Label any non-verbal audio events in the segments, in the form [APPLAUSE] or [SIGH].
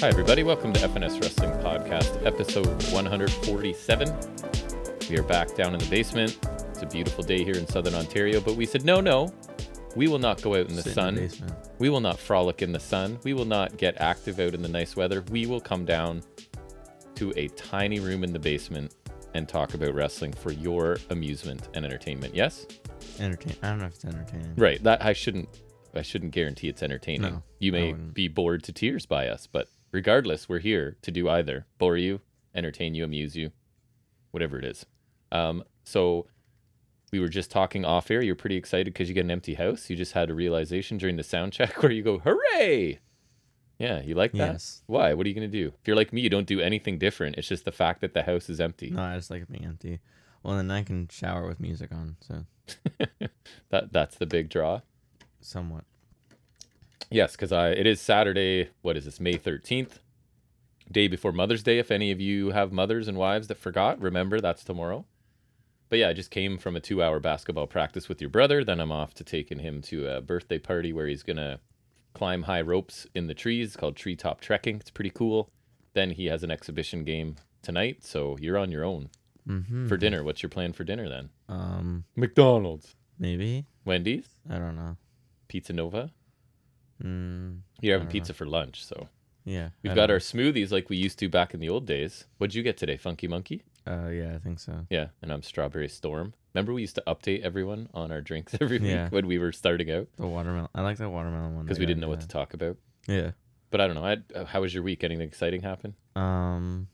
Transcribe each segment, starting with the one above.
Hi, everybody. Welcome to FNS Wrestling Podcast, episode 147. We are back down in the basement. It's a beautiful day here in southern Ontario, but we said, no, no, we will not go out in the Sit sun. In the basement. we will not frolic in the sun. We will not get active out in the nice weather. We will come down to a tiny room in the basement and talk about wrestling for your amusement and entertainment. Yes? Entertain. I don't know if it's entertaining. Right. That I shouldn't I shouldn't guarantee it's entertaining. No, you I may wouldn't. be bored to tears by us, but regardless, we're here to do either bore you, entertain you, amuse you, whatever it is. Um, so we were just talking off air. You're pretty excited because you get an empty house. You just had a realization during the sound [LAUGHS] check where you go, "Hooray!" Yeah, you like that. Yes. Why? What are you gonna do? If you're like me, you don't do anything different. It's just the fact that the house is empty. No, I just like it being empty. Well, then I can shower with music on, so That that's the big draw. somewhat. Yes, because I it is Saturday. What is this? May thirteenth, day before Mother's Day. If any of you have mothers and wives that forgot, remember that's tomorrow. But yeah, I just came from a two-hour basketball practice with your brother. Then I'm off to taking him to a birthday party where he's gonna climb high ropes in the trees called treetop trekking. It's pretty cool. Then he has an exhibition game tonight, so you're on your own Mm-hmm. for dinner. What's your plan for dinner then? um, McDonald's, maybe Wendy's, I don't know. Pizza Nova. Mm, You're I having don't pizza for lunch, so. yeah, We've I got our don't smoothies like we used to back in the old days. What'd you get today? Funky Monkey? know. Uh, yeah, I think so. Yeah, and I'm Strawberry Storm. Remember we used to update everyone on our drinks [LAUGHS] every week Yeah. Oh when we were starting out The watermelon. I like the watermelon one. because we didn't know what to talk about. Yeah. But I don't know. I, uh, how was your week? Anything exciting happen? Um,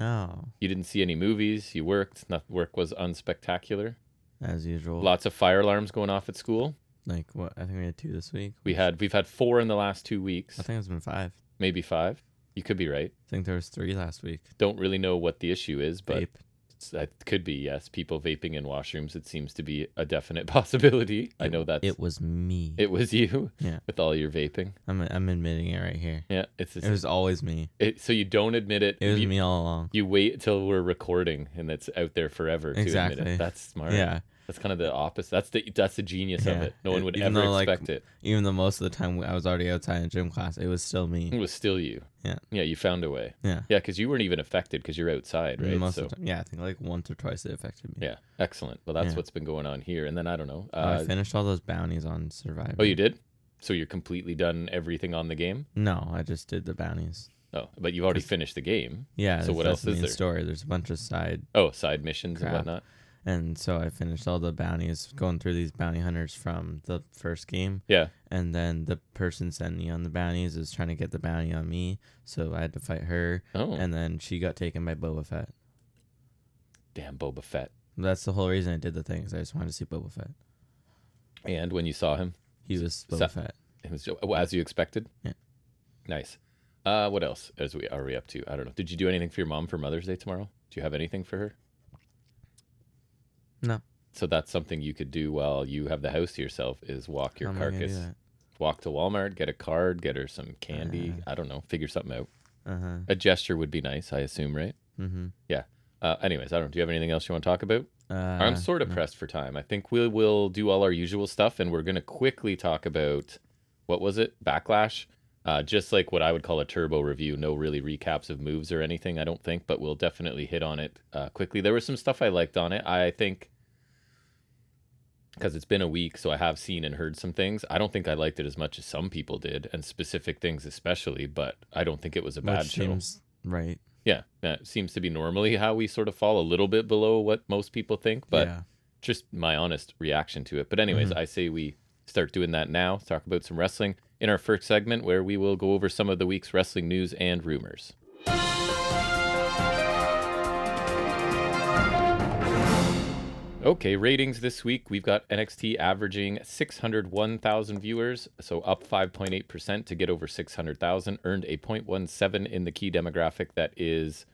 no, You didn't see any movies. You worked. Not, work was unspectacular. as usual. Lots of fire alarms going off at school. Like what? I think we had two this week. We had we've had four in the last two weeks, I think it's been five. maybe five. You could be right. I think there was three last week. Don't really know what the issue is, but Vape. that could be yes. People vaping in washrooms. It seems to be a definite [LAUGHS] possibility. I know that's It was me. It was you Yeah. [LAUGHS] with all your vaping. I'm I'm admitting it right here. Yeah, it's It was always me. it, so you don't admit it. It was you, me all along. you wait till we're recording, and that's out there forever. To Admit Exactly. it. That's smart. Yeah. That's kind of the opposite. That's the that's the genius of Yeah. it. No one E- would even ever though, like, expect it. Even though most of the time I was already outside in gym class, it was still It me. was still you. Yeah. Yeah, you found a way. Yeah. Yeah, because you weren't even affected because you're outside, right? Most so of the time. Yeah, I think like once or twice it affected me. yeah, excellent. Well, that's Yeah. what's been going on here. And then I don't know. Oh, Uh, I finished all those bounties on Survivor. oh, you did. So you're completely done everything on the game. No, I just did the bounties. Oh, but you've already finished the game. Yeah. So that's- what that's else the is main there? Story. There's a bunch of side, Oh, side missions Crap. and whatnot. and so I finished all the bounties, going through these bounty hunters from the first game, Yeah. and then the person sending me on the bounties is trying to get the bounty on me, so I had to fight her, Oh, and then she got taken by Boba Fett. damn Boba Fett. That's the whole reason I did the thing. Is I just wanted to see Boba Fett. And when you saw him, He was Boba so- Fett. It was well, as you expected. Yeah. Nice. Uh, what else as we are we up to? I don't know. Did you do anything for your mom for Mother's Day tomorrow? Do you have anything for her? No. So that's something you could do while you have the house to yourself is walk your How am I gonna do carcass. that? Walk to Walmart, get a card, get her some candy. Uh. I don't know. Figure something out. Uh-huh. A gesture would be nice, I assume, right? Mm-hmm. Uh, anyways, I don't. Do you have anything else you want to talk about? Uh, I'm sort of pressed for time. I think we will do all our usual stuff, and we're going to quickly talk about what was it? Backlash. Uh, just like what I would call a turbo review, no really recaps of moves or anything, I don't think, but we'll definitely hit on it uh, quickly. There was some stuff I liked on it. I think because it's been a week, so I have seen and heard some things. I don't think I liked it as much as some people did, and specific things especially, but I don't think it was a bad which show. seems right. Yeah, that seems to be normally how we sort of fall a little bit below what most people think, but yeah. just my honest reaction to it. But anyways, I say we start doing that now. Talk about some wrestling in our first segment, where we will go over some of the week's wrestling news and rumors. Okay, ratings this week. We've got NXT averaging 601,000 viewers, so up 5.8% to get over 600,000. Earned a 0.17 in the key demographic that is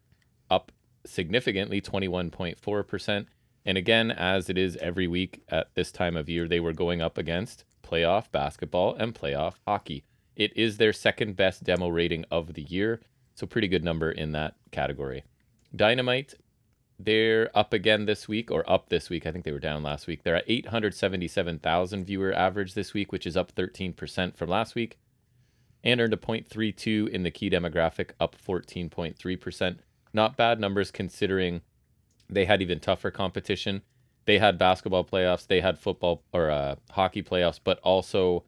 up significantly 21.4%. And again, as it is every week at this time of year, they were going up against playoff basketball and playoff hockey. It is their second best demo rating of the year, so pretty good number in that category. Dynamite, they're up again this week, or up this week. I think they were down last week. They're at 877,000 viewer average this week, which is up 13% from last week. and earned a 0.32 in the key demographic, up 14.3%. Not bad numbers considering they had even tougher competition. They had basketball playoffs, they had football or uh, hockey playoffs, but also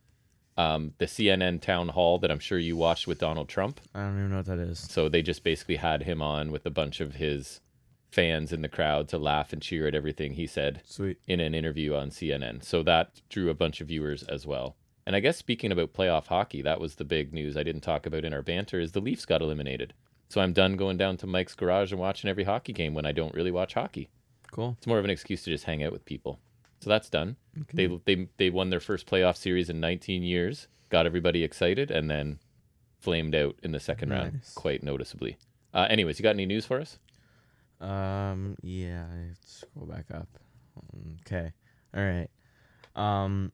um, the CNN town hall that I'm sure you watched with Donald Trump. I don't even know what that is. So they just basically had him on with a bunch of his fans in the crowd to laugh and cheer at everything he said Sweet. in an interview on CNN. So that drew a bunch of viewers as well. And I guess speaking about playoff hockey, that was the big news I didn't talk about in our banter is the Leafs got eliminated. So I'm done going down to Mike's garage and watching every hockey game when I don't really watch hockey. Cool. It's more of an excuse to just hang out with people. So that's done. Okay. They they they won their first playoff series in 19 years, got everybody excited and then flamed out in the second round Nice. quite noticeably. Uh, anyways, you got any news for us? Um. Yeah. I have to scroll back up. Okay. All right. Um.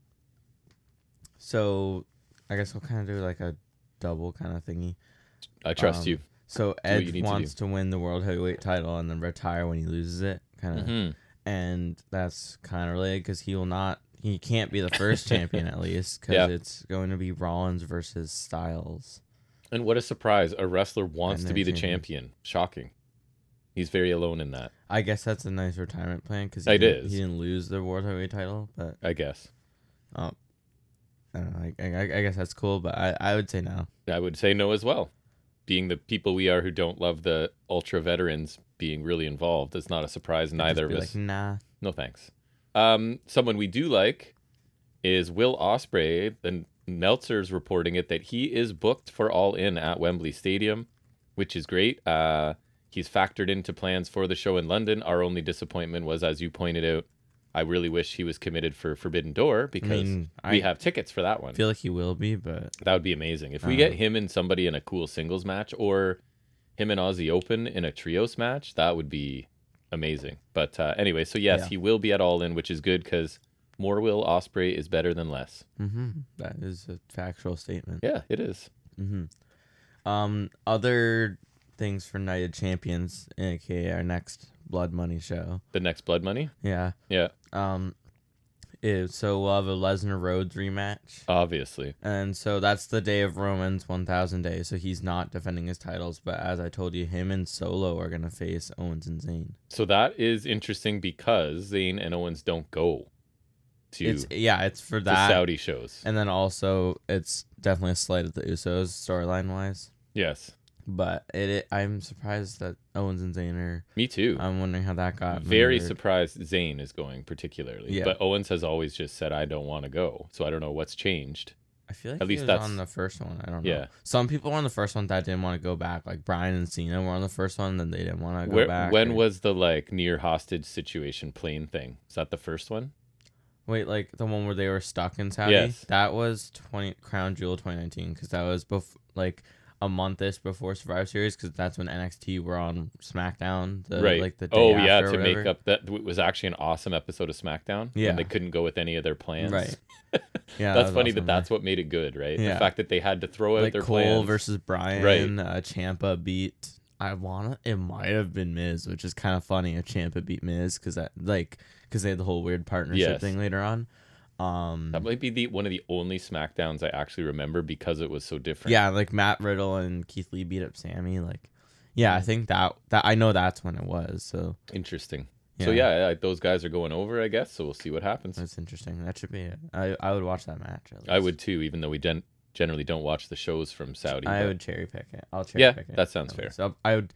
So, I guess I'll kind of do like a double kind of thingy. I trust Um, you. So what you Edge need to wants to, win the world heavyweight title and then retire when he loses it, kind of, Mhm. and that's kind of related because he will not, he can't be the first champion [LAUGHS] at least because Yeah. it's going to be Rollins versus Styles. And what a surprise. A wrestler wants And to be the they're champion. Shocking. He's very alone in that, I guess that's a nice retirement plan because he, It didn't- is. he didn't lose the world heavyweight title, but I guess. um, I don't know. I, I, I guess that's cool, but I, I would say no. I would say no as well. Being the people we are who don't love the ultra veterans being really involved is not a surprise. I'd just Neither of be us. Like, nah. No thanks. Um, someone we do like is Will Osprey. The Meltzer's reporting it that he is booked for All In at Wembley Stadium, which is great. Uh, he's factored into plans for the show in London. Our only disappointment was, as you pointed out, I really wish he was committed for Forbidden Door I because mean, I we have tickets for that one. feel like he will be, but That would be amazing. If we Uh-huh. get him and somebody in a cool singles match or him and Aussie Open in a trios match, that would be amazing. But uh, anyway, so yes, Yeah. he will be at All In, which is good because more Will Osprey is better than less. hmm that is a factual statement. Yeah, it is. Mm-hmm. Um, other things for Night of Champions, aka our next Blood Money show. The next Blood Money, Yeah. Yeah. Um, is, so we'll have a Lesnar Rhodes rematch, Oh. obviously. and so that's the day of Roman's 1,000 days. So he's not defending his titles, but as I told you, him and Solo are gonna face Owens and Zayn. So that is interesting because Zayn and Owens don't go to It's the yeah, it's for that, Saudi shows. and then also it's definitely a slight at the Usos storyline wise. yes, But it, it, I'm surprised that Owens and Zayn are. me too. I'm wondering how that got. very maneuvered. surprised Zayn is going particularly, Yeah. but Owens has always just said I don't want to go, so I don't know what's changed. I feel like At he least was that's- on the first one. I don't know. Yeah. Some people were on the first one that didn't want to go back. Like Brian and Cena were on the first one, then they didn't want to go Where, back. when or- was the like near hostage situation plane thing? Is that the first one? wait like the one where they were stuck in Saudi? Yes. That was twenty Crown Jewel twenty nineteen because that was bef- like a month ish before Survivor Series because that's when NXT were on SmackDown. The, right. Like the day oh after yeah, or to make whatever. up that it was actually an awesome episode of SmackDown. Yeah. and they couldn't go with any of their plans. [LAUGHS] Right. Yeah. that's that was funny that awesome. that's what made it good, right? The Yeah. fact that they had to throw out like their Cole plans. versus Brian. Right. Uh, Champa beat. I wanna. It might have been Miz, which is kind of funny. If Champa beat Miz, because that like because they had the whole weird partnership Yes. thing later on. Um. that might be the one of the only Smackdowns I actually remember because it was so different. Yeah, like Matt Riddle and Keith Lee beat up Sammy. Like, yeah, I think that that I know that's when it was. So interesting. So yeah, I- those guys are going over, I guess. So we'll see what happens. that's interesting. That should be it. I I would watch that match. At least. I would too, even though we gen- generally don't watch the shows from Saudi. I but- would cherry pick it. I'll cherry Yeah, pick it. that sounds at fair. least. I'll- I would.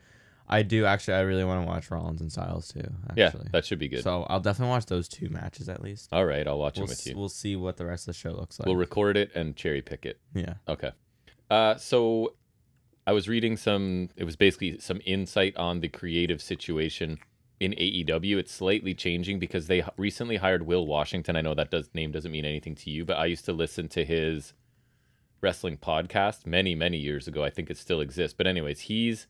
I do actually. I really want to watch Rollins and Styles too. Actually. yeah, that should be good. So I'll definitely watch those two matches at least. All right, I'll watch We'll, them with s- you. we'll see what the rest of the show looks like. We'll record it and cherry pick it. yeah. Okay. Uh, so I was reading some, it was basically some insight on the creative situation in AEW. It's slightly changing because they h- recently hired Will Washington. I know that does, name doesn't mean anything to you, but I used to listen to his wrestling podcast many, many years ago. I think it still exists. But, anyways, he's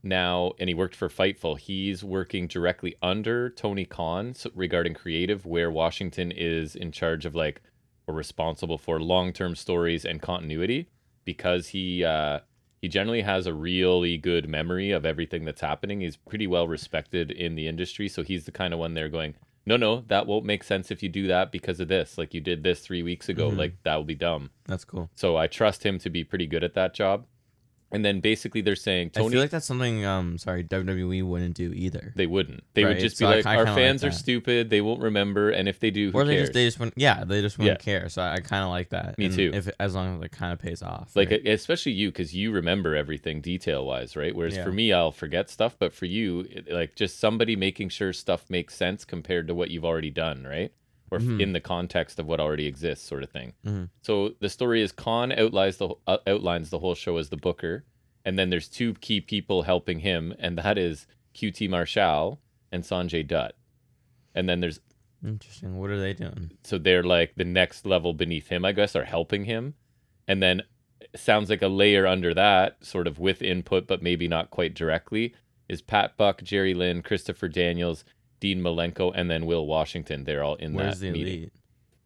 now, and he worked for Fightful, he's working directly under Tony Khan so- regarding creative, where Washington is in charge of like, or responsible for long-term stories and continuity because he uh, he generally has a really good memory of everything that's happening. He's pretty well respected in the industry, so he's the kind of one there going, no, no, that won't make sense if you do that because of this. Like you did this three weeks ago. Mhm. Like that will be dumb. That's cool. So I trust him to be pretty good at that job. And then basically they're saying I Tony, feel like that's something. Um, sorry, WWE wouldn't do either. they wouldn't. They would Right, just so be I- like, I our kinda like fans are that. stupid. They won't remember. And if they do, who or they cares? just they just wouldn't. Yeah, they just wouldn't Yeah. care. So I, I kind of like that. Me and too. If it- as long as it kind of pays off. like e, right? especially you because you remember everything detail wise right whereas Yeah. for me i'll forget stuff but for you it- like just somebody making sure stuff makes sense compared to what you've already done right or f- Mhm. in the context of what already exists sort of thing Mhm. so the story is khan outlines the wh- uh, outlines the whole show as the booker and then there's two key people helping him and that is qt marshall and sanjay dutt and then there's interesting. What are they doing? so they're like the next level beneath him, I guess, are helping him. And then it sounds like a layer under that, sort of with input, but maybe not quite directly, is Pat Buck, Jerry Lynn, Christopher Daniels, Dean Malenko, and then Will Washington. They're all in Where's that the meeting. elite?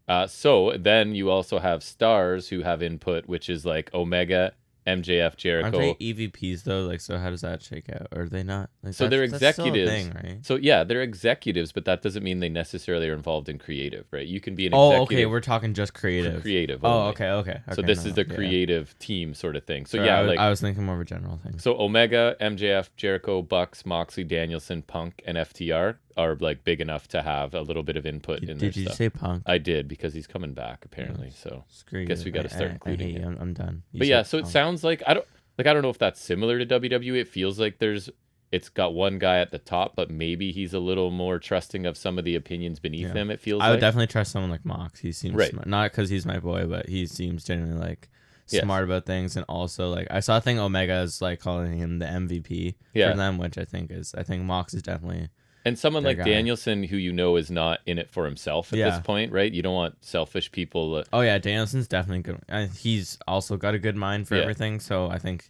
Uh, so then you also have stars who have input, which is like Omega, MJF, Aren't Jericho. they EVPs though? Like, so how does that shake out? Or are they not? Like, So that's- they're that's still a executives. thing, right? So yeah, they're executives, but that doesn't mean they necessarily are involved in creative, right? You can be an Oh, okay. executive We're talking just for creative. creative. Oh, only. okay, okay. So okay, this no, is the yeah. creative team sort of thing. So Sorry, yeah, I was, like I was thinking more of a general thing. so Omega, MJF, Jericho, Bucks, Moxley, Danielson, Punk, and FTR are like big enough to have a little bit of input Did, in their did you stuff. say punk? I did because he's coming back apparently. So, Screw guess you. we gotta I- start I- I including hate it. you. I'm, I'm done. You but yeah, said so it punk. sounds like I don't like I don't know if that's similar to WWE. It feels like there's it's got one guy at the top, but maybe he's a little more trusting of some of the opinions beneath Yeah. him. It feels I would like. definitely trust someone like Mox. He seems Right. smart. not because he's my boy, but he seems genuinely like Yes. smart about things. And also, like I saw a thing Omega is like calling him the MVP Yeah. for them, which I think is I think Mox is definitely And someone their like guy. Danielson, who you know is not in it for himself at Yeah. this point, right? You don't want selfish people. Uh, Oh yeah, Danielson's definitely good. Uh, he's also got a good mind for Yeah. everything, so I think,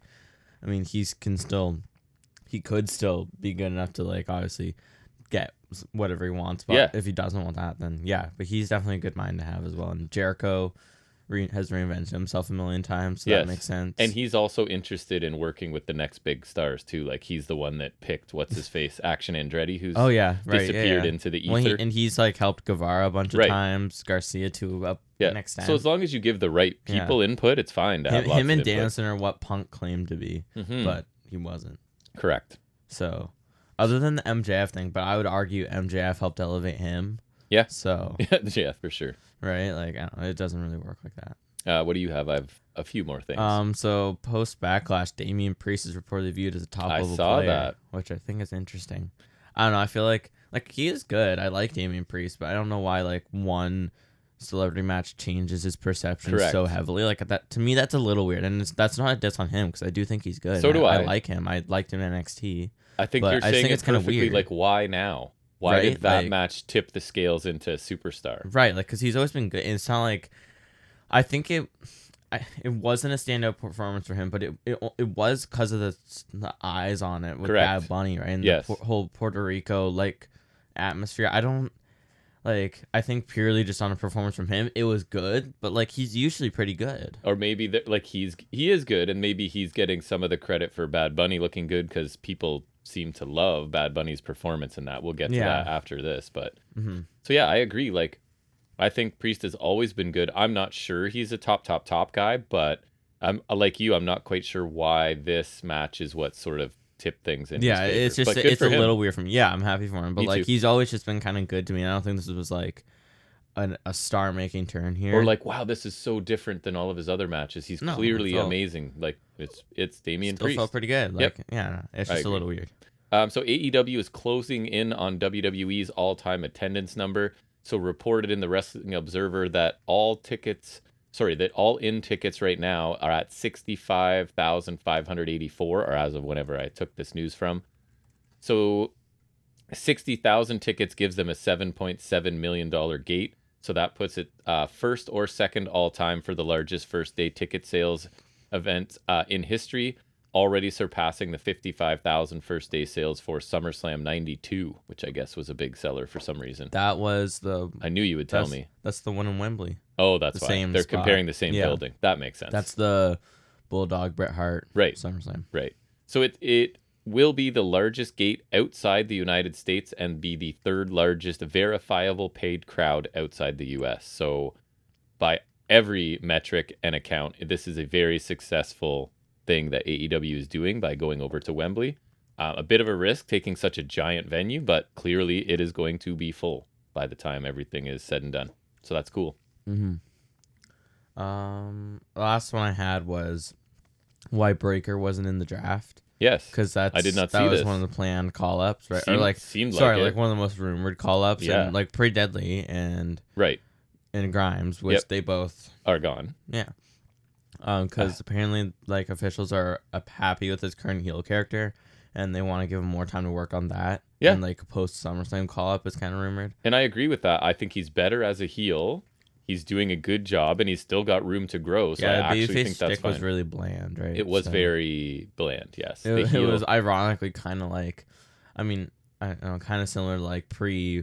I mean, he's can still, he could still be good enough to like obviously get s- whatever he wants. But Yeah. if he doesn't want that, then yeah. But he's definitely a good mind to have as well. And Jericho re- has reinvented himself a million times, so Yes. that makes sense. And he's also interested in working with the next big stars too. Like he's the one that picked what's his face, Action Andretti, who's oh yeah, right, disappeared yeah, yeah. into the ether. Well, he, and he's like helped Guevara a bunch of Right. times, Garcia too. Up yeah. next time. So as long as you give the right Yeah. people input, it's fine to have him, lots him of and input. Danielson are what Punk claimed to be, Mhm. but he wasn't. correct. [LAUGHS] So, other than the MJF thing, but I would argue MJF helped elevate him. Yeah. So, yeah, for sure. right? Like, I don't know, it doesn't really work like that. Uh, what do you have? I have a few more things. Um. So, post backlash, Damian Priest is reportedly viewed as a top I level saw player, that. which I think is interesting. I don't know. I feel like like he is good. I like Damian Priest, but I don't know why like one celebrity match changes his perception Correct. so heavily. Like that to me, that's a little weird, and it's, that's not a diss on him because I do think he's good. So and do I. I. like him. I liked him in NXT. I think but you're I just saying think it's it's kinda perfectly weird. like why now? Why Right? did that Like- match tip the scales into superstar? Right, like because he's always been good. And it's not like I think it. I, it wasn't a standout performance for him, but it it, it was because of the, s- the eyes on it with Correct. Bad Bunny, right? And Yes. the pu- whole Puerto Rico like atmosphere. I don't like. I think purely just on a performance from him, it was good. But like he's usually pretty good. or maybe that like he's he is good and maybe he's getting some of the credit for bad bunny looking good because people seem to love bad bunny's performance in that we'll get to Yeah. that after this but hmm so yeah i agree like i think priest has always been good i'm not sure he's a top top top guy but i'm uh, like you i'm not quite sure why this match is what sort of tipped things in his Yeah, favor. it's just But good it's for a him. little weird for me. Yeah, I'm happy for him, but Me like too. he's always just been kind of good to me. and I don't think this was like an, a star making turn here. or like wow this is so different than all of his other matches he's No, it clearly felt- amazing like it's it's damien still priest felt pretty good. Like Yep. yeah, no, it's I just a agree. little weird. Um, so AEW is closing in on WWE's all-time attendance number. So reported in the Wrestling Observer that all tickets, sorry, that all in tickets right now are at sixty-five thousand five hundred eighty-four, or as of whenever I took this news from. So sixty thousand tickets gives them a seven point seven million dollar gate. So that puts it uh, first or second all-time for the largest first-day ticket sales event uh, in history already surpassing the 55,000 first day sales for SummerSlam 92, which I guess was a big seller for some reason. That was the I knew you would tell that's, me. That's the one in Wembley. Oh, that's the why. same They're spot. comparing the same Yeah. building. That makes sense. That's the Bulldog Bret Hart right. SummerSlam. Right. So it it will be the largest gate outside the United States and be the third largest verifiable paid crowd outside the US. So, by every metric and account, this is a very successful thing that AEW is doing by going over to Wembley. Uh, a bit of a risk taking such a giant venue, but clearly it is going to be full by the time everything is said and done. So, that's cool. Mm-hmm. Um, the last one I had was why Breaker wasn't in the draft Yes. because that's did not that see was this. one of the planned call ups, right? or Seemed- like seemed sorry, like like, it. one of the most rumored call ups, Yeah. and like pretty deadly and Right. and Grimes, which Yep. they both Are gone. yeah, um, because apparently like officials are up happy with his current heel character, and they want to give him more time to work on that. Yeah. and like post SummerSlam call up is kind of rumored. And I agree with that. I think he's better as a heel. He's doing a good job and he's still got room to grow. So yeah, I the actually babyface think that's stick fine. was really bland, right? it was So- [LAUGHS] very bland, yes. The It, it heel- was ironically kind of like, I mean, I don't know, kind of similar to like pre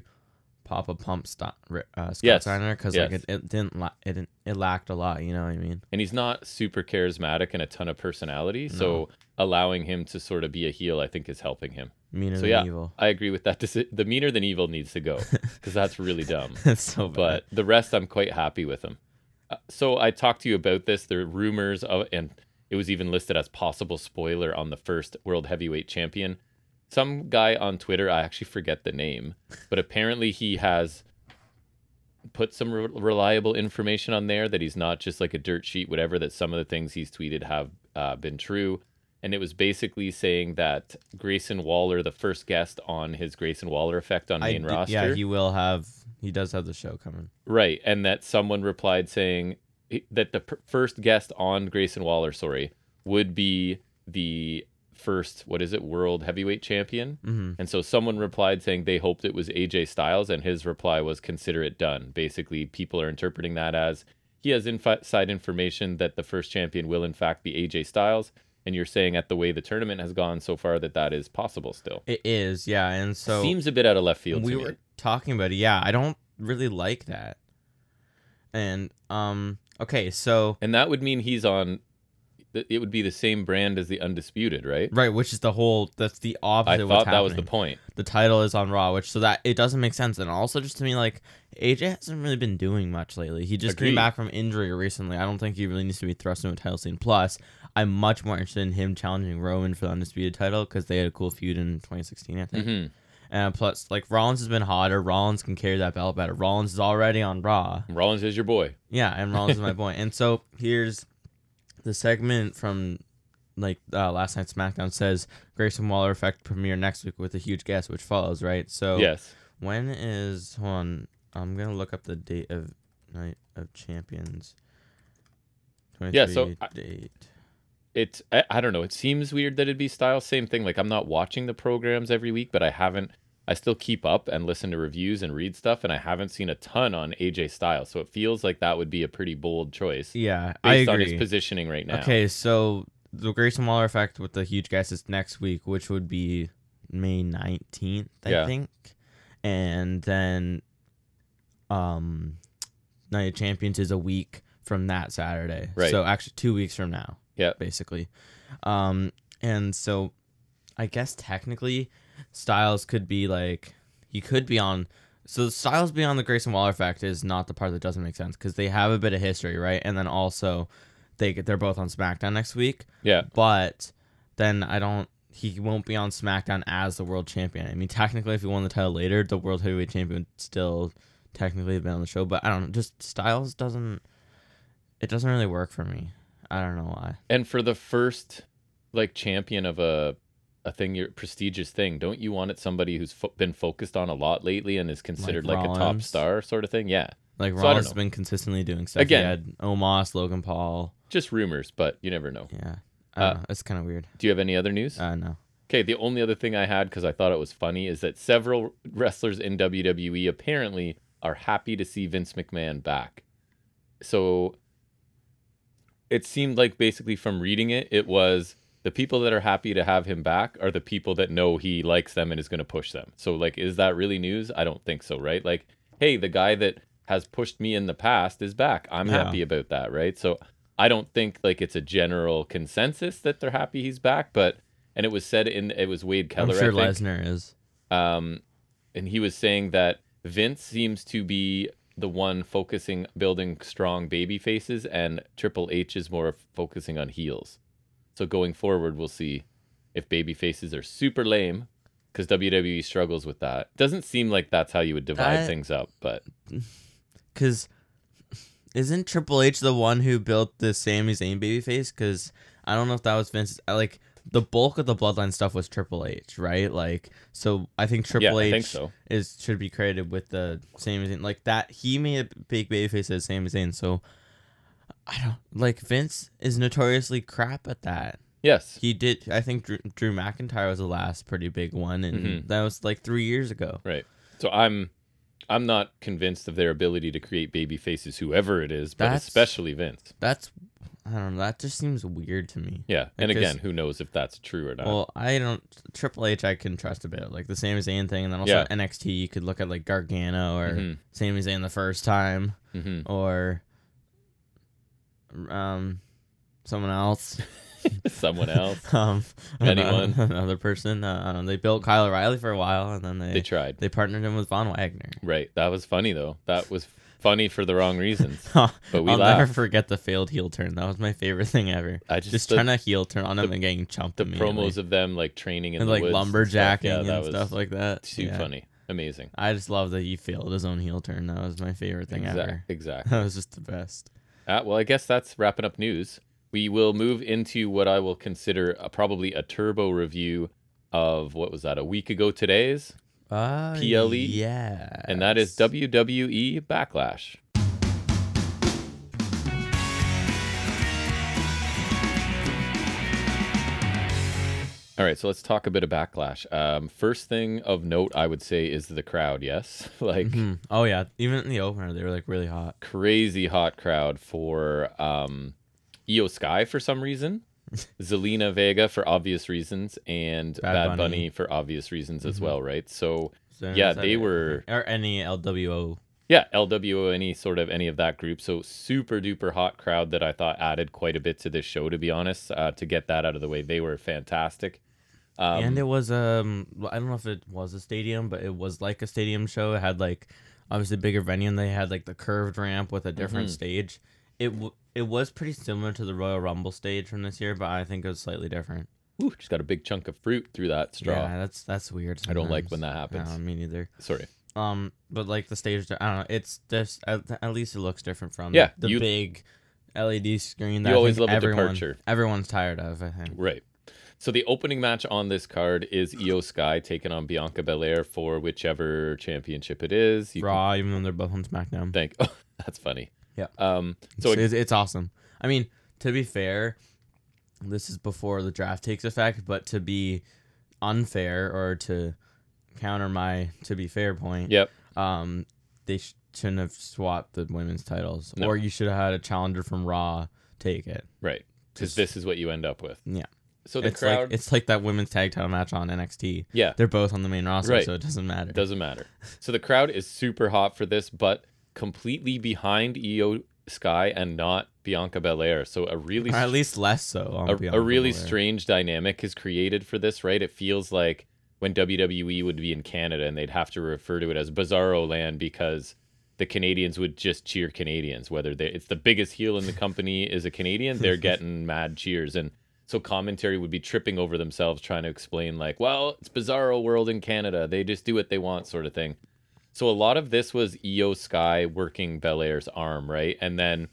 Papa Pump Sto- ri- uh, Scott Yes, Steiner because like yes. it, it didn't la- it didn't, it lacked a lot. You know what I mean? and he's not super charismatic and a ton of personality. No. So allowing him to sort of be a heel, I think, is helping him. Meaner So than yeah. evil. [LAUGHS] I agree with that. deci- The meaner than evil needs to go because that's really dumb. That's so bad. but the rest I'm quite happy with them. Uh, so I talked to you about this. There are rumors of, and it was even listed as possible spoiler on the first world heavyweight champion. Some guy on Twitter, I actually forget the name, but apparently he has put some re- reliable information on there that he's not just like a dirt sheet, whatever. That some of the things he's tweeted have uh, been true. And it was basically saying that Grayson Waller, the first guest on his Grayson Waller effect on I main d- roster, Yeah, he will have. He does have the show coming. Right, and that someone replied saying that the pr- first guest on Grayson Waller, sorry, would be the first what is it, world heavyweight champion. hmm And so someone replied saying they hoped it was AJ Styles, and his reply was consider it done. Basically, people are interpreting that as he has infi- inside information that the first champion will in fact be AJ Styles, and you're saying at the way the tournament has gone so far that that is possible still. It is, yeah, and so Seems a bit out of left field. we to were me. talking about it. Yeah, I don't really like that. And um, okay, so And that would mean he's on. th- It would be the same brand as the Undisputed, right? right, which is the whole. That's the opposite. I of thought what's that was the happening. [LAUGHS] point. the title is on Raw, which so that it doesn't make sense. And also, just to me, like AJ hasn't really been doing much lately. He just Agreed. came back from injury recently. I don't think he really needs to be thrust into a title scene. Plus, I'm much more interested in him challenging Roman for the undisputed title because they had a cool feud in 2016, I think. hmm And plus, like Rollins has been hotter. Rollins can carry that belt better. Rollins is already on Raw. Rollins is your boy. Yeah, and [LAUGHS] Rollins is my boy. And so here's the segment from like uh, last night's SmackDown says Grayson Waller effect premiere next week with a huge guest, which follows right. So Yes. when is hold on? I'm gonna look up the date of Night of Champions. Yeah, so 23 I- date. It's I, I don't know. It seems weird that it'd be Styles. Same thing. Like I'm not watching the programs every week, but I haven't. I still keep up and listen to reviews and read stuff, and I haven't seen a ton on AJ Styles. So it feels like that would be a pretty bold choice based Yeah, I agree. on his positioning right now. Okay, so the Grayson Waller effect with the huge guest is next week, which would be May 19th, I Yeah. think. And then um Night of Champions is a week from that Saturday. Right. So actually 2 weeks from now. Yeah. Basically. Um and so I guess technically Styles could be like he could be on so Styles being on the Grayson Waller effect is not the part that doesn't make sense because they have a bit of history, right? And then also they get, they're both on SmackDown next week, Yeah. but then I don't. He won't be on SmackDown as the world champion. I mean, technically, if he won the title later, the world heavyweight champion would still technically have been on the show. But I don't know. Just Styles doesn't. It doesn't really work for me. I don't know why. And for the first like champion of a a thing, your prestigious thing, don't you want it somebody who's fo- been focused on a lot lately and is considered like, a top Rollins? star sort of thing? Yeah, Like So I don't Rollins know. has been consistently doing stuff. Again. he had Omos, Logan Paul. just rumors, but you never know. Yeah, I don't Uh, know. It's kind of weird. Do you have any other news? I know. Okay, the only other thing I had because I thought it was funny is that several wrestlers in WWE apparently are happy to see Vince McMahon back. So it seemed like basically from reading it, it was the people that are happy to have him back are the people that know he likes them and is going to push them. So, like, is that really news? I don't think so, right? Like, hey, the guy that has pushed me in the past is back. I'm Yeah. happy about that, right? So, I don't think like it's a general consensus that they're happy he's back, but and it was said in it was Wade I'm Keller, sure I think, Lesnar is. um, and he was saying that Vince seems to be the one focusing building strong baby faces, and Triple H is more focusing on heels. So going forward, we'll see if baby faces are super lame because WWE E struggles with that. Doesn't seem like that's how you would divide That- things up, but Cause isn't Triple H the one who built the Sami Zayn babyface? Cause I don't know if that was Vince. I Like the bulk of the Bloodline stuff was Triple H, right? Like so, I think yeah, Triple I H think so. is should be created with the Sami Zayn. Like that, he made a big babyface as Sami Zayn. So I don't like Vince is notoriously crap at that. Yes, He did. I think Drew, Drew McIntyre was the last pretty big one, and Mhm. that was like three years ago. right. So I'm. I'm not convinced of their ability to create baby faces, whoever it is, but That's- especially Vince. That's I don't know. That just seems weird to me. Yeah, and Like this- again, who knows if that's true or not? Well, I don't Triple H. I can trust a bit, like the Sami Zayn thing, and then also Yeah. NXT. You could look at like Gargano or Mhm, Sami Zayn the first time, mhm. or um, someone else, [LAUGHS] [LAUGHS] Someone [LAUGHS] else. um, I don't know, Anyone. [LAUGHS] another person. Uh, I don't know. They built Kyle O'Reilly for a while, and then they They they, tried. partnered him with Von Wagner. [LAUGHS] Right. That was funny though. That was funny for the wrong [LAUGHS] reasons. But we I'll never laughed. forget the failed heel turn. That was my favorite thing ever. I Just, just, the, trying to heel turn on the- him and getting chumped. the immediately. promos of them like training in and the like woods and lumberjacking stuff. Yeah, and, that was stuff like that. too Yeah. funny. Amazing. I just love that he failed his own heel turn. That was my favorite thing Exact- ever. [LAUGHS] Exactly. That was just the best. Uh, well, I guess that's wrapping up news. We will move into what I will consider a, probably a turbo review of what was that a week ago today's, Uh, PLE? Yeah. and that is WWE Backlash. All right, so let's talk a bit of backlash. Um, first thing of note, I would say, is the crowd. Yes, [LAUGHS] like Mhm. Oh yeah. Even in the opener, they were like really hot. crazy hot crowd for um, Io Sky for some [LAUGHS] reason, Zelina Vega for obvious reasons, and Bad Bad, Bunny. Bunny. for obvious reasons as Mhm. well, right? So So yeah, is that they it? were or any LWO. yeah LWO any sort of any of that group. So super duper hot crowd that I thought added quite a bit to this show. To be honest, uh, to get that out of the way, they were fantastic. Um, and it was um well, I don't know if it was a stadium, but it was like a stadium show. It had like obviously a bigger venue, and they had like the curved ramp with a different Mhm. stage. It w- it was pretty similar to the Royal Rumble stage from this year, but I think it was slightly different. ooh, just got a big chunk of fruit through that straw. Yeah, that's that's weird. I don't like sometimes. when that happens. No, me neither. Sorry. Um, but like the stage, I don't know. It's just at, at least it looks different from Yeah, the you- big LED screen. That You I always think love a everyone, departure. Everyone's tired of. I think. Right. So the opening match on this card is Io Sky taking on Bianca Belair for whichever championship it is. You can Raw, even though they're both on SmackDown. thank. [LAUGHS] Oh, that's funny. Yeah. Um. So it's, it's, it's awesome. I mean, to be fair, this is before the draft takes effect, but to be unfair or to counter my to be fair point, yep. um, they sh- shouldn't have swapped the women's titles, No. or you should have had a challenger from Raw take it. Right. Because Just- this is what you end up with. Yeah. So the it's crowd. like it's like that women's tag title match on NXT. yeah. They're both on the main roster, Right. so it doesn't matter. Doesn't matter. So the crowd is super hot for this, but completely behind Io Sky and not Bianca Belair. So a really or at least less so. I'll be a, a honest, really Belair. strange dynamic is created for this, right? It feels like when WWE would be in Canada and they'd have to refer to it as Bizarro Land because the Canadians would just cheer Canadians. Whether they, it's the biggest heel in the company is a Canadian, [LAUGHS] they're getting mad cheers. And so commentary would be tripping over themselves trying to explain, like, well, it's Bizarro World in Canada. They just do what they want, sort of thing. So a lot of this was Io Sky working Belair's arm, right? And then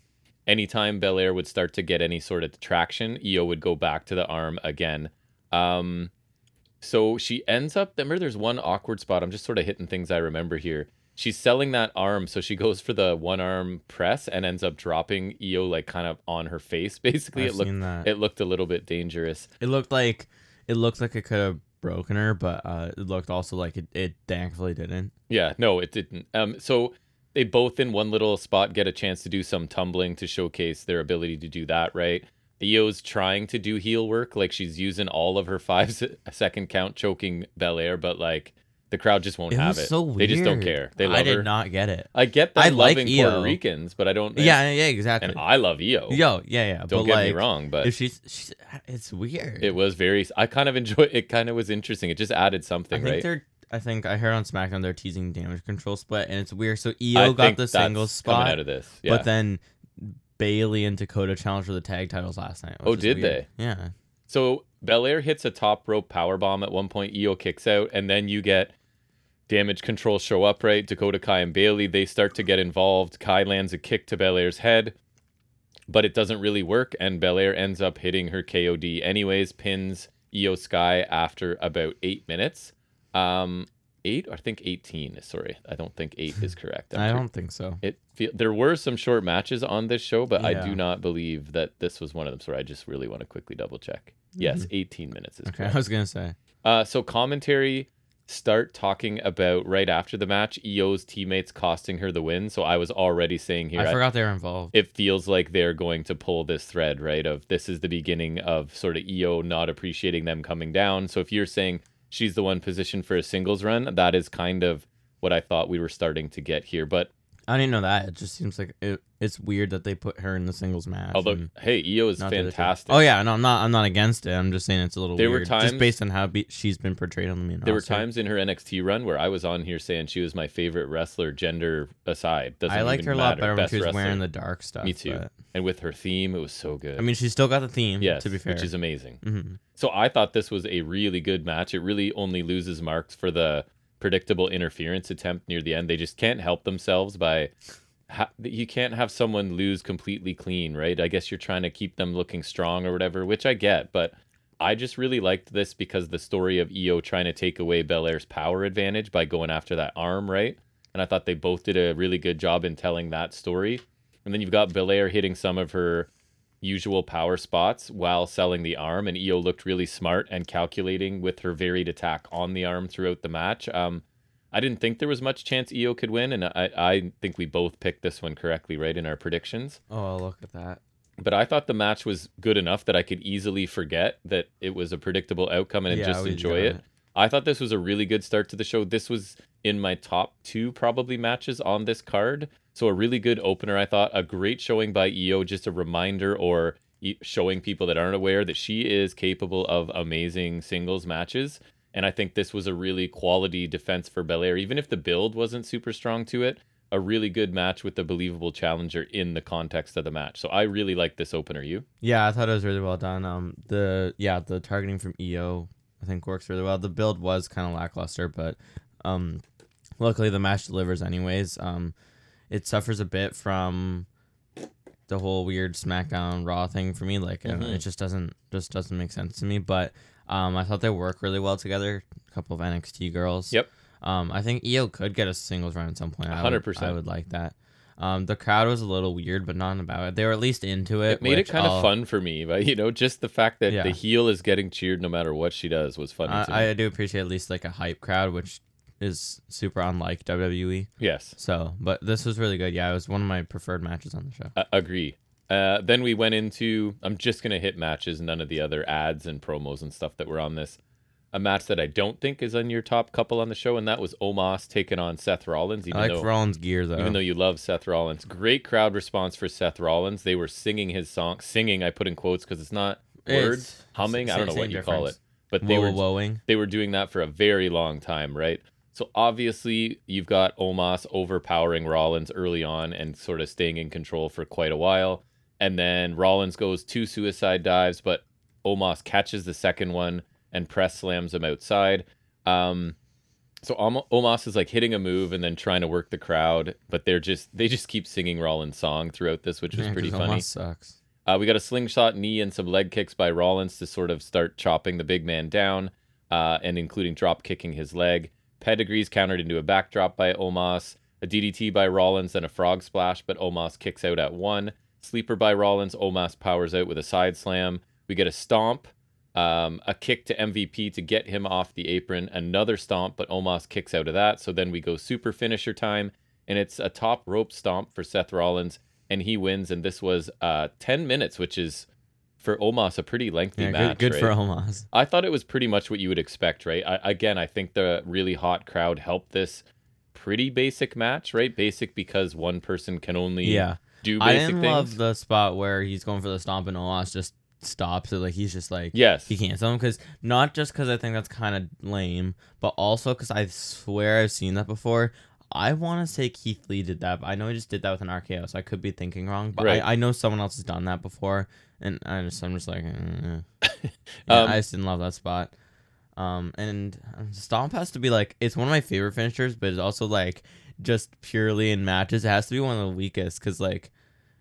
anytime Belair would start to get any sort of traction, Io would go back to the arm again. Um, so she ends up. Remember, there's one awkward spot. I'm just sort of hitting things I remember here. She's selling that arm, so she goes for the one arm press and ends up dropping Io like kind of on her face. Basically, I've it looked seen that. It, it looked a little bit dangerous. looked like it looked like it could have broken her, but uh, it looked also like it, it thankfully didn't. Yeah, no, it didn't. Um, so they both in one little spot get a chance to do some tumbling to showcase their ability to do that, right? Io's trying to [LAUGHS] do heel work, like she's using all of her five se- second count choking Belair, but like The crowd just won't It have was it. so weird. They just don't care. They love I did her. not get it. I get them I like loving Io. Puerto Ricans, but I don't. Yeah, yeah, exactly. and I love Io. Yo, yeah, yeah. don't but get like, me wrong, but If she's, she's, it's weird. it was very. I kind of enjoy. It kind of was interesting. It just added I something, think right? they're. I think I heard on SmackDown they're teasing damage control split, and it's weird. So I Io E got think the that's singles coming out spot, of this. Yeah. but then Bailey and Dakota challenged for the tag titles last night. Oh, which is did weird. Yeah. so Belair hits a top rope power bomb at one point. Io kicks out, and then you get damage control show up. Right, Dakota Kai and Bailey they start to get involved. Kai lands a kick to Belair's head, but it doesn't really work, and Belair ends up hitting her KOD anyways. Pins Io Sky after about eight minutes. Um, eight, I think eighteen. Sorry, I don't think eight is correct. I'm I pretty don't think so. it feel there were some short matches on this show, but I Yeah. do not believe that this was one of them. Sorry, I just really want to quickly double check. Yes, 18 minutes is Mm-hmm. Okay, correct. [LAUGHS] I was gonna say. Uh, so commentary start talking about right after the match, EO's teammates costing her the win. So I was already saying here, I I- forgot they were involved. it feels like they're going to pull this thread, right? Of this is the beginning of sort of EO not appreciating them coming down. So if you're saying she's the one positioned for a singles run, that is kind of what I thought we were starting to get here. But I didn't know that. It just seems like it, it's weird that they put her in the singles match. although, and hey, EO is not the other two. fantastic. Oh yeah, no, I'm not. I'm not against it. I'm just saying it's a little. There were weird, times- just based on how be, she's been portrayed on the main There were roster. times in her NXT run where I was on here saying she was my favorite wrestler, gender aside. Doesn't I liked even her a lot matter, better when best she was wrestler. wearing the dark stuff. Me too. but- And with her theme, it was so good. I mean, she's still got the theme. yes, to be fair, which is amazing. hmm So I thought this was a really good match. It really only loses marks for the predictable interference attempt near the end. They just can't help themselves by. Ha- you can't have someone lose completely clean, right? I guess you're trying to keep them looking strong or whatever, which I get, but I just really liked this because the story of EO trying to take away Belair's power advantage by going after that arm, right? And I thought they both did a really good job in telling that story. And then you've got Belair hitting some of her usual power spots while selling the arm, and EO looked really smart and calculating with her varied attack on the arm throughout the match. Um, I didn't think there was much chance EO could win, and I, I think we both picked this one correctly, right, in our predictions Oh, look at that. but I thought the match was good enough that I could easily forget that it was a predictable outcome and Yeah, just we enjoy got it. I thought this was a really good start to the show. This was in my top two probably matches on this card. So a really good opener, I thought. A great showing by EO, just a reminder or e- showing people that aren't aware that she is capable of amazing singles matches. And I think this was a really quality defense for Belair, even if the build wasn't super strong to it. A really good match with a believable challenger in the context of the match. So I really like this opener. You? Yeah, I thought it was really well done. Um, the yeah, the targeting from EO I think works really well. The build was kind of lackluster, but um, luckily the match delivers anyways. Um, it suffers a bit from the whole weird SmackDown Raw thing for me. Like I don't know, Mhm. it just doesn't just doesn't make sense to me. But um, I thought they work really well together. A couple of NXT girls. Yep. Um, I think EO could get a singles run at some point. I would- 100%. I would like that. Um, the crowd was a little weird, but not about it. They were at least into it. It made it which kind of I'll- fun for me, [LAUGHS] but you know, just the fact that the Yeah. heel is getting cheered no matter what she does was funny to me. I, I do appreciate at least like a hype crowd, which is super unlike WWE. yes. So, but this was really good. Yeah, it was one of my preferred matches on the show. Uh, agree. Uh, then we went into I'm just gonna hit matches, none of the other ads and promos and stuff that were on this. A match that I don't think is on your top couple on the show, and that was Omos taking on Seth Rollins. Even I like though, Rollins' gear though. even though you love Seth Rollins, great crowd response for Seth Rollins. They were singing his song, singing. I put in quotes because it's not It's- words, humming. I don't know same what you call it, difference. but they whoa, were whoa, whoa-ing. they were doing that for a very long time, right? So obviously, you've got Omos overpowering Rollins early on and sort of staying in control for quite a while. And then Rollins goes two suicide dives, but Omos catches the second one and press slams him outside. Um, so Om- Omos is like hitting a move and then trying to work the crowd, but they're just they just keep singing Rollins' song throughout this, which was Yeah, pretty 'cause funny. Omos sucks. Uh, we got a slingshot knee and some leg kicks by Rollins to sort of start chopping the big man down, uh, and including drop kicking his leg. Pedigrees countered into a backdrop by Omos, a DDT by Rollins, then a frog splash, but Omos kicks out at one. Sleeper by Rollins, Omos powers out with a side slam. We get a stomp, um, a kick to MVP to get him off the apron, another stomp, but Omos kicks out of that. So then we go super finisher time, and it's a top rope stomp for Seth Rollins, and he wins. And this was uh, 10 minutes, which is for Omos a pretty lengthy Yeah, match. good, good right? for Omos. I thought it was pretty much what you would expect, right? I, again, I think the really hot crowd helped this pretty basic match, right? Basic because one person can only Yeah, do I basic didn't things. love the spot where he's going for the stomp and Omos just stops it. Like he's just like yes. he can't sell him because not just because I think that's kind of lame, but also because I swear I've seen that before. I want to say Keith Lee did that. But I know he just did that with an RKO, so I could be thinking wrong. But Right. I, I know someone else has done that before, and I just I'm just [LAUGHS] like, eh. Yeah, Um, I just didn't love that spot. Um, and um, stomp has to be like it's one of my favorite finishers, but it's also like just purely in matches, it has to be one of the weakest because like.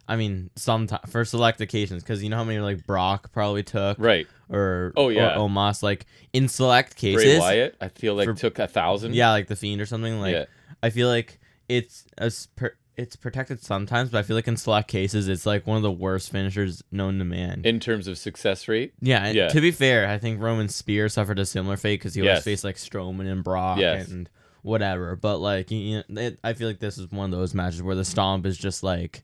I mean, sometimes for select occasions, because you know how many like Brock probably took, Right. or Oh, or yeah. Omos like in select Bray cases. Wyatt, I feel like for- took a thousand. Yeah, like the fiend or something. Like Yeah. I feel like it's a s- per- it's protected sometimes, but I feel like in select cases it's like one of the worst finishers known to man. In terms of success rate, yeah, and yeah. To be fair, I think Roman Spear suffered a similar fate because he always Yes. faced like Strowman and Brock Yes. and whatever. But like you know, it, I feel like this is one of those matches where the stomp is just like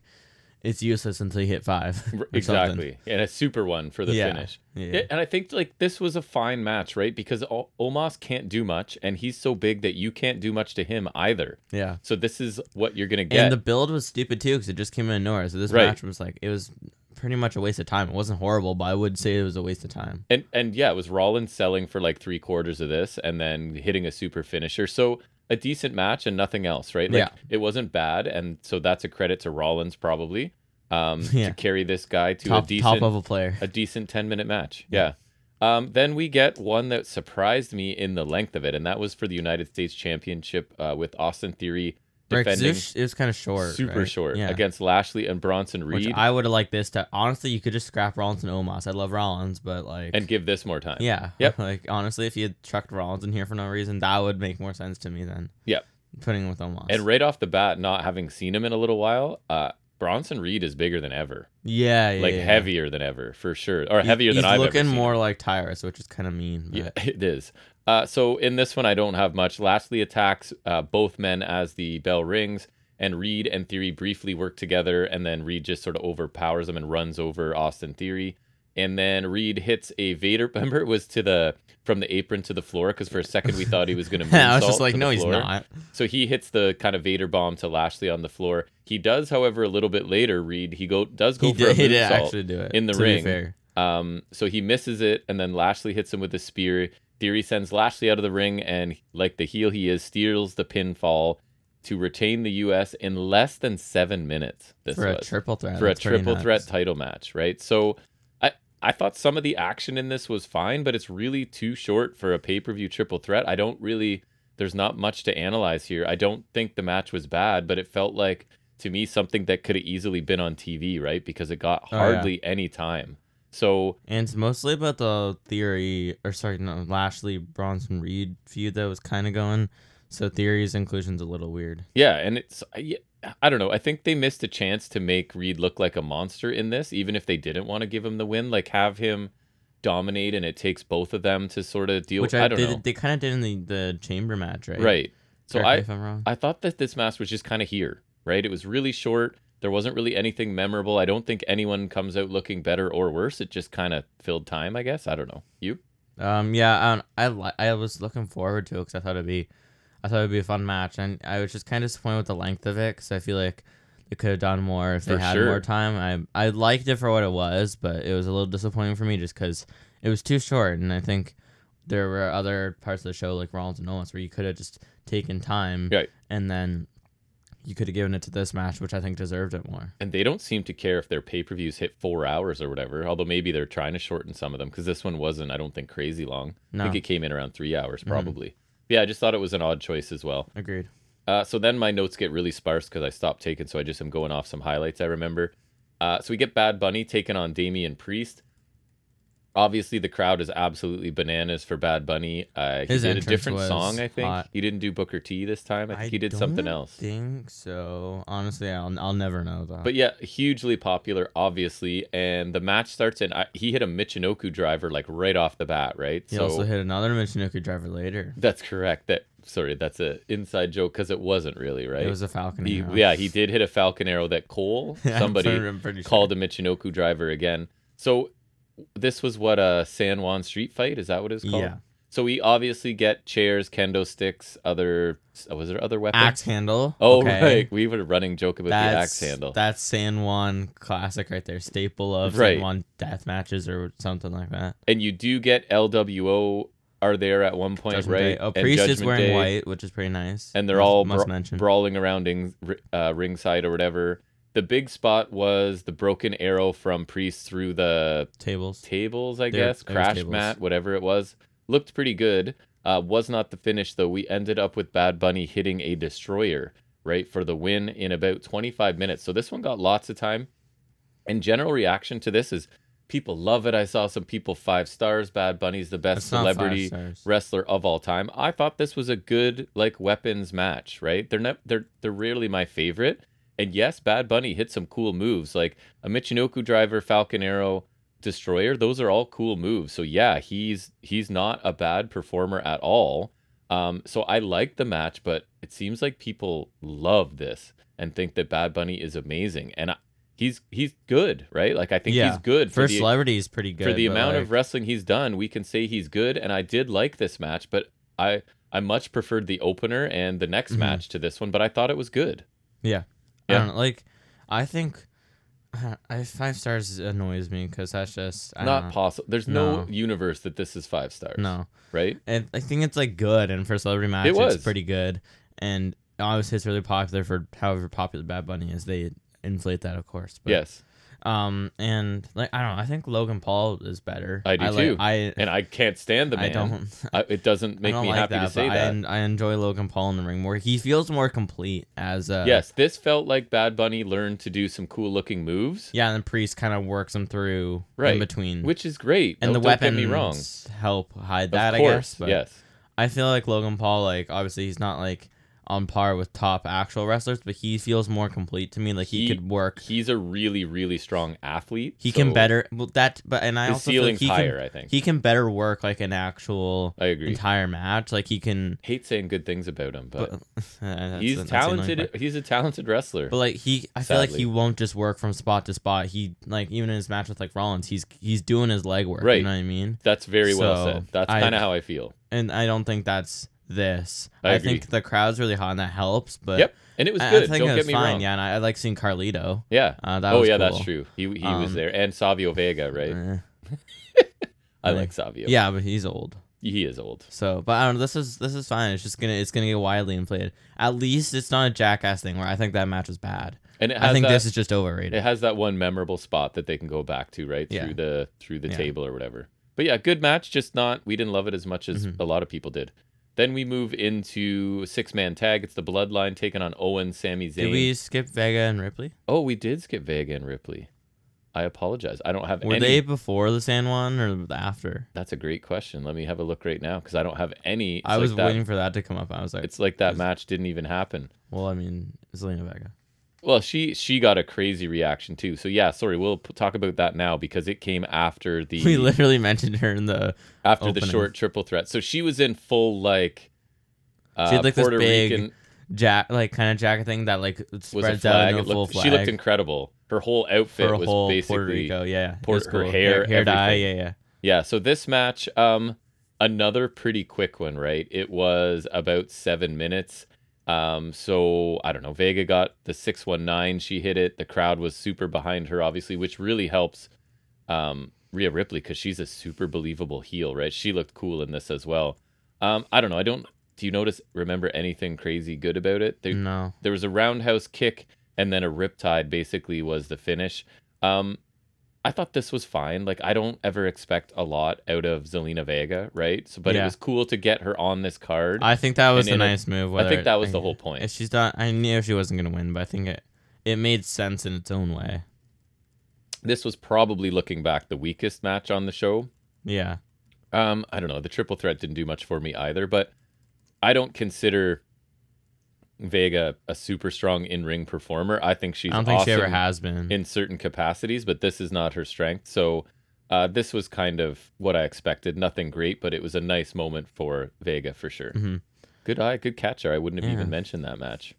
it's useless until you hit five. [LAUGHS] r- or something. exactly, and a super one for the Yeah. finish. Yeah. Yeah, and I think like this was a fine match, right? Because O- Omos can't do much, and he's so big that you can't do much to him either. yeah. So this is what you're gonna get. And the build was stupid too because it just came out of nowhere. So this Right. match was like it was pretty much a waste of time. It wasn't horrible, but I would say it was a waste of time. And and yeah, it was Rollins selling for like three quarters of this and then hitting a super finisher. So a decent match and nothing else, right? Like Yeah. it wasn't bad. And so that's a credit to Rollins probably. Um Yeah. to carry this guy to top a decent top level player. a decent 10 minute match. Yeah. Um, then we get one that surprised me in the length of it, and that was for the United States Championship uh, with Austin Theory Right, 'cause it defending was, sh- it was kind of short. super right? short Yeah. against Lashley and Bronson Which Reed I would have liked this to honestly. You could just scrap Rollins and Omos. I love Rollins, but like and give this more time. yeah, Yep. [LAUGHS] Like honestly, if you had chucked Rollins in here for no reason, that would make more sense to me than Yep. putting him with Omos. And right off the bat, not having seen him in a little while, uh, Bronson Reed is bigger than ever, yeah, yeah, like yeah. heavier than ever for sure, or He- heavier than he's I've ever looking seen more him. like Tyrus, which is kind of mean. But Yeah, [LAUGHS] it is. Uh, so in this one, I don't have much. Lashley attacks uh, both men as the bell rings, and Reed and Theory briefly work together, and then Reed just sort of overpowers him and runs over Austin Theory, and then Reed hits a Vader. [LAUGHS] Remember, it was to the from the apron to the floor because for a second we thought he was going to. [LAUGHS] I was just like, no, he's not. not. So he hits the kind of Vader bomb to Lashley on the floor. He does, however, a little bit later, Reed, he go does go He for did, a he did moonsault. actually do it in the to be ring. fair. Um, so he misses it, and then Lashley hits him with a spear. Theory sends Lashley out of the ring, and like the heel he is, steals the pinfall to retain the U.S. in less than seven minutes. This for a was triple threat. for a Uh, that's pretty triple nuts. threat title match, right? So I I thought some of the action in this was fine, but it's really too short for a pay-per-view triple threat. I don't really there's not much to analyze here. I don't think the match was bad, but it felt like to me something that could have easily been on TV, right? Because it got Oh, yeah. hardly any time. So And it's mostly about the theory, or sorry, no, Lashley Bronson Reed feud that was kind of going. So theory's inclusion's a little weird. yeah, and it's I- yeah, I don't know. I think they missed a chance to make Reed look like a monster in this, even if they didn't want to give him the win. Like have him dominate, and it takes both of them to sort of deal. Which I, I, don't they, know. they kind of did in the, the chamber match, right? Right. So Correct me I if I'm wrong. I thought that this match was just kind of here, right? It was really short. There wasn't really anything memorable. I don't think anyone comes out looking better or worse. It just kind of filled time, I guess. I don't know. You? um, yeah, um, I li- I was looking forward to it because I thought it'd be, I thought it'd be a fun match, and I was just kind of disappointed with the length of it because I feel like they could have done more if they For had sure. more time. I I liked it for what it was, but it was a little disappointing for me just because it was too short, and I think there were other parts of the show like Rollins and Owens where you could have just taken time, Right. and then you could have given it to this match, which I think deserved it more. And they don't seem to care if their pay per views hit four hours or whatever, although maybe they're trying to shorten some of them because this one wasn't, I don't think, crazy long. I No, think it came in around three hours Mhm. probably. Yeah, I just thought it was an odd choice as well. agreed. Uh, so then my notes get really sparse because I stopped taking, so I just am going off some highlights I remember. Uh, so we get Bad Bunny taking on Damian Priest. Obviously, the crowd is absolutely bananas for Bad Bunny. Uh, he His did a entrance different was song, I think. hot. He didn't do Booker T this time. I think I he did something don't else. Think so. Honestly, I'll I'll never know though. But yeah, hugely popular, obviously. And the match starts, and I, he hit a Michinoku driver like right off the bat, right? He also hit another Michinoku driver later. that's correct. That sorry, that's an inside joke because it wasn't really right. It was a Falcon. He- arrow. yeah, he [LAUGHS] did hit a Falcon arrow that Cole, I'm somebody pretty- I'm pretty sure. called a Michinoku driver again. So this was what a San Juan street fight is that what it's called? Yeah. So we obviously get chairs, kendo sticks, other was there other weapons? Axe handle. Oh okay. right, we were running joke about the axe handle. That's San Juan classic right there, staple of Right. San Juan death matches or something like that. and you do get LWO are there at one point, Judgment right? Day. Oh, And Priest is Judgment wearing Day, white, which is pretty nice. and they're Must- all must bra- mention. brawling around in, uh, ringside or whatever. The big spot was the broken arrow from Priest through the tables. tables, I There- guess, there was crash tables. mat, whatever it was. Looked pretty good. Uh, was not the finish though. We ended up with Bad Bunny hitting a destroyer right for the win in about 25 minutes. So this one got lots of time. And general reaction to this is people love it. I saw some people five stars. Bad Bunny's the best That's not five celebrity stars. wrestler of all time. I thought this was a good like weapons match, right? They're not they're they're rarely my favorite. And yes, Bad Bunny hit some cool moves like a Michinoku driver, Falcon Arrow, Destroyer. Those are all cool moves. So yeah, he's he's not a bad performer at all. Um, so I like the match, but it seems like people love this and think that Bad Bunny is amazing, and I, he's he's good, right? Like I think Yeah, he's good for For the celebrity is pretty good. for the but, amount of like, wrestling he's done, we can say he's good. And I did like this match, but I I much preferred the opener and the next Mhm. match to this one. But I thought it was good. I yeah. don't know, like I think [SIGHS] I five stars annoys me because that's just I Not don't know. possible. There's no. No. universe that this is five stars. no. right? And I think it's like good, and for a celebrity match, was. it's pretty good. And obviously, it's really popular for however popular Bad Bunny is. They inflate that, of course. But, yes, Um, and like I don't know, I think Logan Paul is better. I do like- too. I and I can't stand the man. I don't. I- it doesn't I make don't me like happy that, to say but I, that. en- I enjoy Logan Paul in the ring more. He feels more complete as a yes, this felt like Bad Bunny learned to do some cool looking moves, yeah. And the priest kind of works him through Right. in between, which is great. and No, the don't get weapons me wrong. help hide Of that. course, I guess. But yes, I feel like Logan Paul, like obviously he's not like on par with top actual wrestlers, but he feels more complete to me. Like he, He- could work. he's a really, really strong athlete. He can so better well that, but and I His also feel ceiling's like he higher. can I think. he can better work like an actual I agree. entire match. Like he can, Hate saying good things about him, but but uh, [LAUGHS] that's- he's that's the annoying part. talented. He's a talented wrestler. But like he, I feel like Sadly. he won't just work from spot to spot. He like even in his match with like Rollins, he's he's doing his leg work. Right. You know what I mean? That's very well So, said. That's I- kind of how I feel. And I don't think that's this. I think the crowd's really hot and that helps. But Yep, and it was I, I good. think Don't it get was me fine. wrong. Yeah. Yeah, and I, I like seeing Carlito. Uh, that oh was yeah, cool. that's true. He he was Um, there, and Savio Vega, right? Eh. I right. like Savio. yeah, but he's old. he is old. So, but I don't know. This is this is fine. It's just gonna it's gonna get widely inflated. At least it's not a jackass thing where I think that match was bad. And it has I think that, this is just overrated. it has that one memorable spot that they can go back to, right? Yeah. Through the through the Yeah. table or whatever. But yeah, good match. Just not we didn't love it as much as Mhm. a lot of people did. Then we move into six man tag. It's the Bloodline taking on Owen, Sami Zayn. Did we skip Vega and Ripley? Oh, we did skip Vega and Ripley. I apologize. I don't have Were any. they before the San Juan or after? That's a great question. Let me have a look right now because I don't have any. It's I was like that, waiting for that to come up. I was like, It's like that Is- match didn't even happen. well, I mean, Zelina Vega. Well, she she got a crazy reaction too. So yeah, sorry. We'll p- talk about that now because it came after the We literally mentioned her in the. after the opening. short triple threat. So she was in full like. Uh, had, like, this Puerto big Rican Jack, like kind of jacket thing that like was a spreads out flag. into a It full looked, flag. she looked incredible. Her whole outfit her was whole basically Puerto Rico, yeah, it Puerto- was her cool. hair, hair dye, yeah, everything. yeah. Yeah, so this match, um, another pretty quick one, right? It was about seven minutes. Um, so I don't know. Vega got the six one nine. She hit it. The crowd was super behind her, obviously, which really helps um, Rhea Ripley because she's a super believable heel, right? She looked cool in this as well. Um, I don't know. I don't. Do you notice? Remember anything crazy good about it? There, No, there was a roundhouse kick and then a riptide basically was the finish. Um, I thought this was fine. Like I don't ever expect a lot out of Zelina Vega, right? So, but it Yeah. was cool to get her on this card. I, I think that was And a in a- nice move. whether think it- that was the whole point. If she's not, I knew she wasn't gonna win, but I think it it made sense in its own way. This was probably looking back the weakest match on the show. Yeah, Um, I don't know. The triple threat didn't do much for me either, but I don't consider Vega a super strong in ring performer. I think she's I don't think she ever awesome. has been. in certain capacities, but this is not her strength. So uh, this was kind of what I expected. Nothing great, but it was a nice moment for Vega for sure. Mhm. Good eye, good catcher. I wouldn't have Yeah. even mentioned that match.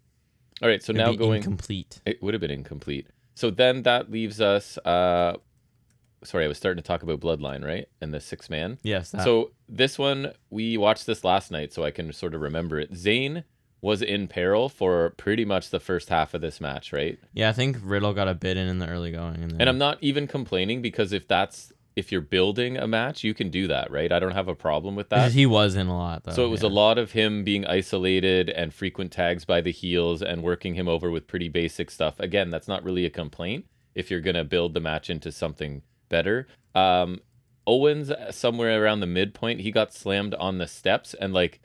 All right, so It'd now be going, incomplete. it would have been incomplete. So then that leaves us. Uh, sorry, I was starting to talk about Bloodline, right? And the six man. Yes. That. So this one we watched this last night, so I can sort of remember it. Zane was in peril for pretty much the first half of this match, right? yeah, I think Riddle got a bid in in the early going, and, then, And I'm not even complaining because if that's if you're building a match, you can do that, right? I don't have a problem with [LAUGHS] that. he was in a lot though. So it was yeah. a lot of him being isolated and frequent tags by the heels and working him over with pretty basic stuff. Again, that's not really a complaint if you're going to build the match into something better. Um, Owens, uh, somewhere around the midpoint, he got slammed on the steps and like,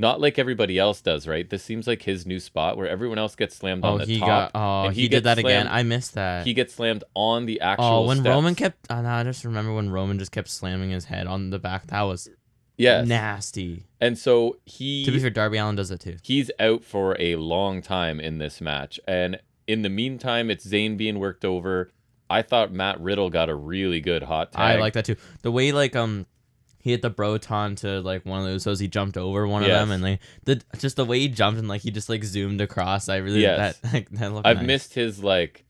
not like everybody else does, right? This seems like his new spot where everyone else gets slammed Oh, on the he top. got. Oh, and he, he gets did that again. slammed. I missed that. He gets slammed on the actual. oh, when steps. Roman kept. Oh, no, I just remember when Roman just kept slamming his head on the back. That was yes, nasty. and so he To be fair, Darby Allen does it too. he's out for a long time in this match. And in the meantime, it's Zayn being worked over. I thought Matt Riddle got a really good hot tag. I like that too. The way like um he hit the broton to like one of the Usos, he jumped over one of them, Yes. and like the just the way he jumped and like he just like zoomed across. I really Yes. that [LAUGHS] like, that looked I've nice. missed his like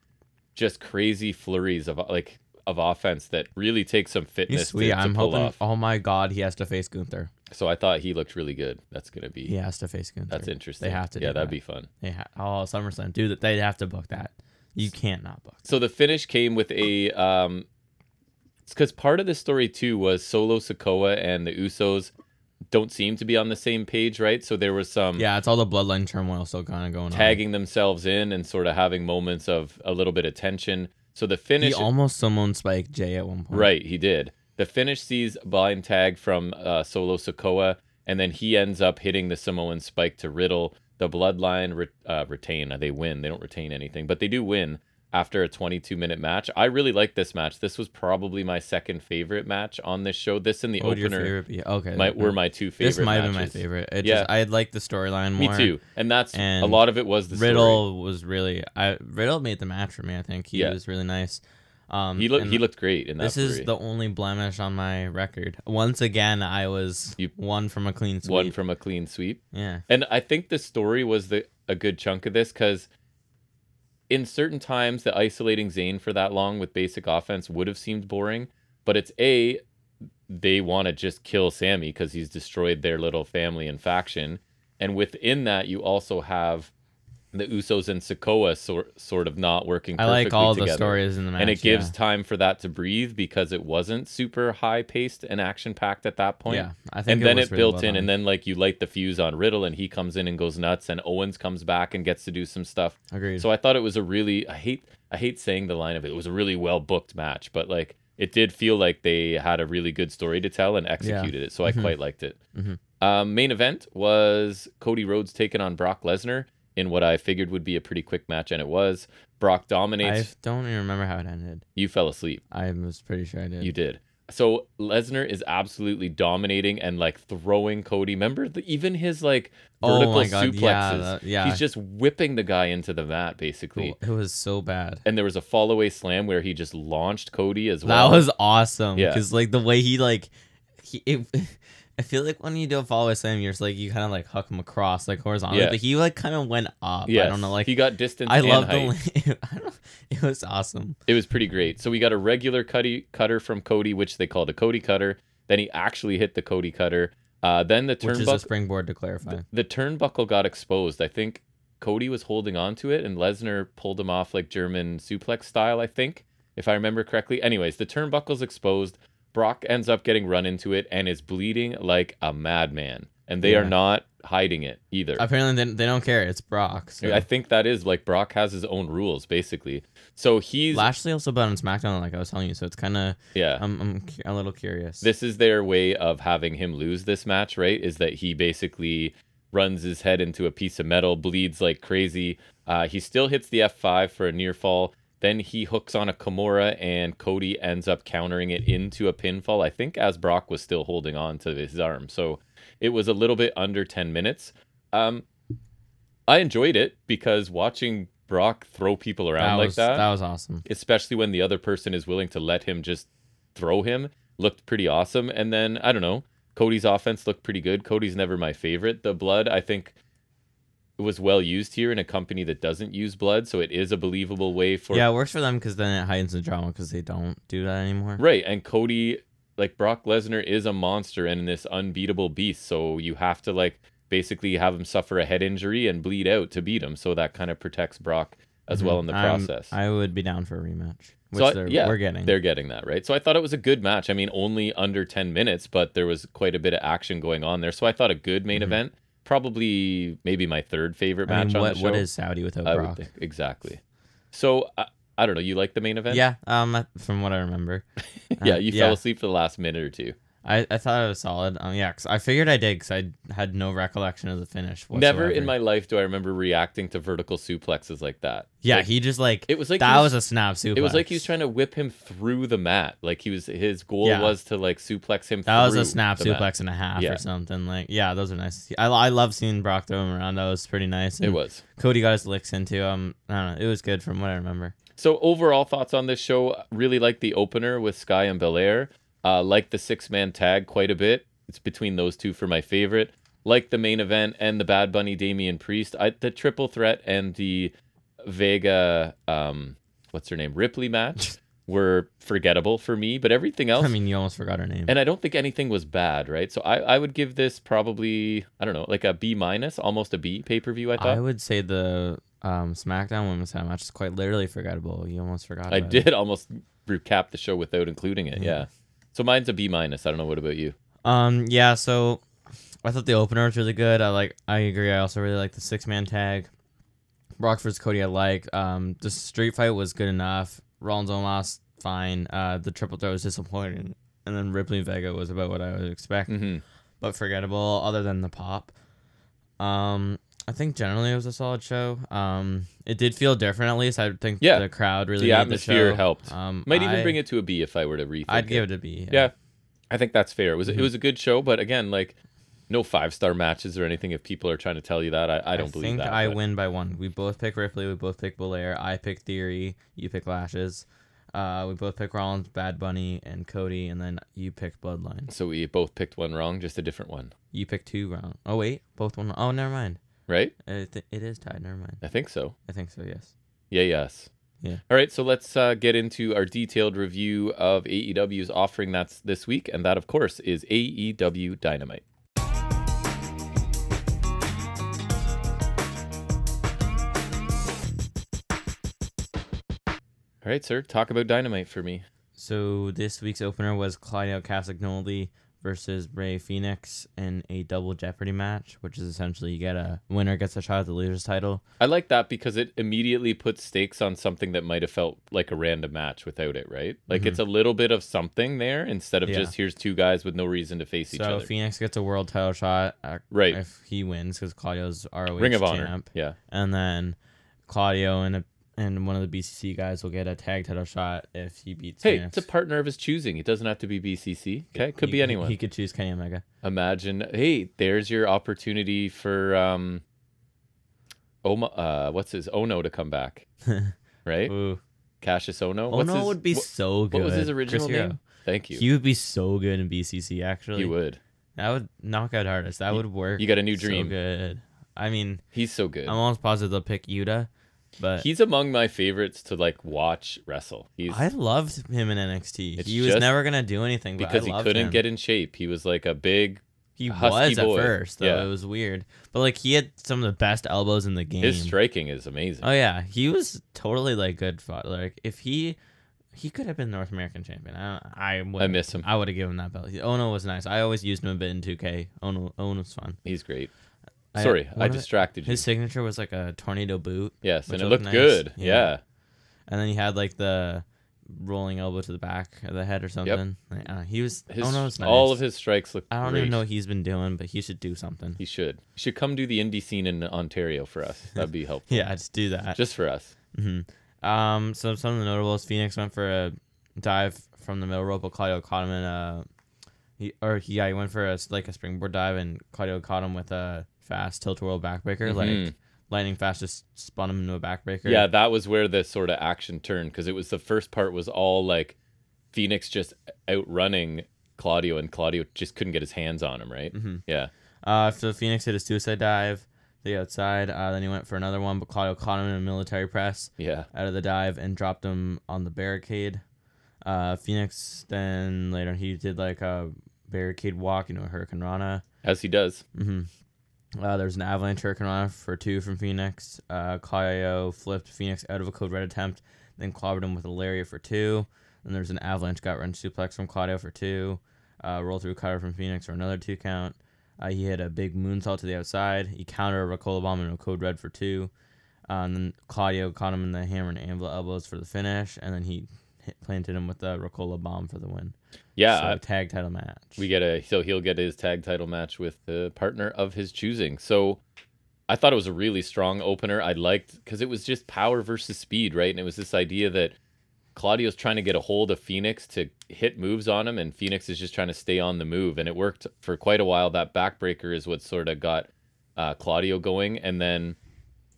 just crazy flurries of like of offense that really takes some He's fitness to, sweet. to I'm pull hoping. off. Oh my god, he has to face Gunther. So I thought he looked really good. That's gonna be He has to face Gunther. that's interesting. They have to. Yeah, do that'd that. be fun. They ha- oh SummerSlam, dude. They have to book that. You can't not book. So the finish came with a um because part of the story too was Solo Sokoa and the Usos don't seem to be on the same page, right? So there was some Yeah, it's all the bloodline turmoil still kind of going on. Mm. tagging themselves in and sort of having moments of a little bit of tension. So the He finish, almost summoned Spike J at one point. right? He did. The finish sees a blind tag from uh, Solo Sokoa, and then he ends up hitting the Samoan spike to Riddle. The Bloodline re- uh, retain. They win. They don't retain anything, but they do win after a 22 minute match. I really like this match. This was probably my second favorite match on this show. This and the What would your opener favorite be? Okay. my, were my two favorite. this might have been my matches. favorite. It Yeah. just, I like the storyline Me more. too. And that's a And lot of it was the story. Riddle was really I Riddle made the match for me. I think he Yeah. was really nice. Um, He looked. and He looked great in that. This is three. the only blemish on my record. Once again, I was You- one from a clean sweep. one from a clean sweep. yeah, And I think the story was the a good chunk of this because in certain times the isolating Zane for that long with basic offense would have seemed boring, but it's a they want to just kill Sammy because he's destroyed their little family and faction, and within that you also have the Usos and Sokoa sort sort of not working. I Perfectly like all together. the stories in the match. And it gives yeah. time for that to breathe because it wasn't super high paced and action packed at that point Yeah, I think and then was it really built well in, done. and then like you light the fuse on Riddle, and he comes in and goes nuts, and Owens comes back and gets to do some stuff. agreed. So I thought it was a really I hate I hate saying the line of it, it was a really well booked match, but like it did feel like they had a really good story to tell and executed it. So I Mhm. quite liked it. Mhm. Um, main event was Cody Rhodes taking on Brock Lesnar in what I figured would be a pretty quick match, and it was. Brock I dominates. don't even remember how it ended. You fell asleep. I was pretty sure I did. You did. So Lesnar is absolutely dominating and like throwing Cody. Remember the, even his like Oh vertical my God, suplexes. yeah, that- yeah. He's just whipping the guy into the mat basically. It was so bad. And there was a fallaway slam where he just launched Cody as That well. was awesome. Yeah. Because like the way he like he it, [LAUGHS] I feel like when you do a follow Sam, you're just like you kinda like huck him across like horizontally. Yeah. But he like kinda went up. Yes. I don't know, like he got distance. I and love height. the [LAUGHS] I don't, it was awesome. It was pretty great. So we got a regular cutty cutter from Cody, which they called a Cody cutter. Then he actually hit the Cody cutter. Uh, then the Which is a turnbuckle springboard to clarify. the turnbuckle got exposed. I think Cody was holding on to it and Lesnar pulled him off like German suplex style, I think, if I remember correctly. Anyways, the turnbuckle's exposed. Brock ends up getting run into it and is bleeding like a madman. And they are Yeah. not hiding it either. Apparently they, they don't care. It's Brock. So. I think that is like Brock has his own rules basically. So he's Lashley also bought on SmackDown, like I was telling you, so it's kind of yeah. I'm, I'm cu- a little curious. this is their way of having him lose this match, right? Is that he basically runs his head into a piece of metal, bleeds like crazy. Uh, he still hits the F5 for a near fall. Then he hooks on a Kimura, and Cody ends up countering it into a pinfall, I think, as Brock was still holding on to his arm. So it was a little bit under 10 minutes. Um, I enjoyed it because watching Brock throw people that around was like that, that was awesome. especially when the other person is willing to let him just throw him, looked pretty awesome. And then I don't know, Cody's offense looked pretty good. Cody's never my favorite. The blood, I think, was well used here in a company that doesn't use blood, so it is a believable way for yeah, it works for them because then it heightens the drama because they don't do that anymore. Right, and Cody, like Brock Lesnar, is a monster and this unbeatable beast. So you have to like basically have him suffer a head injury and bleed out to beat him. So that kind of protects Brock as well in the Mhm. I'm- process. I would be down for a rematch, which So I- they're, yeah, we're getting. They're getting that right. So I thought it was a good match. I mean, only under ten minutes, but there was quite a bit of action going on there. So I thought a good main Mhm. event. Probably maybe my third favorite I match mean, on what, the show. what is Saudi without I would Brock? think- exactly. So I, I don't know. You like the main event? Yeah, um, from what I remember. [LAUGHS] yeah. Uh, You fell asleep for the last minute or two. I, I thought it was solid. Um, yeah, 'cause I figured I did because I had no recollection of the finish. Never in whatsoever. my life do I remember reacting to vertical suplexes like that. Yeah, Like, he just like it was like that he was, a snap suplex. It was like he was trying to whip him through the mat. Like he was his goal Yeah. was to like suplex him. That was through a snap the mat. suplex and a half Yeah. or something. Like, yeah, those are nice. to see. I, I love seeing Brock throw him around. That was pretty nice. It And was. Cody got his licks into him. I don't know. It was good from what I remember. So overall thoughts on this show? Really like the opener with Sky and Belair. Uh, like the six man tag quite a bit. It's between those two for my favorite. Like the main event and the Bad Bunny Damian Priest. I, the triple threat and the Vega um, what's her name Ripley match [LAUGHS] were forgettable for me. But everything else, I mean, you almost forgot her name. and I don't think anything was bad, right? So I, I would give this probably I don't know like a B minus, almost a B pay per view. I I, thought would say the um, SmackDown Women's Title match is quite literally forgettable. You almost forgot. I, about it. did almost recap the show without including it. Yeah. Yeah. So mine's a B minus. I don't know what about you. Um, yeah. So I thought the opener was really good. I like. I agree. I also really like the six man tag. Brock versus Cody. I like. Um, the street fight was good enough. Rollins almost fine. Uh, the triple threat was disappointing, and then Ripley and Vega was about what I would expect, Mm-hmm. but forgettable. Other than the pop. Um. I think generally it was a solid show. Um, it did feel different, at least. I think Yeah. the crowd really The made atmosphere show. helped. Um, Might even I- bring it to a B if I were to rethink. I'd it. give it a B. Yeah. I think that's fair. It was Mhm. it was a good show, but again, like no five star matches or anything. If people are trying to tell you that, I, I don't believe think that. I but- win by one. We both pick Ripley. We both pick Belair. I pick Theory. You pick Lashes. Uh, we both pick Rollins, Bad Bunny, and Cody, and then you pick Bloodline. So we both picked one wrong, just a different one, You pick two round. Oh wait, both one. Oh, never mind. right? I thi- it is tied. Never mind. I think so. I think so. Yes. Yeah, yes. Yeah. All right, so let's uh, get into our detailed review of AEW's offering that's this week, and that, of course, is AEW Dynamite. All right, sir, talk about Dynamite for me. So this week's opener was Claudio Castagnoli versus Ray Phoenix in a double Jeopardy match, which is essentially you get a winner gets a shot at the loser's title. I like that because it immediately puts stakes on something that might have felt like a random match without it, right? Like Mhm. it's a little bit of something there instead of Yeah. just here's two guys with no reason to face each so other. Phoenix gets a world title shot. uh, Right. If he wins, because Claudio's ROH Ring of champ. Honor. Yeah. and then Claudio and a, and one of the BCC guys will get a tag title shot if he beats. Hey, Phoenix. it's a partner of his choosing. It doesn't have to be BCC. Okay, could He- be he- anyone. He could choose Kenny Omega. Imagine, hey, there's your opportunity for um, Oma, uh, what's his Ono to come [LAUGHS] back, right? Ooh, Cassius Ono. What's Ono his- would be wha- so good. What was his Chris original Hero. name? Thank you. He would be so good in BCC. Actually, He would. That would knock out artists. That You- would work. You got a new so dream. good. I mean, He's so good. I'm almost positive they'll pick Yuta, but He's among my favorites to like watch wrestle. He's I loved him in NXT. It's He was just never gonna do anything but I because he loved couldn't him. get in shape. He was like a big. He husky was boy. at first, though. Yeah. It was weird. But like he had some of the best elbows in the game. His striking is amazing. oh yeah. He was totally like good fought. Like if he he could have been North American champion. I I, would I miss him. I would have given him that belt. Ono was nice. I always used him a bit in 2K. Ono Ono was fun. He's great. I- Sorry, one I of the- distracted you. His signature was like a tornado boot, yes, which and it looked looked nice. good. Yeah. yeah. and then he had like the rolling elbow to the back of the head or something. Like, uh, he was His, Ono was nice. All of his strikes look. I don't great. even know what he's been doing, but he should do something. [LAUGHS] He should. He should come do the indie scene in Ontario for us. That'd be helpful. Yeah, just do that. Just for us. hmm Um, so some of the notables: Phoenix went for a dive from the middle rope, but Claudio caught him in a, he, or he, yeah, he went for a s- like a springboard dive, and Claudio caught him with a fast tilt whirl backbreaker, like Mhm. lightning fast, just spun him into a backbreaker. Yeah, that was where the sort of action turned because it was the first part was all like Phoenix just outrunning Claudio and Claudio just couldn't get his hands on him, right? hmm Yeah. Uh, so Phoenix hit a suicide dive. the outside. Uh, then he went for another one, but Claudio caught him in a military press Yeah. out of the dive and dropped him on the barricade. Uh, Phoenix then later he did like a barricade walk, you know, Hurricane Rana. As he does. hmm Uh, there was an avalanche hurricane run for two from Phoenix. Uh, Kaio flipped Phoenix out of a code red attempt, then clobbered him with a lariat for two. And there's an avalanche gut wrench suplex from Claudio for two. Uh, roll through cutter from Phoenix for another two count. Uh, he hit a big moonsault to the outside. He countered a Rakola bomb and a code red for two. Uh, and then Claudio caught him in the hammer and anvil elbows for the finish. And then he hit, planted him with the Rakola bomb for the win. Yeah. So, tag title match. We get a so he'll get his tag title match with the partner of his choosing. So I thought it was a really strong opener. I liked because it was just power versus speed, right? And it was this idea that Claudio's trying to get a hold of Phoenix to hit moves on him, and Phoenix is just trying to stay on the move. And it worked for quite a while. That backbreaker is what sort of got uh, Claudio going, and then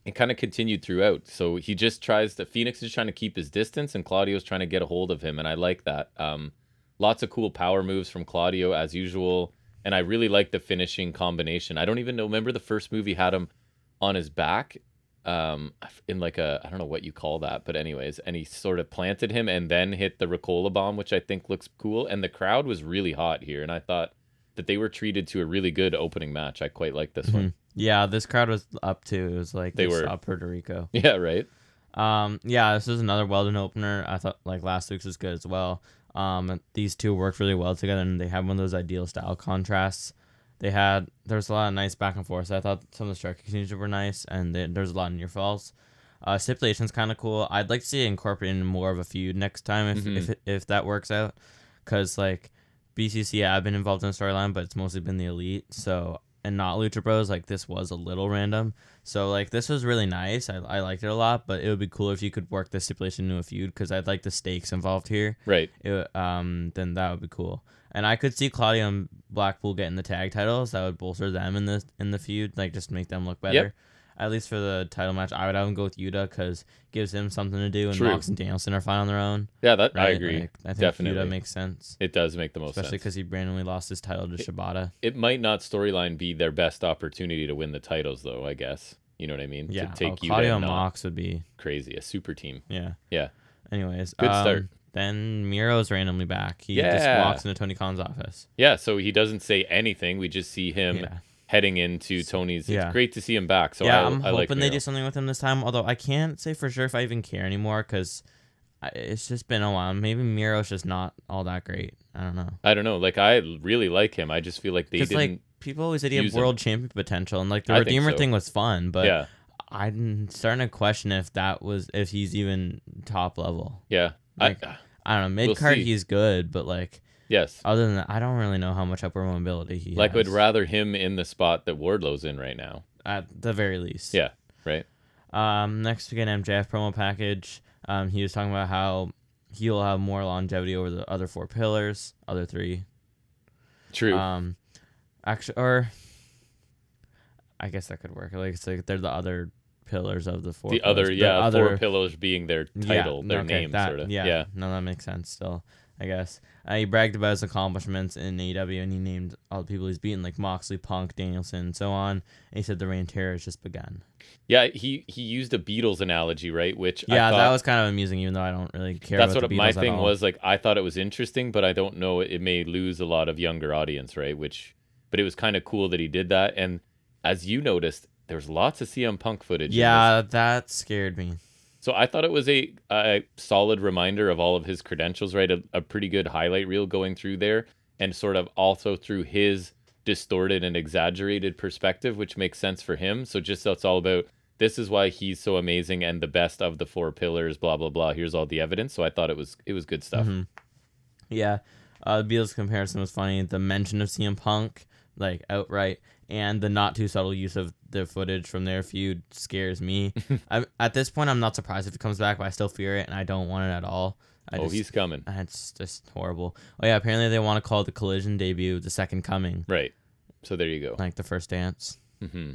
it kind of continued throughout. So he just tries to Phoenix is trying to keep his distance, and Claudio's trying to get a hold of him, and I like that. Um, lots of cool power moves from Claudio as usual, and I really like the finishing combination. I don't even know. Remember the first movie had him on his back, um, in like a I don't know what you call that, but anyways, and he sort of planted him and then hit the Ricola bomb, which I think looks cool. And the crowd was really hot here, and I thought that they were treated to a really good opening match. I quite like Mm-hmm. this one. [LAUGHS] Yeah, this crowd was up too. It was like They they, were. saw Puerto Rico. Yeah, right. Um, yeah, this is another Weldon opener. I thought like last week's was good as well. Um, these two worked really well together, and they had one of those ideal style contrasts. They had there was a lot of nice back and forth. I thought some of the strike exchanges were nice, and they, there's a lot in your falls. Uh, stipulation's kind of cool. I'd like to see it incorporated in more of a feud next time if Mhm. if, if that works out, because like BCC, yeah, I've been involved in the storyline, but it's mostly been the elite. So and not Lucha Bros. Like this was a little random. So like this was really nice. I, I liked it a lot, but it would be cool if you could work this stipulation into a feud because I'd like the stakes involved here. Right. It, um, then that would be cool. And I could see Claudio and Blackpool getting the tag titles. That would bolster them in the in the feud, like just make them look better. At least for the title match, I would have him go with Yuta because gives him something to do, and True. Mox and Danielson are fine on their own. Yeah, that I right? agree. Like, I think Definitely. Yuta makes sense, it does make the most especially sense. because he randomly lost his title to Shibata. It might not storyline be their best opportunity to win the titles, though. I guess you know what I mean. to Yeah, oh, take you Claudio to and not Mox would be crazy, a super team. yeah. Yeah, Anyways, Good um, start. Then Miro's randomly back. He Yeah. just walks into Tony Khan's office. yeah. So he doesn't say anything. We just see him yeah, heading into Tony's. yeah. It's great to see him back. So yeah. I, I'm I hoping like they Miro. do something with him this time. Although I can't say for sure if I even care anymore because it's just been a while. Maybe Miro's just not all that great. I don't know. I don't know. Like I really like him. I just feel like they Because didn't. like people always say he use had him. world champion potential, and like the I think Redeemer so. thing was fun, but yeah, I'm starting to question if that was if he's even top level. yeah. like- uh, I, I don't know. Mid card see. he's good, but like yes. other than that, I don't really know how much upper mobility he Like has. I'd rather him in the spot that Wardlow's in right now. at the very least. Yeah. Right. Um, next we get MJF promo package. Um, he was talking about how he'll have more longevity over the other four pillars, other three. True. Um, actually, or I guess that could work. Like it's like they're the other pillars of the four. the pillars. other, yeah, other four pillows being their yeah, title, their okay, name, that- sort of. Yeah, yeah. no, that makes sense. Still, I guess uh, he bragged about his accomplishments in AEW, and he named all the people he's beaten, like Moxley, Punk, Danielson, and so on. And he said the reign of terror has just begun. Yeah, he he used a Beatles analogy, right? Which I Yeah, thought, that was kind of amusing, even though I don't really care. that's about what the my Beatles at thing all. was. Like, I thought it was interesting, but I don't know. It may lose a lot of younger audience, right? Which, but it was kind of cool that he did that. And as you noticed, there's lots of CM Punk footage. in this. Yeah, that scared me. So I thought it was a, a solid reminder of all of his credentials, right? A, a pretty good highlight reel going through there, and sort of also through his distorted and exaggerated perspective, which makes sense for him. So just that's all about this is why he's so amazing and the best of the four pillars. Blah blah blah. Here's all the evidence. So I thought it was it was good stuff. Mhm. Yeah, uh, the Beatles comparison was funny. The mention of CM Punk, like outright, and the not too subtle use of the footage from their feud [LAUGHS] scares me. I, at this point, I'm not surprised if it comes back, but I still fear it, and I don't want it at all. I oh, just, he's coming. that's just horrible. Oh yeah, apparently they want to call the Collision debut the Second Coming, Right. So there you go. like the first dance. hmm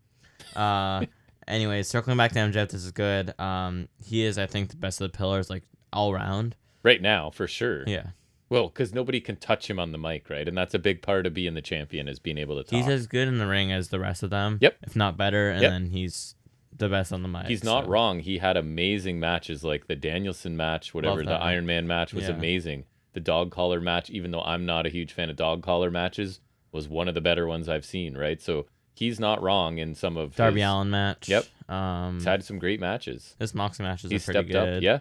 [LAUGHS] Uh, anyway, circling back to MJF, this is good. Um, he is, I think, the best of the pillars, like all round. Right now, for sure. Yeah. Well, because nobody can touch him on the mic, right? And that's a big part of being the champion is being able to talk. He's as good in the ring as the rest of them. Yep. If not better, and Yep. then he's the best on the mic. He's not so- wrong. He had amazing matches like the Danielson match, whatever, Love the that Iron Man match was Yeah. amazing. The dog collar match, even though I'm not a huge fan of dog collar matches, was one of the better ones I've seen, right? So he's not wrong in some of Darby his, Allen match. Yep. Um, He's had some great matches. his Moxley matches He are pretty stepped up, good. yeah.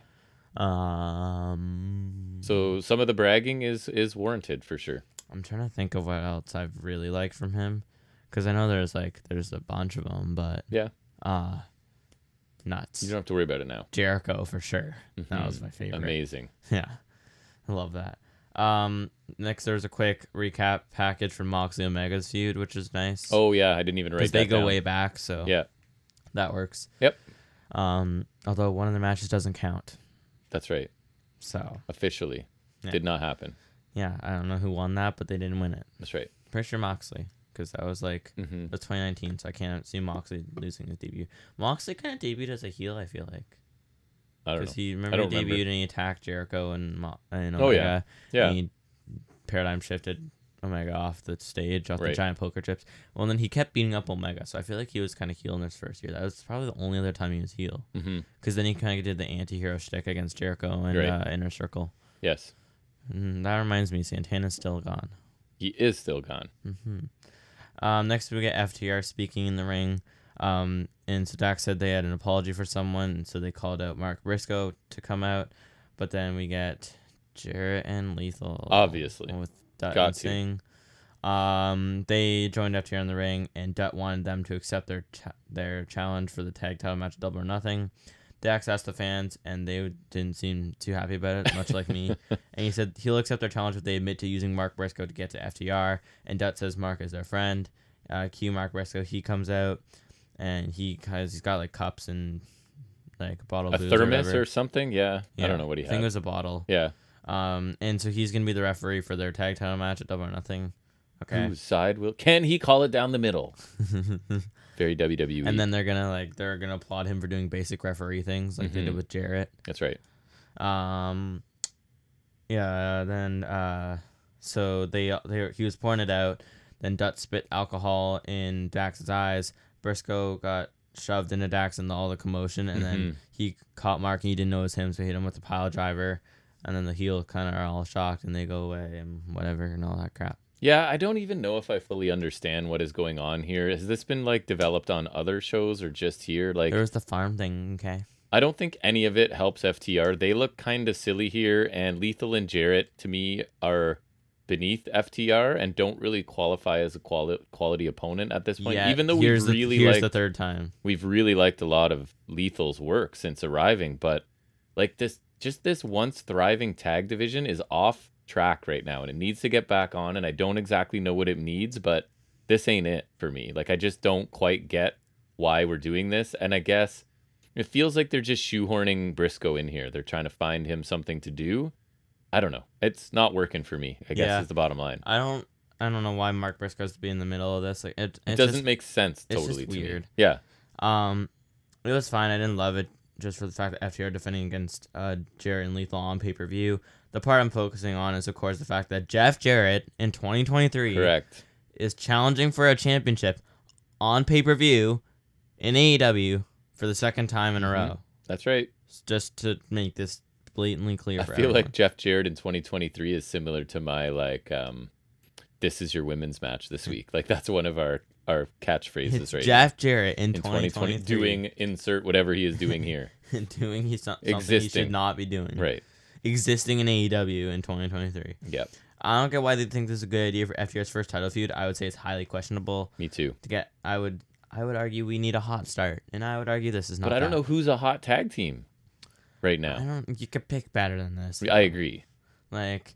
Um, So some of the bragging is is warranted for sure. I'm trying to think of what else I've really liked from him, because I know there's like there's a bunch of them, but Yeah. uh nuts. You don't have to worry about it now. Jericho for sure. That was Mhm. my favorite. Amazing. [LAUGHS] Yeah, I love that. Um, next there's a quick recap package from Moxley Omega's feud, which is nice. Oh yeah, I didn't even write because that they go down. way back, so Yeah, that works. Yep. Um, although one of the matches doesn't count, that's right. so Officially, Yeah. did not happen. yeah, I don't know who won that, but they didn't win it. That's right. Pretty sure Moxley, because that was like hmm That's 2019, so I can't see Moxley losing his debut. Moxley kind of debuted as a heel, I feel like, I don't know. because he remember don't he debuted remember. and he attacked Jericho and Mo- and Omega. Oh, yeah. Yeah. and he paradigm shifted Omega off the stage, off Right. the giant poker chips. Well, then he kept beating up Omega, so I feel like he was kind of heel in his first year. That was probably the only other time he was heel, hmm because then he kind of did the anti-hero shtick against Jericho and Right. uh, Inner Circle. Yes, Mm, that reminds me, Santana's still gone. he is still gone. hmm Um, next, we get FTR speaking in the ring. Um, and so Dak said they had an apology for someone, so they called out Mark Briscoe to come out. But then we get Jarrett and Lethal. Oh, Obviously. With Dutt Got and to. Singh. Um, they joined FTR in the ring, and Dutt wanted them to accept their cha- their challenge for the tag title match, Double or Nothing. Dax asked the fans, and they didn't seem too happy about it, much [LAUGHS] like me. And he said he'll accept their challenge if they admit to using Mark Briscoe to get to FTR. And Dutt says Mark is their friend. Uh, cue Mark Briscoe. He comes out, and he has he's got like cups and like a bottle of a booze thermos whatever. or something. Yeah. I Yeah, don't know what he I think had. it was a bottle. yeah, Um, and so he's gonna be the referee for their tag title match at Double or Nothing. Okay. whose side will can he call it down the middle? Very E. WWE. [LAUGHS] and then they're gonna like they're gonna applaud him for doing basic referee things like they did Mhm. with Jarrett. that's right. Um, yeah. Then uh, so they they he was pointed out. Then Dutt spit alcohol in Dax's eyes. Briscoe got shoved into Dax and all the commotion, and then he caught Mark and he didn't know it was him, so he hit him with the pile driver. And then the heel kind of are all shocked and they go away and whatever and all that crap. Yeah, I don't even know if I fully understand what is going on here. Has this been like developed on other shows or just here? Like, There was the farm thing, okay? I don't think any of it helps FTR. They look kind of silly here, and Lethal and Jarrett to me are beneath FTR and don't really qualify as a quali- quality opponent at this point. Even though we've here's the- really here's liked the third time. we've really liked a lot of Lethal's work since arriving, but like this just this once thriving tag division is off track right now and it needs to get back on and I don't exactly know what it needs, but this ain't it for me. Like I just don't quite get why we're doing this and I guess it feels like they're just shoehorning Briscoe in here. They're trying to find him something to do. I don't know. It's not working for me. I guess Yeah. is the bottom line. I don't I don't know why Mark Briscoe has to be in the middle of this. Like it, It it's doesn't just- make sense it's just totally to me. weird. Yeah. Um, it was fine. I didn't love it just for the fact that FTR defending against uh, Jarrett and Lethal on pay per view. The part I'm focusing on is, of course, the fact that Jeff Jarrett in 2023 Correct. is challenging for a championship on pay per view in AEW for the second time in a Mhm. row. That's right. S- Just to make this blatantly clear I for feel everyone. like Jeff Jarrett in 2023 is similar to my like um this is your women's match this week. Like that's one of our our catchphrases it's right [LAUGHS] Jeff Jarrett in, now. in 2020 doing insert whatever he is doing here. [LAUGHS] doing he's not, something he Existing. should not be doing. right. Existing in AEW in 2023. Yep. I don't get why they think this is a good idea for FTR's first title feud. I would say it's highly questionable. Me too. To get, I would, I would argue we need a hot start, and I would argue this is not. But I don't that. know who's a hot tag team right I now. don't. You could pick better than this. I agree. Like,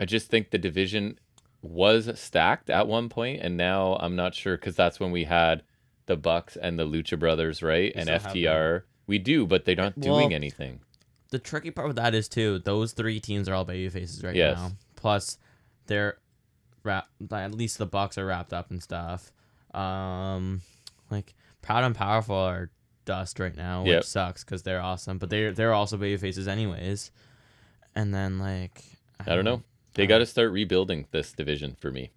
I just think the division was stacked at one point and now I'm not sure cuz that's when we had the Bucks and the Lucha Brothers, right? We and still have them. FTR. We do, but they're not Well, doing anything. the tricky part with that is too. Those three teams are all baby faces right Yes. now. Plus, they're wrap. At least the Bucks are wrapped up and stuff. Um, like proud and powerful are dust right now, which Yep. sucks because they're awesome, but they're they're also baby faces anyways. And then like I don't know. They got to start rebuilding this division for me.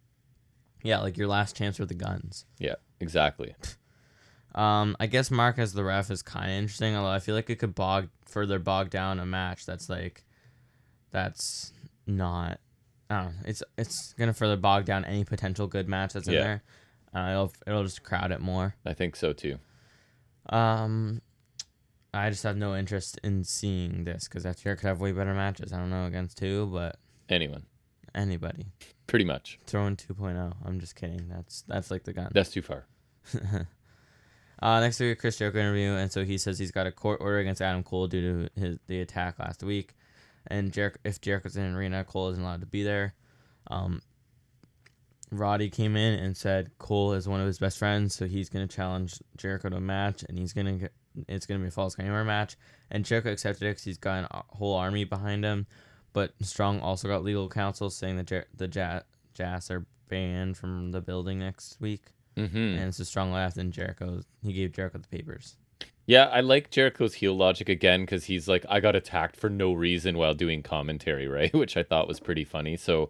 Yeah, like your last chance with the guns. Yeah, exactly. Um, I guess Mark as the ref is kind of interesting, although I feel like it could bog further bog down a match that's like, that's not. I don't know. It's it's gonna further bog down any potential good match that's in Yeah. there. Uh, it'll it'll just crowd it more. I think so too. Um, I just have no interest in seeing this because that year could have way better matches. I don't know against who, but Anyone, anybody pretty much. throwing 2.0. I'm just kidding. That's that's like the gun. That's too far. [LAUGHS] Uh, next week, a Chris Jericho interview, and so he says he's got a court order against Adam Cole due to his the attack last week, and Jericho, if Jericho's in an arena, Cole isn't allowed to be there. Um, Roddy came in and said Cole is one of his best friends, so he's gonna challenge Jericho to a match, and he's gonna get, it's gonna be a false count anywhere match, and Jericho accepted it because he's got a whole army behind him, but Strong also got legal counsel saying that Jer- the ja- Jazz are banned from the building next week hmm and it's a strong left. And Jericho, he gave Jericho the papers. Yeah, I like Jericho's heel logic again because he's like, I got attacked for no reason while doing commentary, [LAUGHS] right? Which I thought was pretty funny. So,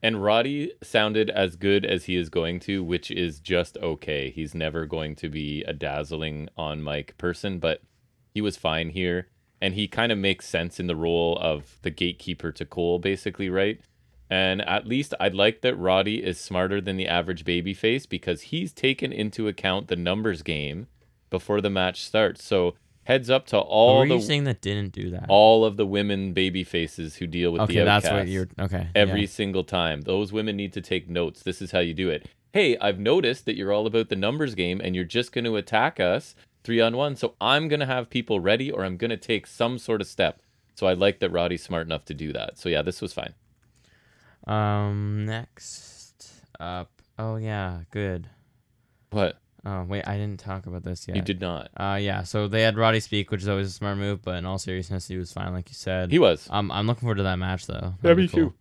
and Roddy sounded as good as he is going to, which is just okay. He's never going to be a dazzling on mic person, but he was fine here. And he kind of makes sense in the role of the gatekeeper to Cole, basically, right? And at least I'd like that Roddy is smarter than the average babyface because he's taken into account the numbers game before the match starts. So heads up to All all were you the saying that didn't do that? all of the women baby faces who deal with the okay, outcasts that's what you're. Okay, every yeah. single time. Those women need to take notes. This is how you do it. Hey, I've noticed that you're all about the numbers game and you're just going to attack us three on one. So I'm going to have people ready or I'm going to take some sort of step. So I like that Roddy's smart enough to do that. So yeah, this was fine. Um, next up. Oh yeah, good. But Oh wait, I didn't talk about this yet. he did not. Uh, yeah. So they had Roddy speak, which is always a smart move, but in all seriousness, he was fine, like you said. He was. um, I'm looking forward to that match though. Yeah, That'd me be cool.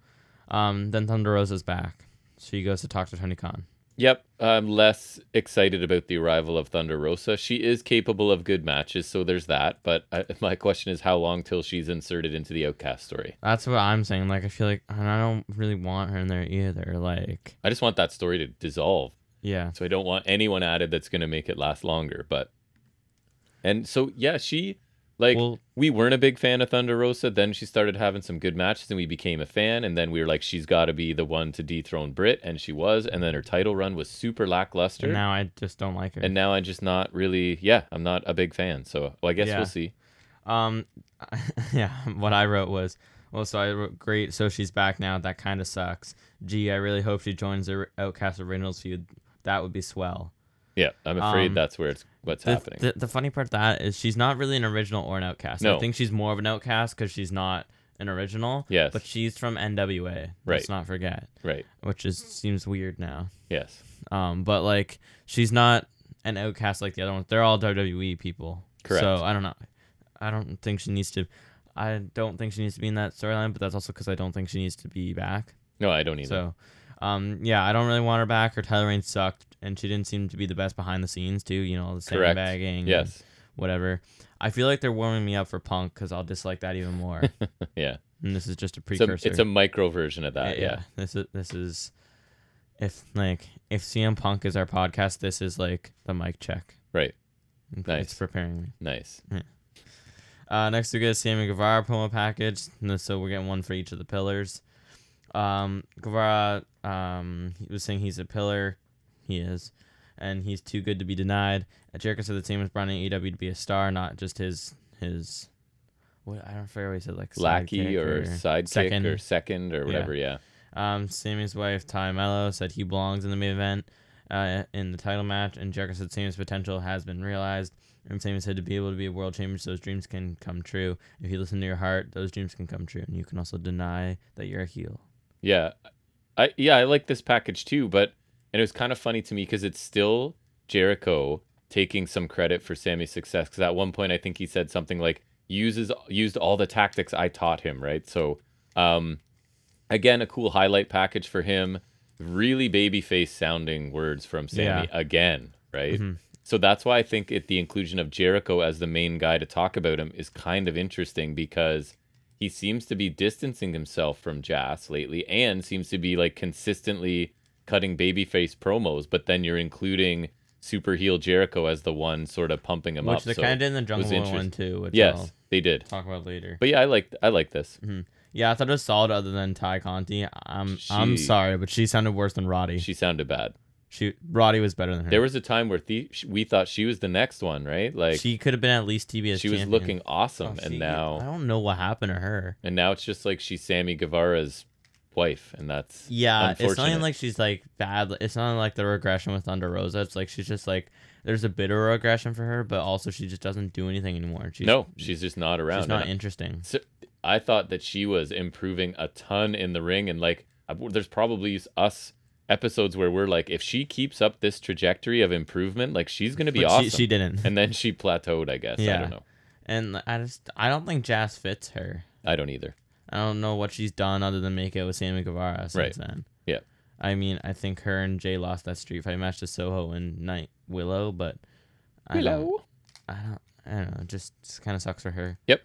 Um, then Thunder Rosa's back. She goes to talk to Tony Khan. Yep, I'm less excited about the arrival of Thunder Rosa. She is capable of good matches, so there's that. But uh [LAUGHS] my question is, how long till she's inserted into the Outcast story? That's what I'm saying. Like, I feel like, and I don't really want her in there either. Like, I just want that story to dissolve. yeah. So I don't want anyone added that's going to make it last longer. But and so yeah, she like well, we weren't a big fan of Thunder Rosa. Then she started having some good matches, and we became a fan. And then we were like, she's got to be the one to dethrone Britt, and she was. And then her title run was super lackluster. and now I just don't like her. and now I'm just not really. Yeah, I'm not a big fan. So well, I guess Yeah. we'll see. Um, [LAUGHS] yeah, what I wrote was, well, so I wrote, great, so she's back now. That kind of sucks. Gee, I really hope she joins the R- Outcast Originals feud. That would be swell. Yeah, I'm afraid Um, that's where it's what's The, happening. the, the funny part of that is she's not really an original or an outcast. No. I think she's more of an outcast because she's not an original. Yes. But she's from NWA. Right. Let's not forget, right. which is seems weird now. Yes. Um, but like she's not an outcast like the other ones. They're all WWE people. Correct. So I don't know. I don't think she needs to. I don't think she needs to be in that storyline. But that's also because I don't think she needs to be back. No, I don't either. So, um, yeah, I don't really want her back. Her Tyler Reign sucked, and she didn't seem to be the best behind the scenes too. You know, all the Correct. sandbagging. and yes. [LAUGHS] Whatever. I feel like they're warming me up for Punk because I'll dislike that even [LAUGHS] more. Yeah. and this is just a It's a, precursor. it's a micro version of that. Yeah, yeah. Eh, yeah. This is this is if like if CM Punk is our podcast, this is like the mic check. Right. It's Nice. preparing me. Nice. Uh, next we get Sammy Guevara promo package, and so we're getting one for each of the pillars. Um, Guevara um, he was saying he's a pillar, he is, and he's too good to be denied. Uh, Jericho said the same as Brian in AEW to be a star, not just his his. What I don't forget what he said like Lackey sidekick or sidekick second. or second or whatever. Yeah. Um, Sammy's wife, Ty Mello, said he belongs in the main event uh, in the title match, and Jericho said Sammy's potential has been realized. And Sammy said to be able to be a world champion, so those dreams can come true. If you listen to your heart, those dreams can come true, and you can also deny that you're a heel. Yeah. I yeah, I like this package too, but and it was kind of funny to me because it's still Jericho taking some credit for Sammy's success. Because at one point, I think he said something like uses used all the tactics I taught him. Right. So, um, again, a cool highlight package for him. Really babyface sounding words from Sammy again. Right. Mhm. So that's why I think it, the inclusion of Jericho as the main guy to talk about him is kind of interesting because he seems to be distancing himself from Jazz lately and seems to be like consistently cutting babyface promos, but then you're including super heel Jericho as the one sort of pumping him which up. they so- kind of did Oh. in the Jungle Boy one interest- too. Which yes, I'll they did. talk about later. But yeah, I like I like this. yeah, I thought it was solid. Other than Ty Conti, I'm I'm She- sorry, but she sounded worse than Roddy. She, She sounded bad. Roddy was better than her. There was a time where the, we thought she was the next one, right? Like she, she could have been at least TBS. was champion. looking awesome, Oh, and she- I now don't know what happened to her. and now it's just like she's Sammy Guevara's wife, and that's Yeah, it's not Unfortunate. even like she's like bad. It's not like the regression with Thunder Rosa. It's like she's just like there's a bit of regression for her, but also she just doesn't do anything anymore. She's, no, she's just not around. she's not And interesting. so- I thought that she was improving a ton in the ring, and like I- there's probably us episodes where we're like, if she keeps up this trajectory of improvement, like she's gonna be But awesome. she, she didn't, and, and then she plateaued, I guess. I Yeah. don't know. I just I don't think Jazz fits her. I don't either. I don't know what she's done other than make it with Sammy Guevara since Right. then. Yeah. I mean, I think her and Jay lost that street fight match to Soho and Night Willow, but I don't, I don't, I don't know. Just, just kind of sucks for her. Yep.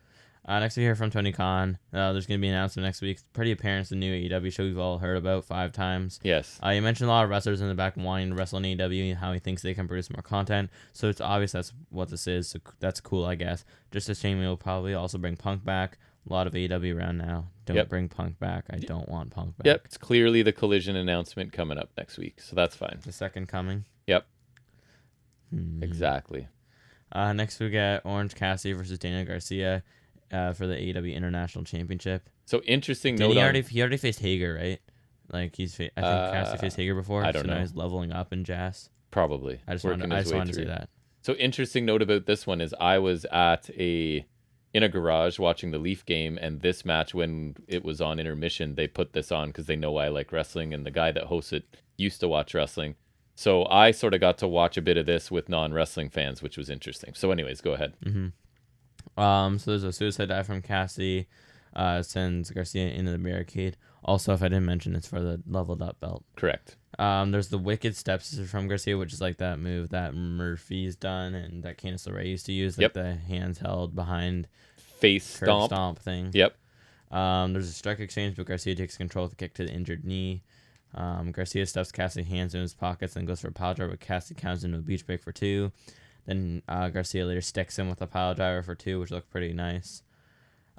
Uh, next we hear from Tony Khan. Uh, there's going to be an announcement next week. It's pretty apparent. It's the new AEW show we've all heard about five times. Yes. Uh, you mentioned a lot of wrestlers in the back wanting to wrestle in AEW and how he thinks they can produce more content. So it's obvious that's what this is. So c- that's cool, I guess. Just a shame we'll probably also bring Punk back. A lot of AEW around now. Don't Yep. bring Punk back. I don't want Punk back. Yep. It's clearly the collision announcement coming up next week, so that's fine. The second coming. Yep. Hmm. Exactly. Uh, next we get Orange Cassidy versus Daniel Garcia uh, for the AEW International Championship. So interesting Did note. he on- already he already faced Hager, right? Like he's fa- I think Cassidy Uh, faced Hager before. I don't so now know. he's leveling up in Jazz. probably. I just working wanted, I his just way wanted to say through. that. So interesting note about this one is I was at a in a garage watching the Leaf game, and this match when it was on intermission, they put this on because they know I like wrestling, and the guy that hosts it used to watch wrestling. So I sort of got to watch a bit of this with non wrestling fans, which was interesting. So, anyways, go ahead. Um, so there's a suicide dive from Cassidy, uh, sends Garcia into the barricade. Also, if I didn't mention, it's for the leveled up belt. Correct. Um, there's the wicked steps from Garcia, which is like that move that Murphy's done and that Candice LeRae used to use, like Yep. the hands held behind Face curb stomp. stomp thing. Yep. Um, there's a strike exchange, but Garcia takes control with a kick to the injured knee. Um, Garcia stuffs Cassidy's hands in his pockets and goes for a pile driver, but Cassidy counts into a beach break for two. Then uh, Garcia later sticks him with a pile driver for two, which looked pretty nice.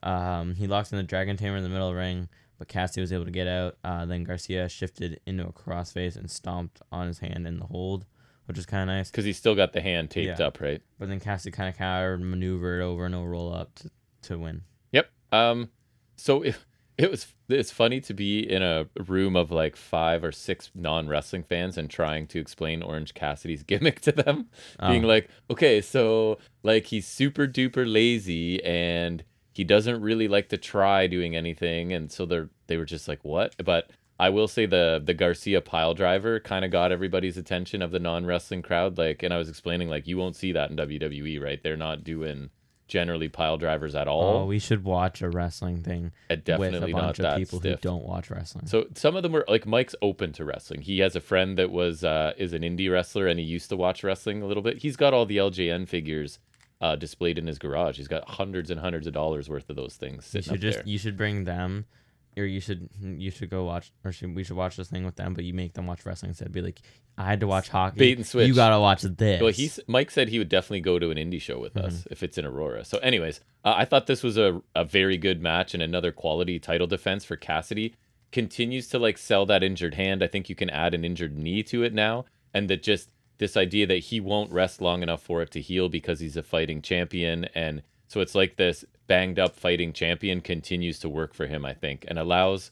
Um, he locks in the Dragon Tamer in the middle ring, but Cassidy was able to get out. Uh, then Garcia shifted into a crossface and stomped on his hand in the hold, which was kind of nice. Because he's still got the hand taped Yeah. up, right? But then Cassidy kind of cowered, maneuvered over and over roll up to, to win. Yep. Um, so it, [LAUGHS] it was it's funny to be in a room of like five or six non wrestling fans and trying to explain Orange Cassidy's [LAUGHS] gimmick to them, being Oh. like, okay, so like he's super duper lazy and he doesn't really like to try doing anything, and so they're they were just like, what? But I will say the the Garcia pile driver kind of got everybody's attention of the non wrestling crowd. Like, and I was explaining like you won't see that in WWE, right? They're not doing generally pile drivers at all. Oh, we should watch a wrestling thing. Uh, definitely with a not bunch of that people stiff. who don't watch wrestling. So some of them were like Mike's open to wrestling. He has a friend that was uh, is an indie wrestler and he used to watch wrestling a little bit. He's got all the LJN figures uh, displayed in his garage. He's got hundreds and hundreds of dollars worth of those things sitting you should up just there. you should bring them, or you should you should go watch, or should, we should watch this thing with them. But you make them watch wrestling instead. Be like, I had to watch hockey. Bait and You switch. gotta watch this. Well, he's Mike said he would definitely go to an indie show with us if it's in Aurora. So, anyways, uh, I thought this was a a very good match and another quality title defense for Cassidy. Continues to like sell that injured hand. I think you can add an injured knee to it now, and that just this idea that he won't rest long enough for it to heal because he's a fighting champion, and so it's like this banged up fighting champion continues to work for him. I think and allows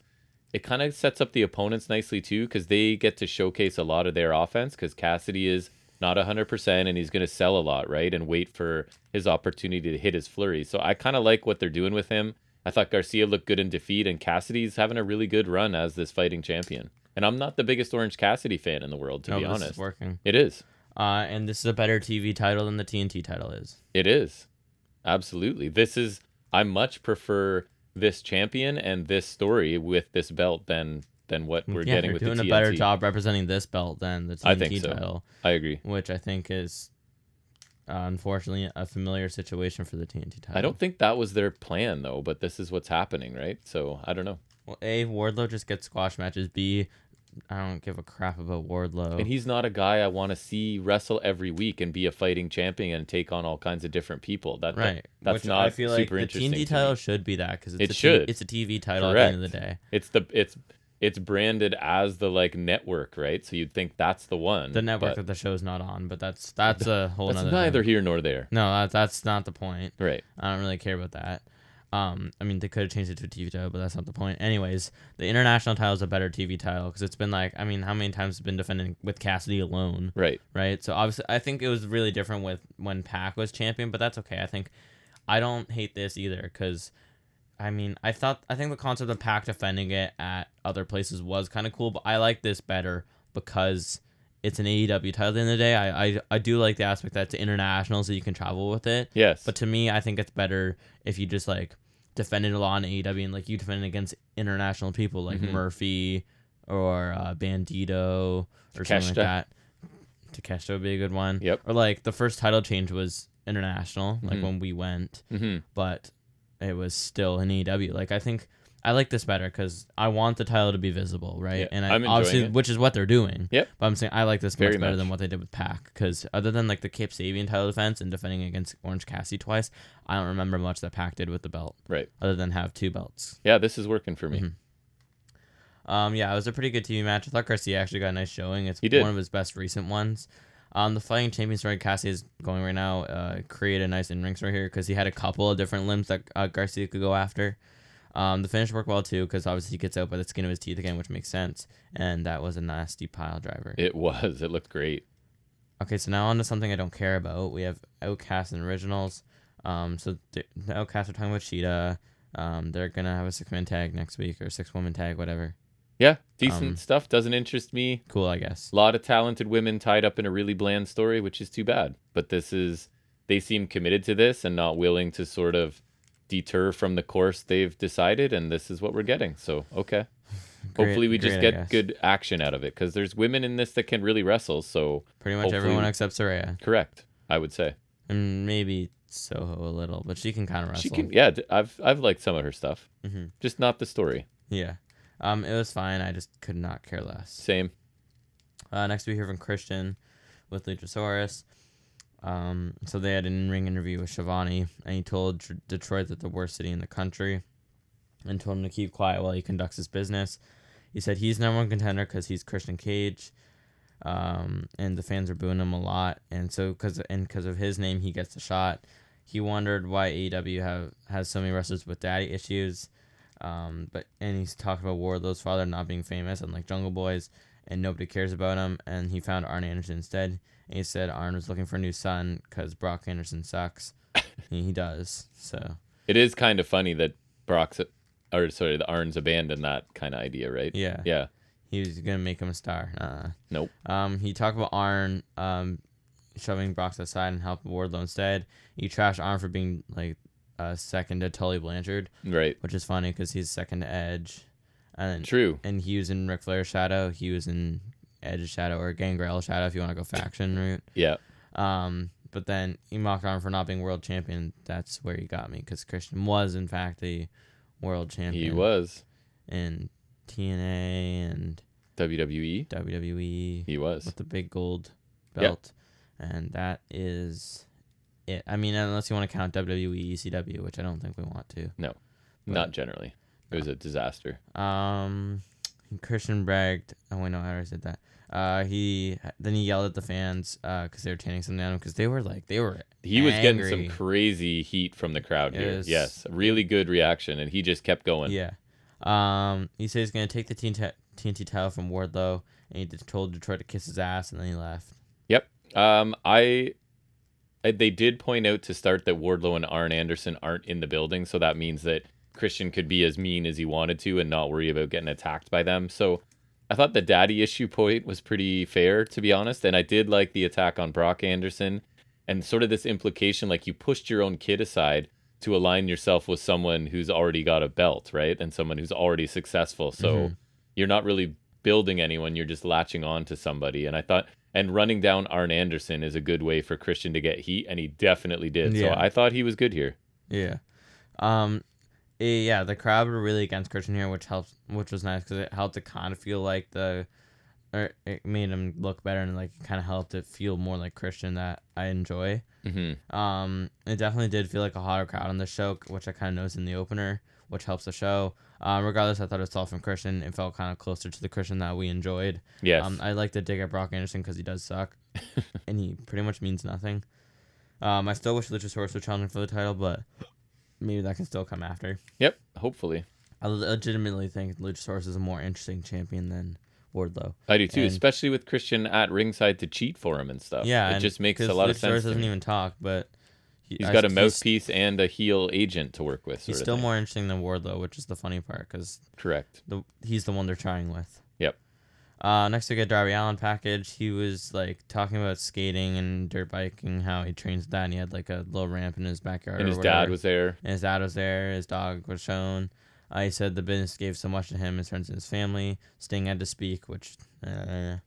it kind of sets up the opponents nicely too because they get to showcase a lot of their offense because Cassidy is not 100% and he's going to sell a lot, right? And wait for his opportunity to hit his flurry. So I kind of like what they're doing with him. I thought Garcia looked good in defeat and Cassidy's having a really good run as this fighting champion. And I'm not the biggest Orange Cassidy fan in the world, to No, be but Oh, this is honest. working. It is. Uh, and this is a better TV title than the TNT title is. It is. Absolutely. This is, I much prefer this champion and this story with this belt than than what we're Mm, yeah, getting you're with doing the a better TNT. job representing this belt than the TNT I think so. title, I agree. which I think is uh, unfortunately a familiar situation for the TNT title. I don't think that was their plan though, but this is what's happening, right? So I don't know. Well, a Wardlow just gets squash matches. B, I don't give a crap about Wardlow. And he's not a guy I want to see wrestle every week and be a fighting champion and take on all kinds of different people. That, that- right. that's Which not I feel super like the interesting. TNT to me. title should be that because It it's a should. T- it's a TV title at the end of the day. It's the it's it's branded as the like network, right? So you'd think that's the one. The network but that the show's not on, but that's that's a whole that's nother. neither thing. here nor there. No, that, that's not the point. Right. I don't really care about that. Um, I mean, they could have changed it to a TV title, but that's not the point. Anyways, the international title is a better TV title because it's been like, I mean, how many times has it been defended with Cassidy alone, Right. right? So obviously, I think it was really different with when Pac was champion, but that's okay. I think I don't hate this either because, I mean, I thought I think the concept of Pac defending it at other places was kind of cool, but I like this better because it's an AEW title. At the end of the day, I I, I do like the aspect that it's international, so you can travel with it. Yes. But to me, I think it's better if you just like defended a lot in AEW and like you defended against international people like Mhm. Murphy or uh, Bandito or something Takeshita. like that. Takeshita would be a good one. Yep. Or like the first title change was international, like Mhm. when we went, hmm but it was still in AEW. Like I think I like this better because I want the title to be visible, right? Yeah, and I, I'm enjoying obviously, it. which is what they're doing. Yep. But I'm saying I like this Very much better much. than what they did with Pac because other than like the Cape Sabian title defense and defending against Orange Cassidy twice, I don't remember much that Pac did with the belt Right. other than have two belts. Yeah, this is working for me. Mhm. Um, yeah, it was a pretty good TV match. I thought Garcia actually got a nice showing. It's He did. one of his best recent ones. Um, the fighting champion story Cassie is going right now. Uh, created a nice in ring story here because he had a couple of different limbs that uh, Garcia could go after. Um, the finish worked well too because obviously he gets out by the skin of his teeth again, which makes sense. And that was a nasty pile driver. It [LAUGHS] was. It looked great. Okay, so now on to something I don't care about. We have Outcast and Originals. Um, so th- the Outcast are talking about Cheetah. Um, they're gonna have a six man tag next week or six woman tag, whatever. Yeah, decent Um, stuff. Doesn't interest me. Cool, I guess. A lot of talented women tied up in a really bland story, which is too bad. But this is they seem committed to this and not willing to sort of deter from the course they've decided and this is what we're getting. So, okay. [LAUGHS] Great- Hopefully we just great, I get guess. good action out of it cuz there's women in this that can really wrestle, so Pretty much hopefully- everyone except Soraya correct, I would say. and maybe Soho a little, but she can kind of wrestle. She can yeah, d- I've I've liked some of her stuff. Mhm. Just not the story. Yeah. Um, it was fine. I just could not care less. Same. Uh, next we hear from Christian with Luchasaurus. Um, so they had an in-ring interview with Shivani, and he told Tr- Detroit that the worst city in the country, and told him to keep quiet while he conducts his business. He said he's number one contender because he's Christian Cage, um, and the fans are booing him a lot, and so because and because of his name, he gets the shot. He wondered why AEW have has so many wrestlers with daddy issues, um, but and he's talked about Wardlow's father not being famous, unlike Jungle Boys and nobody cares about him. And he found Arn Anderson instead. And he said Arn was looking for a new son because Brock Anderson sucks. and he does. So It is kind of funny that Brock's or sorry, the Arns abandoned that kind of idea, right? yeah, Yeah. he was gonna make him a star. Uh, Nope. Um, he talked about Arn um, shoving Brock to the side and helping Wardlow instead. He trashed Arn for being like uh, second to Tully Blanchard, Right. which is funny because he's second to Edge, and True. and he was in Ric Flair's shadow. He was in Edge's shadow or Gangrel shadow if you want to go faction route. Yeah. Um, but then he mocked on for not being world champion. That's where he got me because Christian was in fact the world champion. He was in TNA and WWE. WWE E? He was. with the big gold Yep. belt, and that is it. I mean, unless you want to count E, WWE ECW, which I don't think we want to. but- Not generally. It was a disaster. Um, Christian bragged. Oh wait, no, I already said that. Uh, he then he yelled at the fans uh because they were chanting something at him because they were like they were He was getting Angry. some crazy heat from the crowd here. Yes. Yes. Really good reaction. And he just kept going. Yeah. Um, he said he's gonna take the TNT, TNT title from Wardlow, and he just told Detroit to kiss his ass, and then he left. Yep. Um, I, I they did point out to start that Wardlow and Arn Anderson aren't in the building, so that means that Christian could be as mean as he wanted to and not worry about getting attacked by them. So I thought the daddy issue point was pretty fair, to be honest, and I did like the attack on Brock Anderson and sort of this implication like you pushed your own kid aside to align yourself with someone who's already got a belt, right? And someone who's already successful. So Mhm. you're not really building anyone. You're just latching on to somebody. And I thought, and running down Arn Anderson is a good way for Christian to get heat, and he definitely did. So Yeah. I thought he was good here. Yeah. Um eh, yeah, the crowd were really against Christian here, which helps which was nice cuz it helped to kind of feel like the or it made him look better and like kind of helped it feel more like Christian that I enjoy. hmm Um it definitely did feel like a hotter crowd on the show, which I kind of noticed in the opener, which helps the show. Um regardless, I thought it was all from Christian. It felt kind of closer to the Christian that we enjoyed. Yes. Um, I like to dig at Brock Anderson because he [LAUGHS] does suck, and he pretty much means nothing. Um, I still wish Luchasaurus would challenge him for the title, but maybe that can still come after. yep. Hopefully. I legitimately think Luchasaurus is a more interesting champion than Wardlow. I do too, And- especially with Christian at ringside to cheat for him and stuff. Yeah, It and- just makes a 'cause lot of Luchasaurus sense. to doesn't me. even talk, but he, He's I- got a he's- mouthpiece and a heel agent to work with. Sort He's of still thing. more interesting than Wardlow, which is the funny part because correct. the he's the one they're trying with. Yep. Uh, next we get Darby Allen package. He was like talking about skating and dirt biking, how he trains that, and he had like a little ramp in his backyard. And or his whatever. dad was there. And his dad was there. His dog was shown. I said the business gave so much to him, his friends, and his family. Sting had to speak, which. Uh,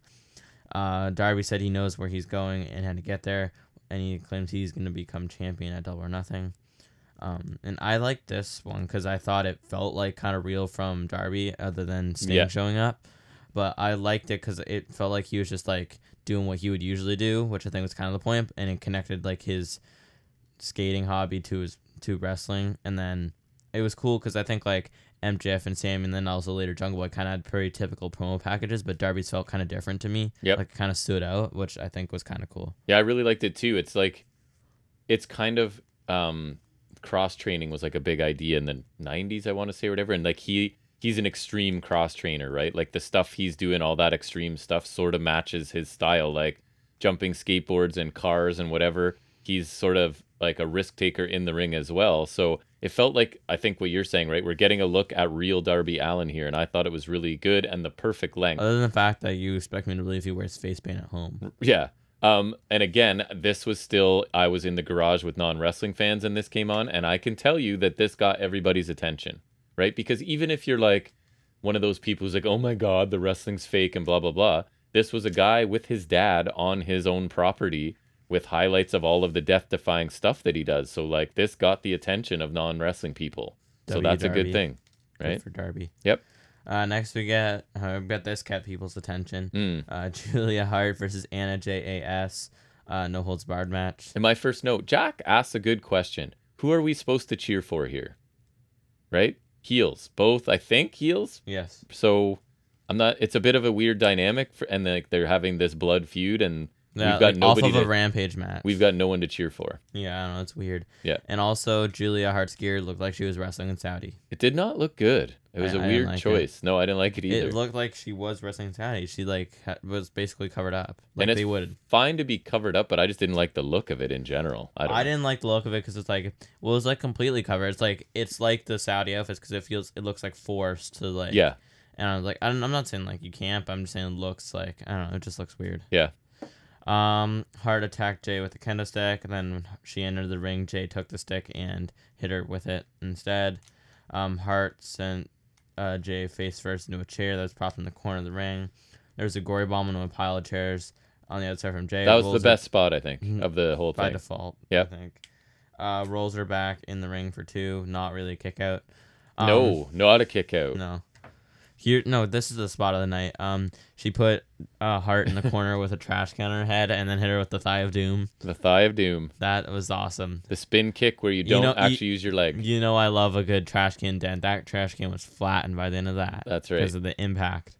uh, Darby said he knows where he's going and how to get there, and he claims he's going to become champion at Double or Nothing. Um, and I like this one because I thought it felt like kind of real from Darby, other than Sting Yeah. showing up. But I liked it because it felt like he was just like doing what he would usually do, which I think was kind of the point, and it connected like his skating hobby to his to wrestling, and then it was cool because I think like MJF and Sam, and then also later Jungle Boy kind of had pretty typical promo packages, but Darby's felt kind of different to me. Yep. like kind of stood out, which I think was kind of cool. Yeah, I really liked it too. It's like, it's kind of um, cross training was like a big idea in the '90s, I want to say, or whatever. And like he he's an extreme cross trainer, right? Like the stuff he's doing, all that extreme stuff, sort of matches his style, like jumping skateboards and cars and whatever. He's sort of like a risk taker in the ring as well. So it felt like I think what you're saying, right? We're getting a look at real Darby Allen here, and I thought it was really good and the perfect length. Other than the fact that you expect me to believe he wears face paint at Mm, home, Yeah. Um, and again, this was still I was in the garage with non wrestling fans, and this came on, and I can tell you that this got everybody's attention, right? Because even if you're like one of those people who's like, "Oh my god, the wrestling's fake," and blah blah blah, this was a guy with his dad on his own property with highlights of all of the death-defying stuff that he does. So like, this got the attention of non wrestling people. so W. that's a Darby. good thing, Good right? for Darby. Yep. Uh, next we get uh, we got this kept people's attention. Mm. Uh, [LAUGHS] Julia Hart versus Anna J A S. Uh, no holds barred match. And my first note, Jack asks a good question. Who are we supposed to cheer for here? Right? Heels. Both, I think, heels. Yes. So I'm not it's a bit of a weird dynamic for, and like they're having this blood feud and Yeah, we've got like, nobody off of to- a rampage match. we've got no one to cheer for. Yeah, I don't know. It's weird. Yeah. And also, Julia Hart's gear looked like she was wrestling in Saudi. It did not look good. It was a I- I didn't weird like it. choice. No, I didn't like it either. It looked like she was wrestling in Saudi. She like ha- was basically covered up, like and it's they would. fine to be covered up, but I just didn't like the look of it in general. I I, don't know. didn't like the look of it because it's like, well, it's like completely covered. It's like it's like the Saudi outfits because it feels it looks like forced to like. Yeah. And I was like, I don't, I'm not saying like you can't, but I'm just saying it looks like I don't know. It just looks weird. Yeah. Um, Hart attacked Jay with a kendo stick, and then when she entered the ring. Jay took the stick and hit her with it instead. Um, Hart sent uh, Jay face first into a chair that was propped in the corner of the ring. There was a gory bomb into a pile of chairs on the other side from Jay. That was the Rolls her best spot I think Mhm. of the whole by thing. default. Yeah. I think. Uh, rolls her back in the ring for two. Not really a kick out. Um, no, not a kick out. no. Here, no. This is the spot of the night. Um, she put uh, Hart [LAUGHS] in the corner with a trash can on her head, and then hit her with the thigh of doom. The thigh of doom. That was awesome. The spin kick where you don't know, you- actually use your leg. You know, I love a good trash can dent. That trash can was flattened by the end of that. That's right. because of the impact.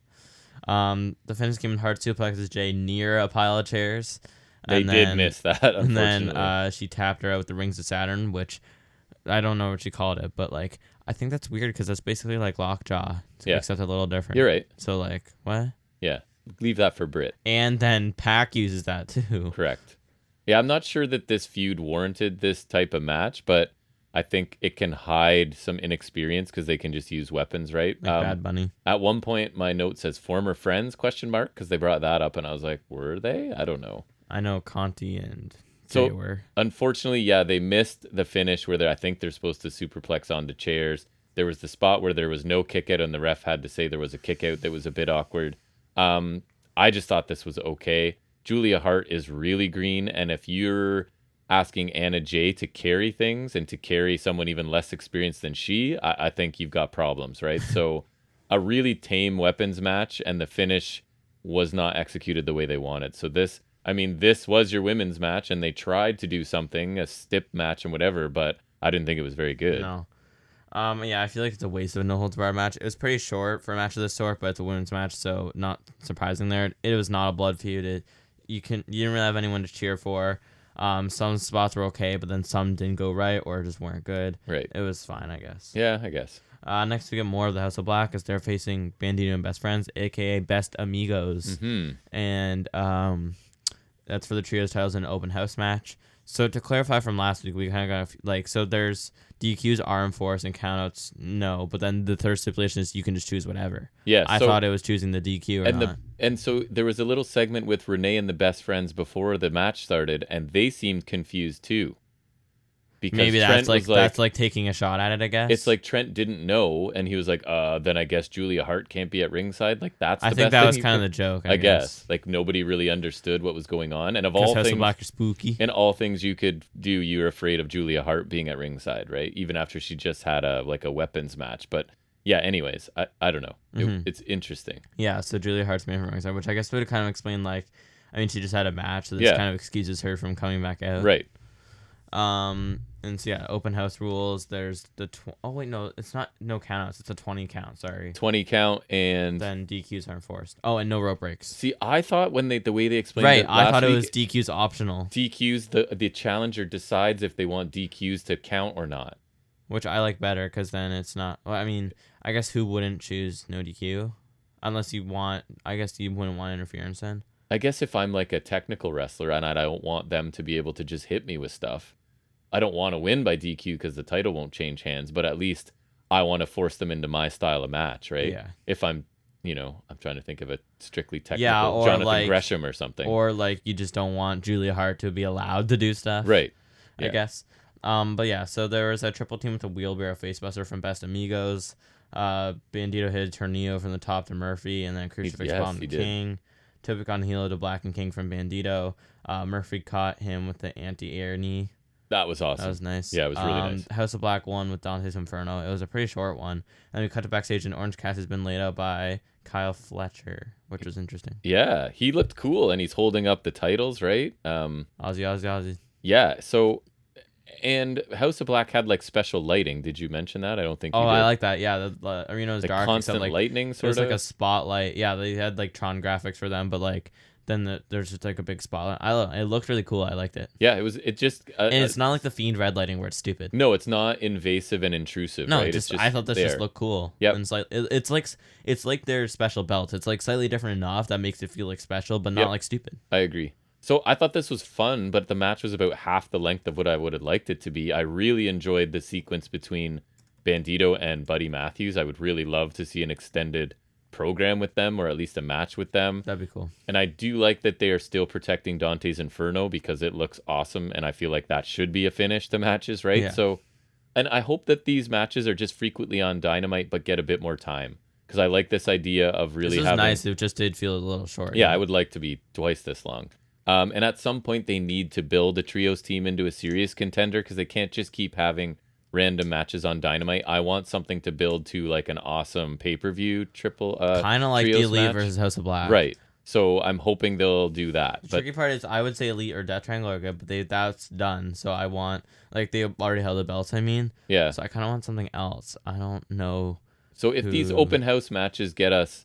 Um, the finish came in Hart suplexes Jay near a pile of chairs. They and did then- miss that, [LAUGHS] unfortunately. And then uh, she tapped her out with the rings of Saturn, which I don't know what she called it, but like I think that's weird because that's basically like lockjaw, Yeah. except a little different. You're right. So like what? Yeah. Leave that for Brit. And then Pac uses that too. [LAUGHS] Correct. Yeah, I'm not sure that this feud warranted this type of match, but I think it can hide some inexperience because they can just use weapons, right? Like Um, Bad Bunny. at one point, my note says "former friends?" question mark because they brought that up, and I was like, "Were they? I don't know." I know Conti and So- Jay were. Unfortunately, yeah, they missed the finish where they, I think they're supposed to superplex onto chairs. There was the spot where there was no kick out, and the ref had to say there was a kick out that was a bit awkward. Um, I just thought this was okay. Julia Hart is really green, and if you're asking Anna Jay to carry things and to carry someone even less experienced than she, I, I think you've got problems, right? so, [LAUGHS] a really tame weapons match, and the finish was not executed the way they wanted. So this, I mean, this was your women's match, and they tried to do something, a stip match and whatever, but I didn't think it was very good. No. Um, yeah, I feel like it's a waste of a no holds barred match. It was pretty short for a match of this sort, but it's a women's match, so not surprising there. It was not a blood feud. It, you can you didn't really have anyone to cheer for. Um, some spots were okay, but then some didn't go right or just weren't good. Right. It was fine, I guess. Yeah, I guess. Uh, next we get more of the House of Black as they're facing Bandito and Best Friends, aka Best Amigos, Hmm. and um, that's for the trios titles in an open house match. So to clarify from last week, we kind of got a f- like so there's DQs are enforced and countouts no, but then the third stipulation is you can just choose whatever. Yeah. I so- thought it was choosing the DQ or and not. the and so there was a little segment with Renee and the best friends before the match started, and they seemed confused too. Because Maybe that's Trent like, was that's like taking a shot at it. I guess it's like Trent didn't know, and he was like, "Uh, then I guess Julia Hart can't be at ringside." Like that's I the think best that thing was you kind of the could- joke. I guess. like nobody really understood what was going on, and of Because all House things, of Black are spooky. in all things you could do, you're afraid of Julia Hart being at ringside, right? Even after she just had a like a weapons match, but yeah. Anyways, I I don't know. It- Mhm. it's interesting. Yeah, so Julia Hart's main from ringside, which I guess would kind of explain like, I mean, she just had a match, so this Yeah. kind of excuses her from coming back out. Right. Um, and so yeah, open house rules. There's the tw- oh wait no, it's not no countouts. It's a twenty count. Sorry. 20 count and Then DQs are enforced. Oh, and no rope breaks. see i thought when they the way they explained Right, it I last thought it week, was DQs optional, dqs the the challenger decides if they want dqs to count or not which I like better because then it's not. Well, I mean, I guess who wouldn't choose no DQ, unless you want. I guess you wouldn't want interference then. i guess if i'm like a technical wrestler and i don't want them to be able to just hit me with stuff i don't want to win by dq because the title won't change hands but at least i want to force them into my style of match right Yeah. if i'm you know i'm trying to think of a strictly technical or jonathan like- gresham or something Or like you just don't want Julia Hart to be allowed to do stuff. right I Yeah. guess. Um, but yeah, so there was a triple team with a wheelbarrow facebuster from Best Amigos. Uh, Bandito hit a tornado from the top to Murphy, and then crucifix yes, bomb he to did. King. Typic on Hilo to Black and King from Bandito. Uh, Murphy caught him with the anti-air knee. that was awesome That was nice. Um, Yeah, it was really nice. House of Black won with Dante's Inferno. It was a pretty short one. And we cut to backstage, and Orange Cass has been laid out by Kyle Fletcher, which was interesting. yeah he looked cool and he's holding up the titles right um Ozzy, Ozzy, Ozzy. Yeah. So, and House of Black had like special lighting. Did you mention that? I don't think. Oh, you did. I like that. Yeah, the, the arena was the dark. constant except, like, lightning So it sort was of. like a spotlight. Yeah, they had like Tron graphics for them, but like then the, there's just like a big spotlight. I lo- it looked really cool. I liked it, yeah, it was. It just. Uh, and uh, it's not like the fiend red lighting where it's stupid. no, it's not invasive and intrusive. No, right? just, it's I thought this just there. looked cool. Yep. and it's like it, it's like s- it's like their special belt. It's like slightly different enough that makes it feel like special, but not Yep. like stupid. I agree. So I thought this was fun, but the match was about half the length of what I would have liked it to be. I really enjoyed the sequence between Bandito and Buddy Matthews. I would really love to see an extended program with them or at least a match with them. That'd be cool. And I do like that they are still protecting Dante's Inferno because it looks awesome. And I feel like that should be a finish to matches, right? Yeah. So, and I hope that these matches are just frequently on Dynamite, but get a bit more time because I like this idea of really this was having. nice. It just did feel a little short. Yeah, I would like to be twice this long. Um, and at some point, they need to build a trios team into a serious contender because they can't just keep having random matches on Dynamite. I want something to build to like an awesome pay per view triple. Uh, kind of like the trios Elite match. versus House of Black. Right. So I'm hoping they'll do that. The But tricky part is I would say Elite or Death Triangle are good, but they that's done. So I want like they already held the belts. I mean, yeah. So I kind of want something else. I don't know. So if these Who- open house matches get us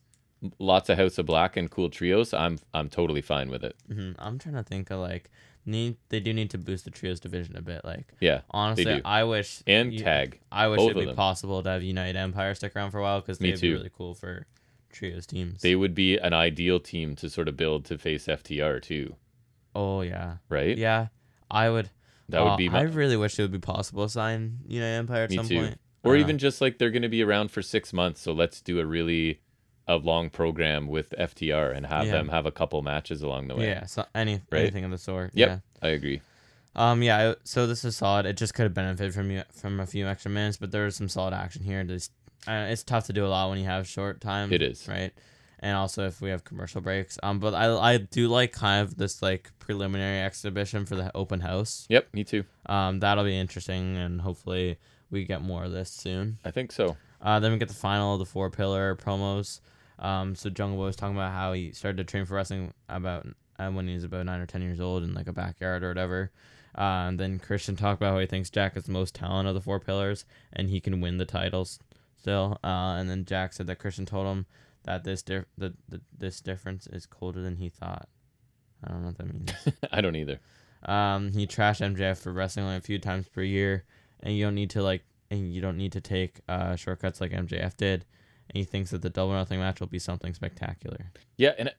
lots of House of Black and cool trios, I'm I'm totally fine with it. Mhm. I'm trying to think of like need they do need to boost the trios division a bit. Like Yeah. honestly, do. I wish And you- tag. I wish both it'd of be them. possible to have United Empire stick around for a while because Me they'd be too. really cool for trios teams. They would be an ideal team to sort of build to face FTR too, oh yeah, right? yeah. I would. That would uh, be I my, really wish it would be possible to sign United Empire at Me some too. point. I or dunno. even just like they're going to be around for 6 months, so let's do a really a long program with FTR and have Yeah. them have a couple matches along the way. yeah, so any Oh, Right? anything of the sort. Yep. Yeah. I agree. Um. Yeah. I- So this is solid. It just could have benefited from you from a few extra minutes, but there was some solid action here. Just, uh, it's tough to do a lot when you have short time. It is. right. and also if we have commercial breaks. Um, but I I do like kind of this like preliminary exhibition for the open house. Yep, me too. Um, that'll be interesting, and hopefully we get more of this soon. I think so. [LAUGHS] Uh, then we get the final of the four pillar promos. Um, so Jungle Boy was talking about how he started to train for wrestling about uh, when he was about nine or ten years old in like a backyard or whatever. Uh, and then Christian talked about how he thinks Jack is the most talented of the four pillars and he can win the titles still. Uh, and then Jack said that Christian told him that this dif- the, the this difference is colder than he thought. I don't know what that means. I don't either. Um, he trashed MJF for wrestling only a few times per year, and you don't need to like, and you don't need to take uh, shortcuts like MJF did. And he thinks that the double or nothing match will be something spectacular. Yeah, and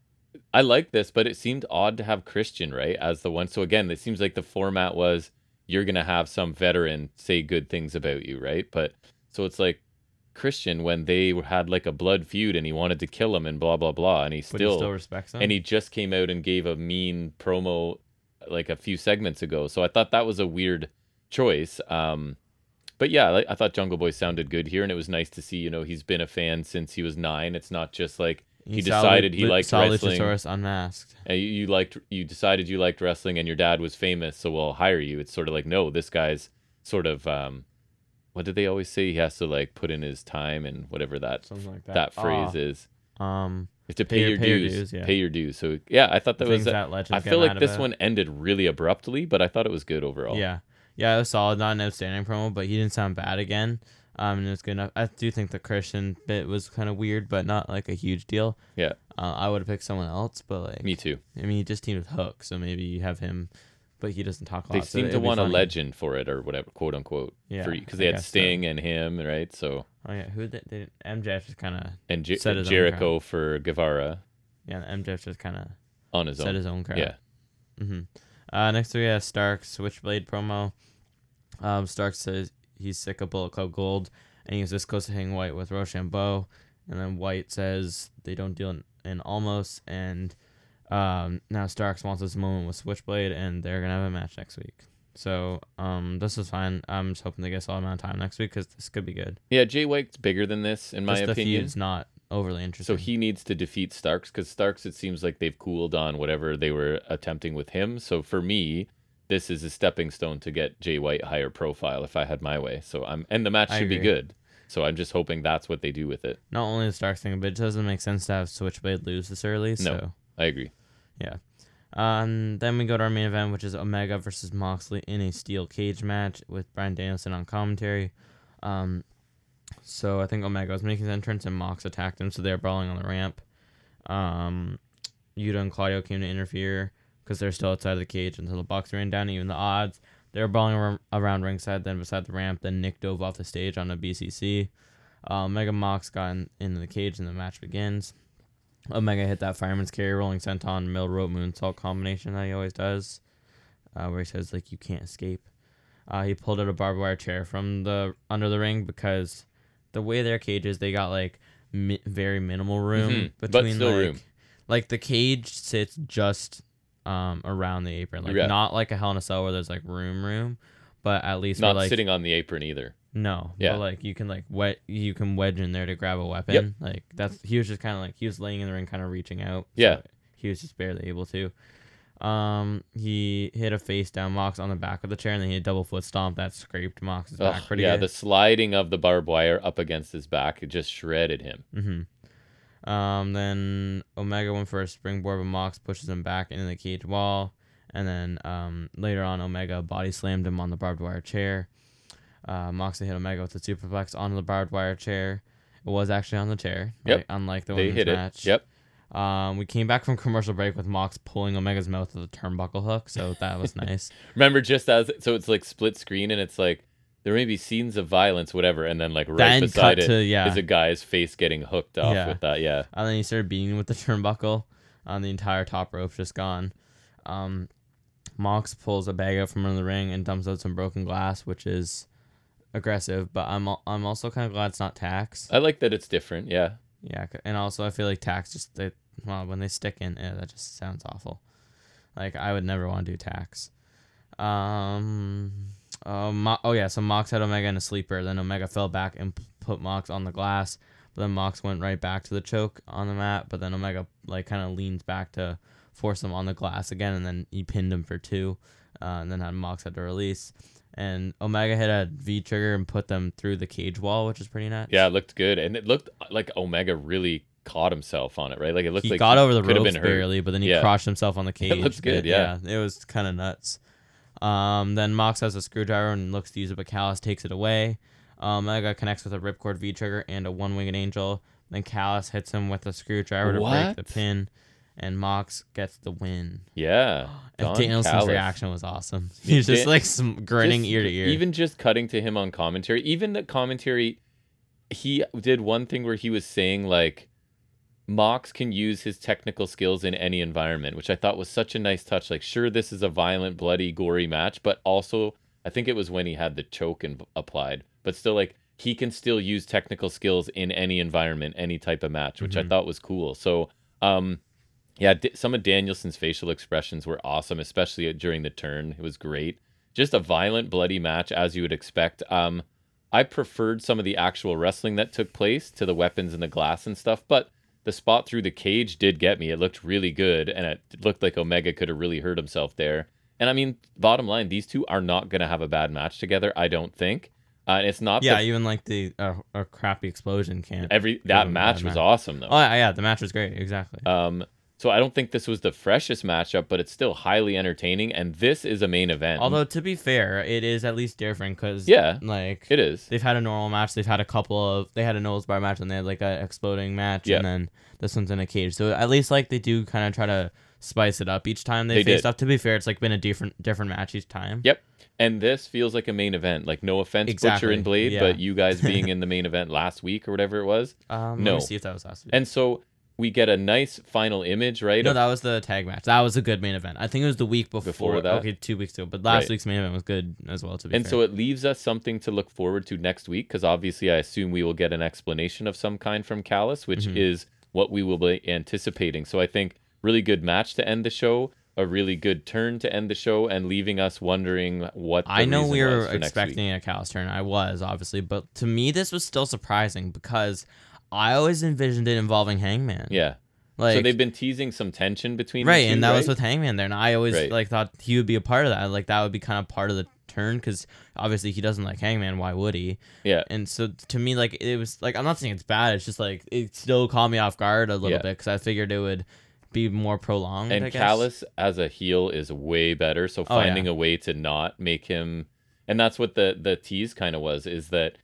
I like this, but it seemed odd to have Christian right as the one. So again, it seems like the format was you're gonna have some veteran say good things about you, right? But so it's like Christian when they had like a blood feud and he wanted to kill him and blah blah blah, and he But he still, still respects him. and he just came out and gave a mean promo like a few segments ago. So I thought that was a weird choice. Um, but yeah, like, I thought Jungle Boy sounded good here, and it was nice to see. You know, he's been a fan since he was nine. It's not just like he decided he liked solid wrestling. Luchasaurus unmasked. and you, you liked you decided you liked wrestling and your dad was famous so we'll hire you it's sort of like no this guy's sort of um what did they always say he has to like put in his time and whatever that Something like that. that, phrase is Ah, um, you have to pay, your, dues, yeah. pay your dues so yeah i thought that things was that legend i get feel mad like this about. one oh. ended really abruptly but i thought it was good overall Yeah, yeah, it was solid, not an outstanding promo, but he didn't sound bad again. Um, and it was good enough. I do think the Christian bit was kind of weird, but not like a huge deal. Yeah. uh, I would have picked someone else, but like me too I mean, he just teamed with Hook, so maybe you have him, but he doesn't talk a they lot. so seem to it'd be want a funny. legend for it or whatever quote unquote Yeah, because I they had guess so. sting and him right so Oh yeah, who did they, MJF just kind of and Jer- Set his own jericho for guevara yeah MJF just kind of on his set own his own crowd. yeah Mm-hmm. Uh, next we have Stark Switchblade promo. Um, Stark says he's sick of Bullet Club Gold, and he's this close to hanging White with Rochambeau. And then White says they don't deal in, in almost, and um, now Starks wants this moment with Switchblade, and they're gonna have a match next week. So um, this is fine. I'm just hoping they get a solid amount of time next week because this could be good. Yeah, Jay White's bigger than this, in my Just the opinion. feud's not overly So interesting. he needs to defeat Starks because Starks, it seems like they've cooled on whatever they were attempting with him. So for me, this is a stepping stone to get Jay White higher profile if I had my way. So I'm, and the match I should be agree. good. So I'm just hoping that's what they do with it. not only the Starks thing, but it doesn't make sense to have Switchblade lose this early. So. I agree. Um, then we go to our main event, which is Omega versus Moxley in a steel cage match with Brian Danielson on commentary. Um, so I think Omega was making his entrance and Mox attacked him, so they're brawling on the ramp. Um, Yuta and Claudio came to interfere because they're still outside of the cage until the box ran down, even the odds. They were brawling ar- around ringside, then beside the ramp. Then Nick dove off the stage on a BCC. Uh, Omega Mox got in, into the cage, and the match begins. Omega hit that fireman's carry, rolling senton, middle rope moonsault combination that he always does, uh, where he says like you can't escape. Uh, he pulled out a barbed wire chair from the under the ring because the way their cage is, they got like mi- very minimal room Mhm, but between still like, room. like the cage sits just um around the apron, like Yeah. not like a Hell in a Cell where there's like room room, but at least Not we're, like sitting on the apron either. no, Yeah. but like you can like wet, you can wedge in there to grab a weapon. Like that's he was just kind of like he was laying in the ring, kind of reaching out. Yeah. so he was just barely able to. Um, he hit a face down Mox on the back of the chair, and then he had double foot stomp that scraped Mox's back Ugh, pretty yeah, good. the sliding of the barbed wire up against his back, it just shredded him. Mm-hmm. Um, then Omega went for a springboard, but Mox pushes him back into the cage wall. And then um, later on, Omega body slammed him on the barbed wire chair. Uh, Moxley hit Omega with a superplex onto the barbed wire chair. It was actually on the chair, Yep. like- unlike the they women's hit it. match. Yep. Um, we came back from commercial break with Mox pulling Omega's mouth with a turnbuckle hook, so [LAUGHS] that was nice. Remember just as, so it's like split screen and it's like, there may be scenes of violence, whatever, and then like right then beside cut it, to yeah, is a guy's face getting hooked off Yeah. with that. Yeah. and then he started beating him with the [LAUGHS] turnbuckle on the entire top rope just gone um, mox pulls a bag out from under the ring and dumps out some broken glass which is aggressive but i'm al- i'm also kind of glad it's not tax I like that it's different. Yeah. yeah c- and also i feel like tax just they well when they stick in eh, that just sounds awful like i would never want to do tax um oh, Mo- oh yeah so mox had omega in a sleeper then omega fell back and p- put mox on the glass But then Mox went right back to the choke on the mat, but then Omega like kind of leans back to force him on the glass again, and then he pinned him for two, uh, and then had Mox had to release. And Omega hit a V trigger and put them through the cage wall, which is pretty nuts. Yeah, it looked good, and it looked uh, like Omega really caught himself on it, right? Like it looked he like got over the could have ropes been hurt. barely, but then he Yeah. crushed [LAUGHS] himself on the cage. looks good, It- It was kind of nuts. Um, then Mox has a screwdriver and looks to use it, but Callus takes it away. Um, Omega connects with a ripcord V trigger and a one winged angel. Then Callus hits him with a screwdriver to break What? the pin, and Mox gets the win. Yeah, [GASPS] And Don Danielson's Callis. reaction was awesome. [LAUGHS] He's just Dan- like sm- grinning Just ear to g- ear. Even just cutting to him on commentary, even the commentary, he did one thing where he was saying like, Mox can use his technical skills in any environment, which I thought was such a nice touch. Like, sure, this is a violent, bloody, gory match, but also I think it was when he had the choke and applied, but still like he can still use technical skills in any environment, any type of match, which I Mhm. thought was cool. So, um, yeah, D- some of Danielson's facial expressions were awesome, especially during the turn. It was great. Just a violent, bloody match, as you would expect. Um, I preferred some of the actual wrestling that took place to the weapons and the glass and stuff, but the spot through the cage did get me. It looked really good, and it looked like Omega could have really hurt himself there. And I mean, bottom line, these two are not going to have a bad match together, I don't think. Uh, and it's not yeah, that even like the uh, a crappy explosion can't. every have that a match bad was match. awesome though. oh yeah, yeah, the match was great. Exactly. Um, so I don't think this was the freshest matchup, but it's still highly entertaining, and this is a main event. Although to be fair, it is at least different because Yeah. like it is, they've had a normal match, they've had a couple of they had a nose bar match and they had like a exploding match, Yeah. and then this one's in a cage. So at least like they do kind of try to spice it up each time they, They face did. up. To be fair, it's like been a different different match each time. Yep. and this feels like a main event. Like no offense, Butcher Exactly, and Blade, yeah. but you [LAUGHS] guys being in the main event last week or whatever it was, Um, No. Let me see if that was last week. and so we get a nice final image, right? no, of- that was the tag match. That was a good main event. I think it was the week before, that? Okay, two weeks ago. But last Right. week's main event was good as well. To be and fair. so it leaves us something to look forward to next week because obviously I assume we will get an explanation of some kind from Callus, which Mhm. is what we will be anticipating. So I think really good match to end the show, a really good turn to end the show, and leaving us wondering what the I know we reason was were for next week. expecting a Cal's turn. I was obviously, but to me this was still surprising because I always envisioned it involving Hangman. Yeah. like so they've been teasing some tension between the right, two, and that was right? with Hangman there, and I always Right. like thought he would be a part of that. Like that would be kind of part of the turn because obviously he doesn't like Hangman. Why would he? yeah And so to me, like it was like I'm not saying it's bad. It's just like it still caught me off guard a little Yeah. bit because I figured it would be more prolonged. Mm-hmm. I and guess. Callus as a heel is way better. So Oh, yeah. finding a way to not make him, and that's what the the tease kind of was, is that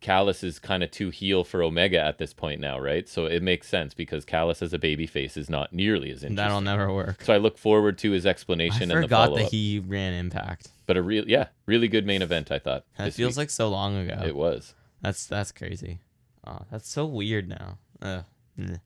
Callus is kind of too heel for Omega at this point now, right? So it makes sense because Callus as a babyface is not nearly as that'll interesting. never work. So I look forward to his I explanation and the forgot follow that up. he ran Impact. But a real, yeah, really good main event. I thought That feels like so long ago. it was. That's that's crazy. Oh, that's so weird now. Ugh. Mm.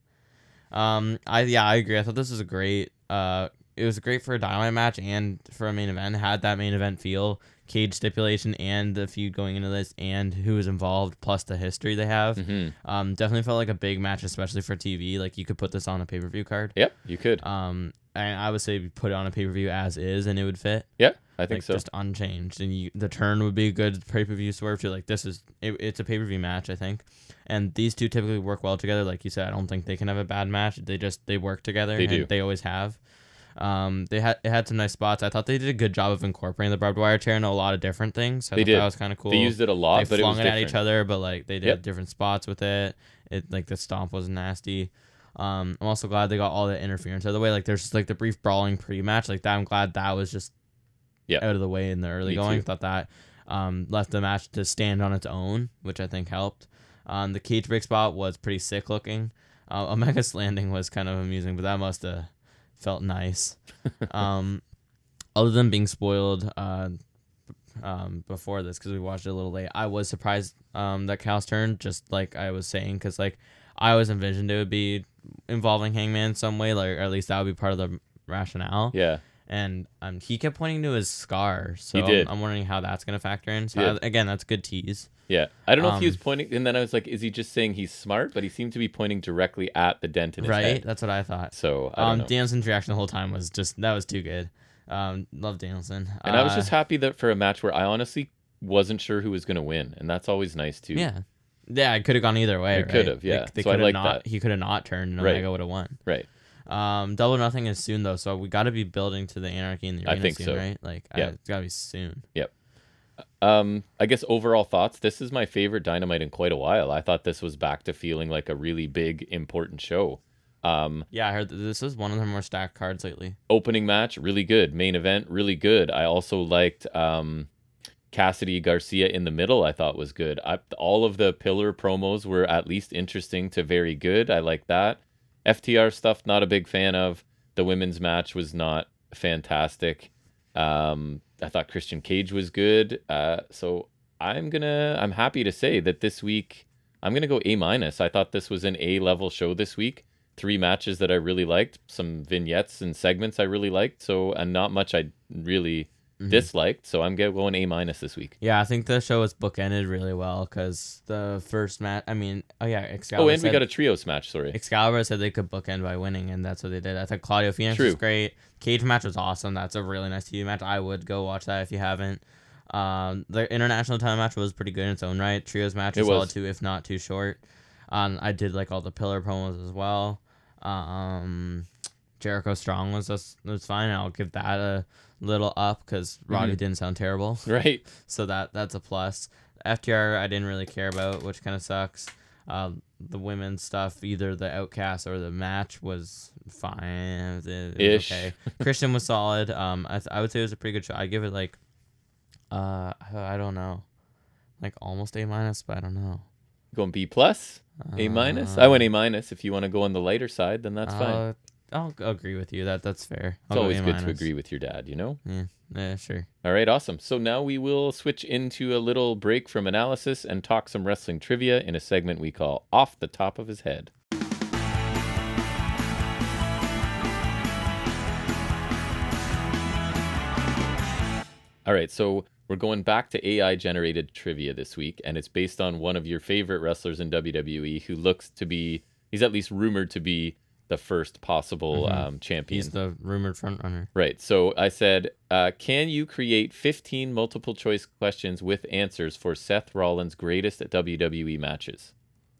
Um, I yeah, I agree. I thought this was a great. Uh, it was great for a dynamite match and for a main event. Had that main event feel, cage stipulation, and the feud going into this, and who was involved, plus the history they have. hmm Um, definitely felt like a big match, especially for TV. Like you could put this on a pay per view card. Yep, you could. Um, and I would say put it on a pay per view as is, and it would fit yeah, I think like, so. Just unchanged, and you, the turn would be a good pay per view swerve. You're like, this is it, it's a pay per view match, I think, and these two typically work well together. Like you said, I don't think they can have a bad match. They just they work together. They and do. They always have. Um, they had it had some nice spots. I thought they did a good job of incorporating the barbed wire chair into a lot of different things. I They thought did. That was kind of cool. They used it a lot, They but it was flung it, at different. each other, but like they did Yep. different spots with it. It like the stomp was nasty. Um, I'm also glad they got all the interference out of the way. Like there's just, like the brief brawling pre-match. Like that, I'm glad that was just Yeah. out of the way in the early Me going. too. Thought that um, left the match to stand on its own, which I think helped. Um, the cage break spot was pretty sick looking. Uh, [LAUGHS] Omega's landing was kind of amusing, but that must have felt nice. um, other than being spoiled uh, um, before this, because we watched it a little late, I was surprised um, that Cal's turn, just like I was saying, because like I always envisioned it would be involving Hangman in some way, like or at least that would be part of the rationale. Yeah, And um, he kept pointing to his scar, so He I'm- did. I'm, wondering how that's gonna factor in. So Yeah. I- again, that's a good tease. yeah. I don't know if he Um, was pointing, and then I was like, is he just saying he's smart? But he seemed to be pointing directly at the dent in his right? head. That's what I thought. So I don't Um, know. Danielson's reaction the whole time was just that was too good. Um, love Danielson. and I was Uh, just happy that for a match where I honestly wasn't sure who was going to win, and that's always nice too. yeah, Yeah, it could have gone either way. It right? could've, yeah. Like, they So I could have like not. that. He could have not turned, and Right. Omega would have won. Right. Um, Double or Nothing is soon though, so we got to be building to the Anarchy in the I Arena think soon, so. right? Like, I- Yeah. it's got to be soon. Um, I guess overall thoughts. This is my favorite Dynamite in quite a while. I thought this was back to feeling like a really big, important show. Um, Yeah, I heard that this is one of the more stacked cards lately. opening match, really good. Main event, really good. I also liked um, Cassidy Garcia in the middle. I thought was good. I, all of the pillar promos were at least interesting to very good. I like that. FTR stuff, not a big fan of. The women's match was not fantastic. Um, I thought Christian Cage was good. Uh, so I'm gonna I'm happy to say that this week I'm gonna go A minus. I thought this was an A level show this week. Three matches that I really liked, some vignettes and segments I really liked. So and not much I really Mhm. disliked. So I'm gonna go an A minus this week. Yeah, I think the show was bookended really well because the first match. I mean, oh yeah, Excalibur. oh, and we said- got a trios match. Sorry. Excalibur said they could bookend by winning, and that's what they did. I thought Claudio Phoenix was True. great. Cage match was awesome. That's a really nice TV match. I would go watch that if you haven't. Um, the international title match was pretty good in its own right. Trios match It was solid was. too, if not too short. Um, I did like all the pillar promos as well. Um, Jericho Strong was just, was fine. I'll give that a little up because Mm-hmm. Roddy didn't sound terrible [LAUGHS] Right. so that that's a plus. FTR I didn't really care about, which kind of sucks. Um, the women's stuff, either the outcast or the match, was fine. It- it was Ish. Okay. Christian was solid. Um, I, th- I would say it was a pretty good show. I give it like, uh, I don't know, like almost a minus, but I don't know. Going B plus, A minus. I Uh. went A minus. If you want to go on the lighter side, then that's fine. I'll- Uh, I'll agree with you. That that's fair. It's always good to agree with your dad, you know. Yeah, yeah, sure. All right, awesome. So now we will switch into a little break from analysis and talk some wrestling trivia in a segment we call Off the Top of His Head. All right, so we're going back to AI generated trivia this week, and it's based on one of your favorite wrestlers in WWE who looks to be, he's at least rumored to be the first possible Mhm. um, champion. He's the rumored front runner. Right. So I said, uh, can you create 15 multiple choice questions with answers for Seth Rollins' greatest WWE matches?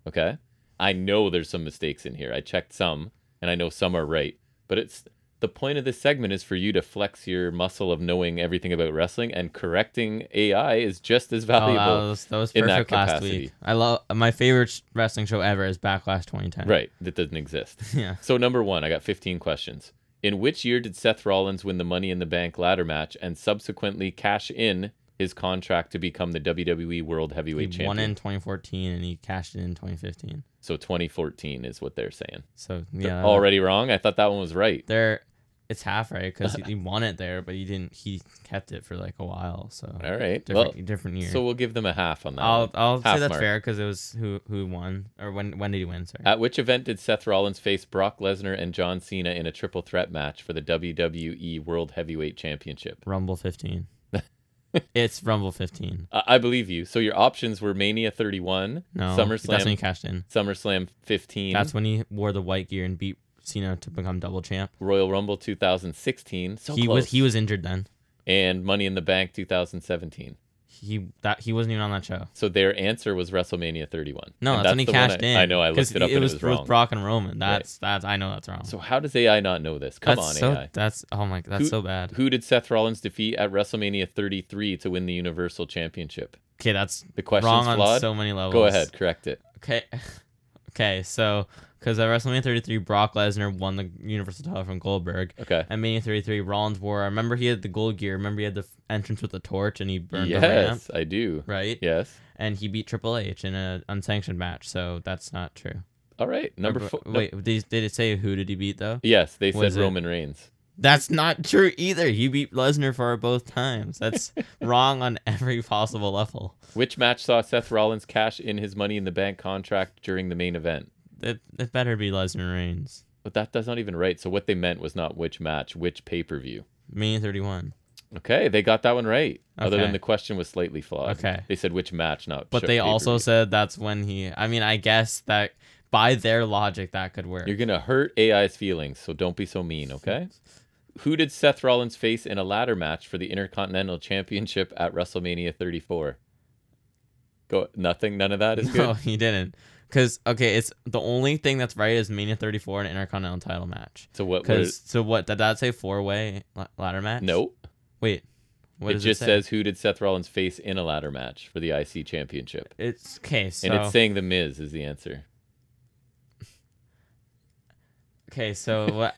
Okay. I know there's some mistakes in here. I checked some and I know some are right, but it's the point of this segment is for you to flex your muscle of knowing everything about wrestling and correcting AI is just as Oh, valuable. that was, that was in that perfect last capacity. week. I love my favorite sh- wrestling show ever is Backlash 2010. right. That doesn't exist. [LAUGHS] Yeah. So number one, I got 15 questions. In which year did Seth Rollins win the Money in the Bank ladder match and subsequently cash in his contract to become the WWE World He Heavyweight Champion? won in 2014 and he cashed it in 2015. So 2014 is what they're saying. So They're yeah, already wrong. I thought that one was right. there. It's half right because [LAUGHS] he, he won it there, but he didn't. He kept it for like a while. So All right. different, different year. well, so we'll give them a half on that. I'll one. I'll say half that's mark. fair because it was who who won or when when did he win? Sorry. At which event did Seth Rollins face Brock Lesnar and John Cena in a triple threat match for the WWE World Heavyweight Championship? [LAUGHS] Rumble 15. it's Rumble 15. I, I believe you. So your options were Mania 31, No, That's when he SummerSlam, cashed in. SummerSlam 15. That's when he wore the white gear and beat Cena to become double champ. Royal Rumble 2016. So he close. was he was injured then. and Money in the Bank 2017. He that he wasn't even on that show. So their answer was WrestleMania 31. No, And that's, when he the one cashed I- in. I know I 'cause looked it up It and was, it was with wrong. Brock and Roman. That's that's I know that's wrong. So how does AI not know this? Come that's on, so, AI. That's oh my that's Who- so bad. Who did Seth Rollins defeat at WrestleMania 33 to win the Universal Championship? Okay, that's The question's wrong on flawed. so many levels. Go ahead, correct it. Okay, [LAUGHS] okay. So because at WrestleMania 33, Brock Lesnar won the Universal title from Goldberg. Okay. At Mania 33, Rollins wore. I remember he had the gold gear. Remember he had the f- entrance with the torch and he burned the ramp, Yes, I do. right? Yes. And he beat Triple H in an unsanctioned match. So that's not true. All right. Number Or- four. no- Wait, did, did it say who did he beat though? Yes, they said Was it- Roman Reigns. That's not true either. He beat Lesnar for both [LAUGHS] times. That's wrong on every possible level. Which match saw Seth Rollins cash in his Money in the Bank contract during the main event? It, it better be Lesnar Reigns. But that, that's not even right. So what they meant was not which match, which pay per view. Mania 31. Okay, they got that one right. Other Okay. than the question was slightly flawed. Okay. They said which match, not. But sh- they also pay-per-view. said that's when he. I mean, I guess that by their logic, that could work. you're gonna hurt AI's feelings, so don't be so mean, okay? Who did Seth Rollins face in a ladder match for the Intercontinental Championship at WrestleMania 34? Go nothing. None of that [LAUGHS] is No, good. he didn't. Because okay, it's the only thing that's right is Mania 34 and Intercontinental Title match. So what? what Because is, so what did that say? Four way ladder match? no, Wait. What it does just say? says who did Seth Rollins face in a ladder match for the IC Championship, it's okay. So and it's saying the Miz is the answer. okay. So [LAUGHS] what?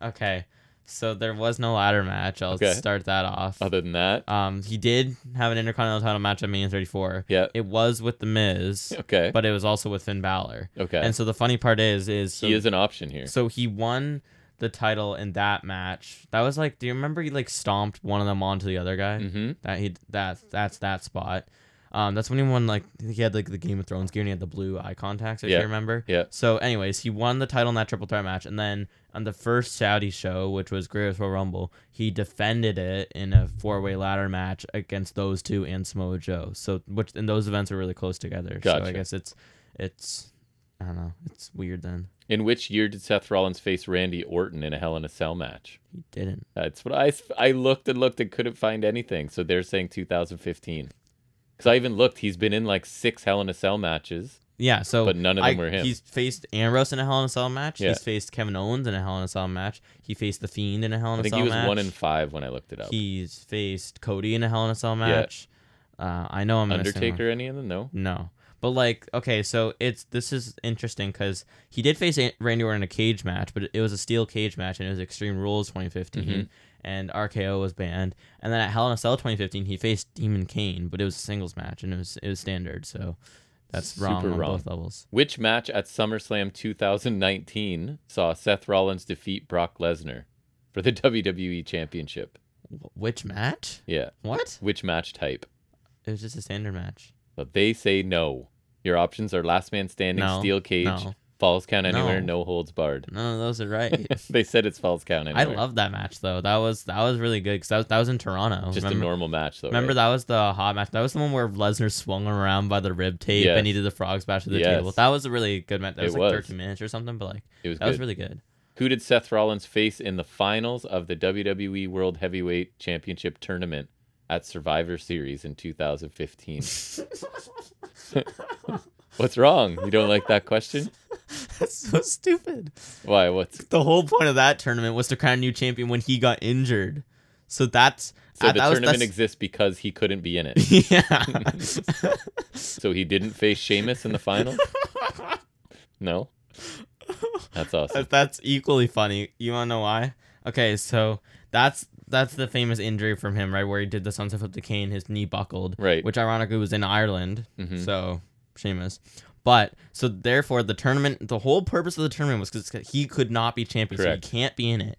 okay. So there was no ladder match. I'll Okay. start that off. Other than that, Um, he did have an Intercontinental Title match at Mania 34. yeah. It was with The Miz, Okay. but it was also with Finn Balor. okay. And so the funny part is, is so he is an option here. So he won the title in that match. That was like, do you remember he like stomped one of them onto the other guy? mm-hmm. That he that that's that spot. Um, that's when he won like he had like the Game of Thrones gear and he had the blue eye contacts. If Yeah. you remember. Yeah. So, anyways, he won the title in that triple threat match, and then on the first Saudi show, which was Greatest Royal Rumble, he defended it in a four-way ladder match against those two and Samoa Joe. So, which and those events are really close together. So I Gotcha. guess it's it's I don't know. It's weird then. In which year did Seth Rollins face Randy Orton in a Hell in a Cell match? He didn't. That's what I s- I looked and looked and couldn't find anything. So they're saying 2015. Because I even looked, he's been in like six Hell in a Cell matches. Yeah, so But none of them I- were him. He's faced Ambrose in a Hell in a Cell match. Yeah. He's faced Kevin Owens in a Hell in a Cell match. He faced the Fiend in a Hell I in a think Cell he was match. one in five when I looked it up. He's faced Cody in a Hell in a Cell match. Uh, I know I'm missing one. Undertaker, any of them? No. No, but like okay, so it's this is interesting because he did face A- Randy Orton in a cage match, but it was a steel cage match and it was Extreme Rules 2015, Mm-hmm. and RKO was banned. And then at Hell in a Cell 2015, he faced Demon Kane, but it was a singles match and it was it was standard. So that's wrong Super on wrong. both levels. Which match at SummerSlam 2019 saw Seth Rollins defeat Brock Lesnar for the [LAUGHS] WWE Championship? Wh- Which match? Yeah. What? Which match type? It was just a standard match. But they say no. Your options are last man standing, No, steel cage, no. falls count anywhere, No. no, holds barred. [LAUGHS] None of those are right. they said it's falls count I anywhere. love that match though. That was that was really good because that was, that was in Toronto. just remember, a normal match though. remember right? that was the hot match. That was the one where Lesnar swung him around by the rib tape Yes. and he did the frog splash to the Yes. table. That was a really good match. That It was like was. 13 minutes or something, but like It was that good. was really good. [LAUGHS] Who did Seth Rollins face in the finals of the WWE World Heavyweight Championship tournament at Survivor Series in 2015? [LAUGHS] What's wrong? You don't like that question? That's so stupid. Why? What's The whole point of that tournament was to crown a new champion when he got injured. [LAUGHS] So that's [LAUGHS] so uh, the that was- tournament that's- exists because he couldn't be in it. yeah. So he didn't face Sheamus in the [LAUGHS] final? No. That's awesome. That- that's equally funny. You wanna know why? Okay, so that's that's the famous injury from him, right? Where he did the sunset flip to Kane, his knee buckled, Right. Which ironically was in Ireland, Mhm. so Seamus. But so therefore, the tournament, the whole purpose of the tournament was because he could not be champion, Correct. so he can't be in it.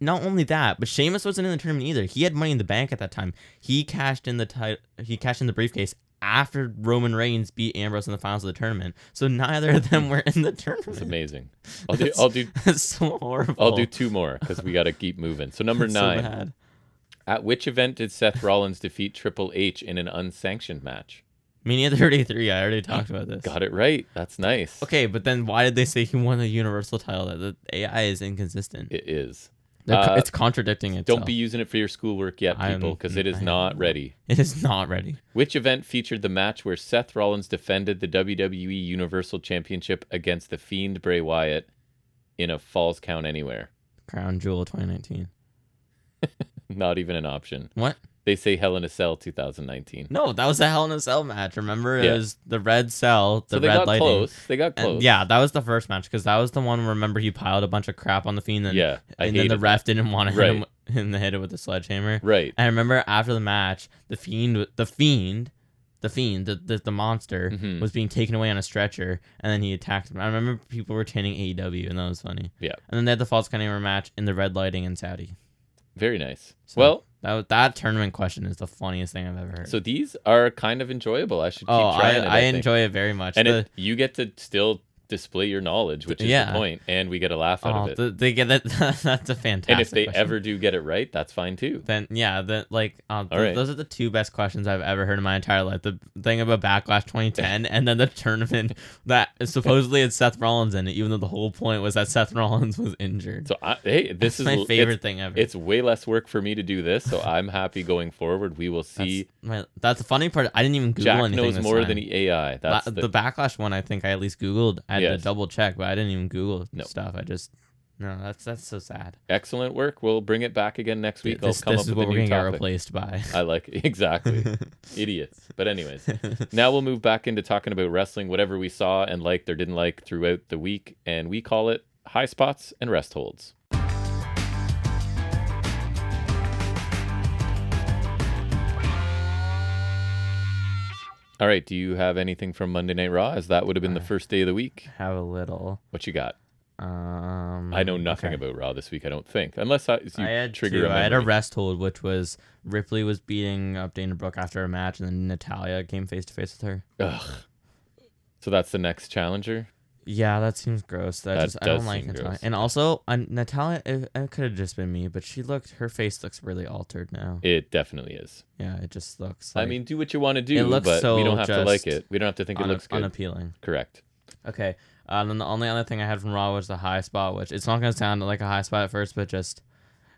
Not only that, but Seamus wasn't in the tournament either. He had money in the bank at that time. He cashed in the title. He cashed in the briefcase after Roman Reigns beat Ambrose in the finals of the tournament. So neither of them were [LAUGHS] in the It's tournament. [LAUGHS] amazing. I'll do I'll do That's [LAUGHS] so horrible. I'll do [LAUGHS] two more because we gotta keep moving. So number That's so nine. bad. At which event did Seth Rollins defeat Triple H in an unsanctioned match? Mania 33. I already talked about [GASPS] this. Got it right. That's nice. Okay, but then why did they say he won the Universal title? That the AI is inconsistent. It is. They're co- uh, it's contradicting itself. Don't be using it for your schoolwork yet, I'm- people, because it is I- not ready. [LAUGHS] It is not ready. Which event featured the match where Seth Rollins defended the WWE Universal Championship against the Fiend Bray Wyatt in a Falls Count Anywhere? [LAUGHS] Crown Jewel 2019. Not even an option. What? They say Hell in a Cell 2019. No, that was a Hell in a Cell match. Remember, Yeah. it was the red cell, the so they red got lighting. close. They got And close. yeah, that was the first match because that was the one. Where, remember, he piled a bunch of crap on the fiend, and, Yeah. I and then the hated ref didn't want to hit him [LAUGHS] Right. in the hit it with the sledgehammer. that. Right. I remember after the match, the fiend, the fiend, the fiend, the the, the monster Mhm. was being taken away on a stretcher, and then he attacked him. I remember people were chanting AEW, and that was funny. Yeah. And then they had the false Cunningham match in the red lighting in Saudi. Very nice. So- well, That was- that tournament question is the funniest thing I've ever heard. so these are kind of enjoyable. I should keep oh, I, trying it. I think. enjoy it very much. And The- it, you get to still display your knowledge, which is Yeah. the point, and we get a laugh out Oh, of it. th- they get that. [LAUGHS] that's a fantastic. and if they question. ever do get it right, that's fine too. then yeah, then like uh, th- right. those are the two best questions I've ever heard in my entire life. The thing about Backlash 2010, and then the tournament [LAUGHS] that supposedly had Seth Rollins in it, even though the whole point was that Seth Rollins was injured. So I, hey, this That's is my l- it's- favorite thing ever. It's way less work for me to do this, so I'm happy going forward. We will that's, see. my, that's the funny part. I didn't even Google Jack anything. knows this more time. than the AI. La- That's the, the, backlash one, I think I at least Googled. I had Yes. to double check, but I didn't even Google No. stuff. I just no. That's that's so sad. excellent work. We'll bring it back again next week. this I'll come this up is with what a we're new gonna get topic. replaced by. [LAUGHS] I like [LAUGHS] exactly idiots. But anyways, now we'll move back into talking about wrestling, whatever we saw and liked or didn't like throughout the week, and we call it high spots and rest holds. All right, do you have anything from Monday Night Raw? As that would have been the Uh, first day of the week. Have a little. What you got? Um, I know nothing okay. about Raw this week. I don't think, unless I, you I had trigger two. a I had a memory. rest hold, which was Ripley was beating up Dana Brooke after a match, and then Natalia came face to face with her. Ugh. So that's the next challenger. Yeah, that seems gross. That, That just I don't does like seem Natalia. gross. And also, uh, Natalia, it, it could have just been me, but she looked. Her face looks really altered now. It definitely is. yeah, it just looks. I Like mean, do what you want to do, looks but we so don't have to like just it. We don't have to think it una- looks good. unappealing. Correct. Okay. Uh, and then the only other thing I had from Raw was the high spot, which it's not gonna sound like a high spot at first, but just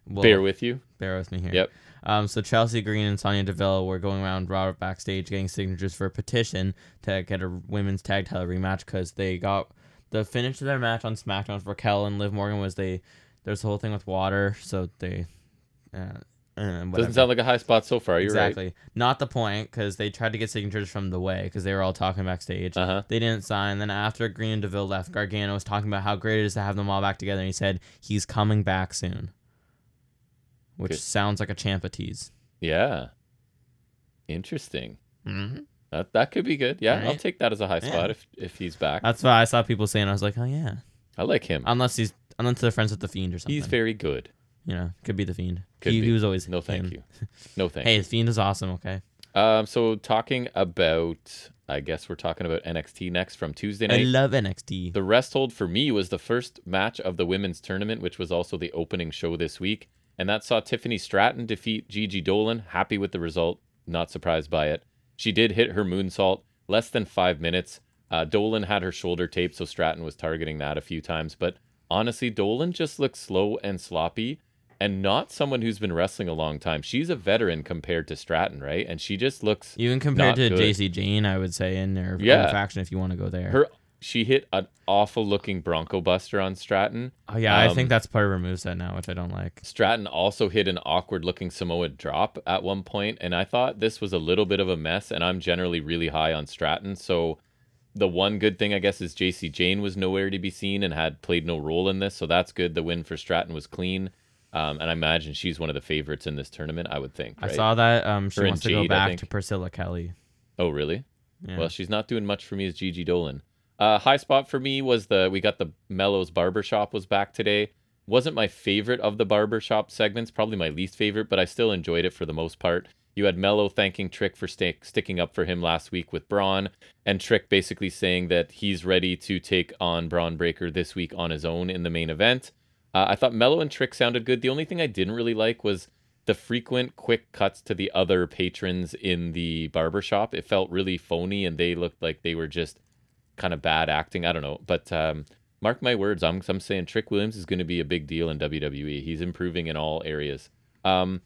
well, Bear with you. bear with me here. Yep. Um, so Chelsea Green and Sonya Deville were going around Raw backstage getting signatures for a petition to get a women's tag title rematch because they got the finish to their match on SmackDown for Raquel and Liv Morgan was they there's the whole thing with water, so they uh, uh, Doesn't whatever. sound like a high spot so far. You're exactly not the point because they tried to get signatures from the way because they were all talking backstage. right. Uh huh. They didn't sign. Then after Green and Deville left, Gargano was talking about how great it is to have them all back together, and he said he's coming back soon, which Good. sounds like a Champa tease. Yeah. Interesting. Mm-hmm. That that could be good. Yeah, I'll Alright. take that as a high Yeah. spot if if he's back. That's why I saw people saying. I was like, oh yeah, I like him. unless he's unless they're friends with the Fiend or something. He's very good. you know, could be the Fiend. Could he, be. he was always No, thank him. you. [LAUGHS] No, thank. Hey, the Fiend is awesome. Okay, you. Um, so talking about, I guess we're talking about NXT next from Tuesday I night. love NXT. The rest hold for me was the first match of the women's tournament, which was also the opening show this week. And that saw Tiffany Stratton defeat Gigi Dolan. Happy with the result, not surprised by it. She did hit her moonsault less than five minutes. Uh, Dolan had her shoulder taped, so Stratton was targeting that a few times. But honestly, Dolan just looks slow and sloppy and not someone who's been wrestling a long time. She's a veteran compared to Stratton, right? And she just looks Even not compared to good. JC Jane, I would say in their Yeah. own faction, if you want to go there. her. She hit an awful looking Bronco Buster on Stratton. oh yeah, I um, think that's part of her moveset now, which I don't like. Stratton also hit an awkward looking Samoa drop at one point, and I thought this was a little bit of a mess, and I'm generally really high on Stratton. So the one good thing I guess is JC Jane was nowhere to be seen and had played no role in this, so that's good. The win for Stratton was clean. Um, and I imagine she's one of the favorites in this tournament, I would think. Right? I saw that um, she Her and wants to Jade, go I back think. to Priscilla Kelly. Oh, really? Yeah. Well, she's not doing much for me as Gigi Dolan. Uh, high spot for me was the we got the Mellows Barbershop was back today. Wasn't my favorite of the barbershop segments, probably my least favorite, but I still enjoyed it for the most part. You had Mello thanking Trick for sta- sticking up for him last week with Braun, and Trick basically saying that he's ready to take on Braun Breaker this week on his own in the main event. Uh, I thought Mello and Trick sounded good. The only thing I didn't really like was the frequent quick cuts to the other patrons in the barbershop. It felt really phony and they looked like they were just kind of bad acting. I don't know. But um, mark my words, I'm, I'm saying Trick Williams is going to be a big deal in WWE. He's improving in all areas. Um,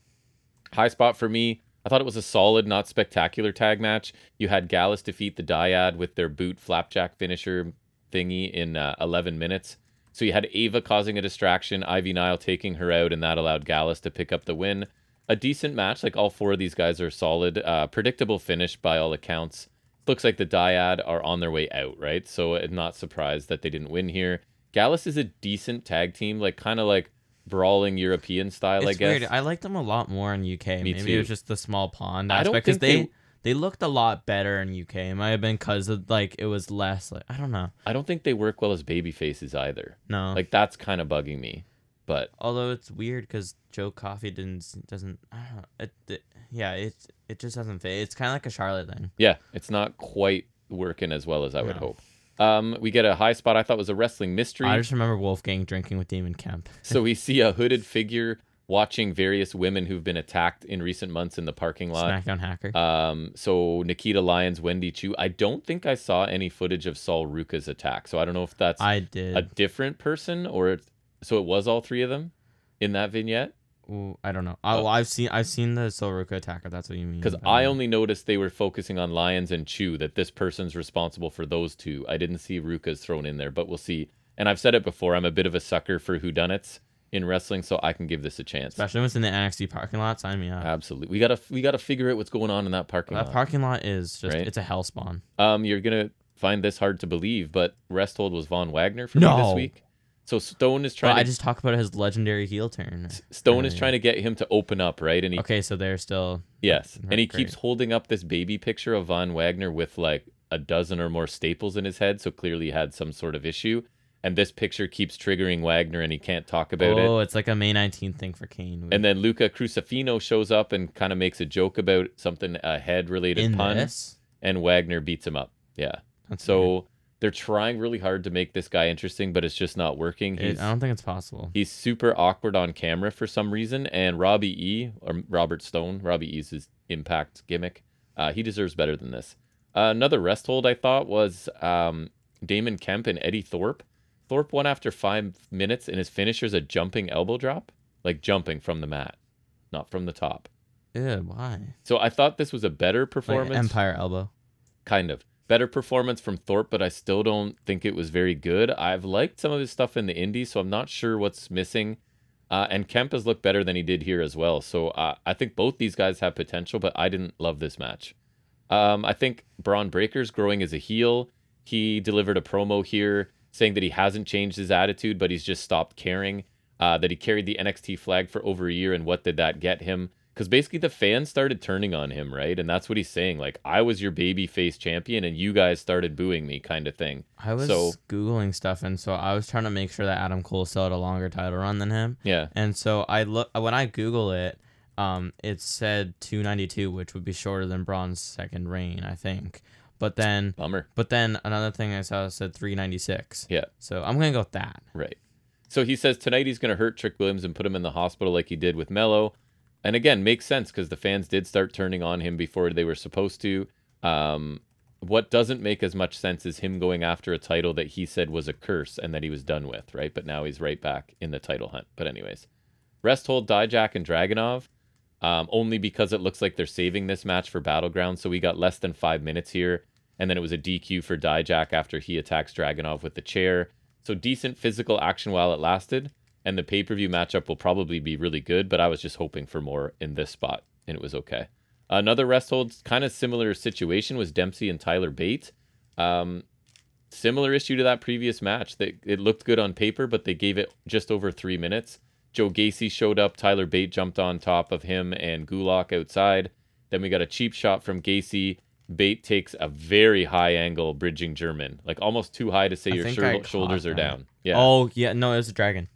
high spot for me. I thought it was a solid, not spectacular tag match. You had Gallus defeat the Dyad with their boot flapjack finisher thingy in uh, 11 minutes. So you had Ava causing a distraction, Ivy Nile taking her out, and that allowed Gallus to pick up the win. A decent match. Like all four of these guys are solid. Uh, predictable finish by all accounts. Looks like the Dyad are on their way out, right? So I'm not surprised that they didn't win here. Gallus is a decent tag team, like kind of like brawling European style, I it's guess. weird. I like them a lot more in UK. Me Maybe it was too. just the small pond I don't aspect because think they- they, they looked a lot better in UK. It might have been because of like it was less like I don't know. I don't think they work well as baby faces either. No, like Like that's kind of bugging me. But although it's weird because Joe Coffey didn't s- doesn't I don't know. It, it- yeah it it just doesn't fit. It's kind of like a Charlotte thing. yeah, it's not quite working as well as I would No. hope. Um, we get a high spot I thought was a wrestling mystery. I just remember Wolfgang drinking with Damon Kemp. So we see a hooded figure watching various women who've been attacked in recent months in the parking lot. SmackDown hacker. Um, so Nikita Lyons, Wendy Chu. I don't think I saw any footage of Saul Ruka's attack. So I don't know if that's I did. a different person or it, so it was all three of them in that vignette Ooh, I don't know. I, Oh. well, I've seen I've seen the Soruka attack. If that's what you mean. because but, I um, only noticed they were focusing on Lyons and Chu that this person's responsible for those two. I didn't see Ruka's thrown in there, but we'll see. And I've said it before, I'm a bit of a sucker for whodunits in wrestling, so I can give this a chance. especially when it's in the NXT parking lot. Sign me up. Absolutely, we gotta we gotta figure out what's going on in that parking that lot. parking lot is just Right? it's a hell spawn. um, you're gonna find this hard to believe, but Resthold was Von Wagner for me No. this week. So Stone is But trying. to, I just talk about his legendary heel turn. Stone [LAUGHS] is earlier. trying to get him to open up, right? And he Okay, so they're still Yes. Right, And he great. keeps holding up this baby picture of Von Wagner with like a dozen or more staples in his head. So clearly had some sort of issue. And this picture keeps triggering Wagner and he can't talk about it. oh, it's like a May 19th thing for Kane. And then Luca Crucifino shows up and kind of makes a joke about something, a head related in pun. this, Mm-hmm. And Wagner beats him up. Yeah. That's weird. So they're trying really hard to make this guy interesting, but it's just not working. It- He's, I don't think it's possible. he's super awkward on camera for some reason. And Robbie E or Robert Stone, Robbie E's his impact gimmick. Uh, he deserves better than this. Uh, another rest hold I thought was um, Damon Kemp and Eddie Thorpe. Thorpe won after five minutes, and his finisher's a jumping elbow drop, like jumping from the mat, not from the top. Yeah, why? So I thought this was a better Like performance, Empire elbow. kind of better performance from Thorpe, but I still don't think it was very good. I've liked some of his stuff in the indies, so I'm not sure what's missing. Uh, and Kemp has looked better than he did here as well. So uh, I think both these guys have potential, but I didn't love this match. Um, I think Braun Breaker's growing as a heel. He delivered a promo here saying that he hasn't changed his attitude, but he's just stopped caring. Uh, that he carried the NXT flag for over a year, and what did that get him? Because basically the fans started turning on him, right? And that's what he's saying. Like, I was your baby face champion, and you guys started booing me, kind of thing. I was So- googling stuff, and so I was trying to make sure that Adam Cole still had a longer title run than him. Yeah. And so I look when I Google it, um, it said 292, which would be shorter than Braun's second reign, I think. But then, Bummer. but then another thing I saw said 396. Yeah. So I'm gonna go with that. Right. So he says tonight he's going to hurt Trick Williams and put him in the hospital like he did with Mello. And again, makes sense because the fans did start turning on him before they were supposed to. Um, what doesn't make as much sense is him going after a title that he said was a curse and that he was done with, right? But now he's right back in the title hunt. But, anyways, Resthold, Dijak, and Dragonov, um, only because it looks like they're saving this match for Battleground. So we got less than five minutes here. And then it was a DQ for Dijak after he attacks Dragonov with the chair. So decent physical action while it lasted, and the pay per view matchup will probably be really good. But I was just hoping for more in this spot, and it was okay. Another rest hold, kind of similar situation was Dempsey and Tyler Bate. Um, similar issue to that previous match. That it looked good on paper, but they gave it just over three minutes. Joe Gacy showed up. Tyler Bate jumped on top of him and Gulak outside. Then we got a cheap shot from Gacy. Bate takes a very high angle bridging German, like almost too high to say I your think shir- I caught shoulders are that. down. Yeah. Oh yeah, no, it was a dragon.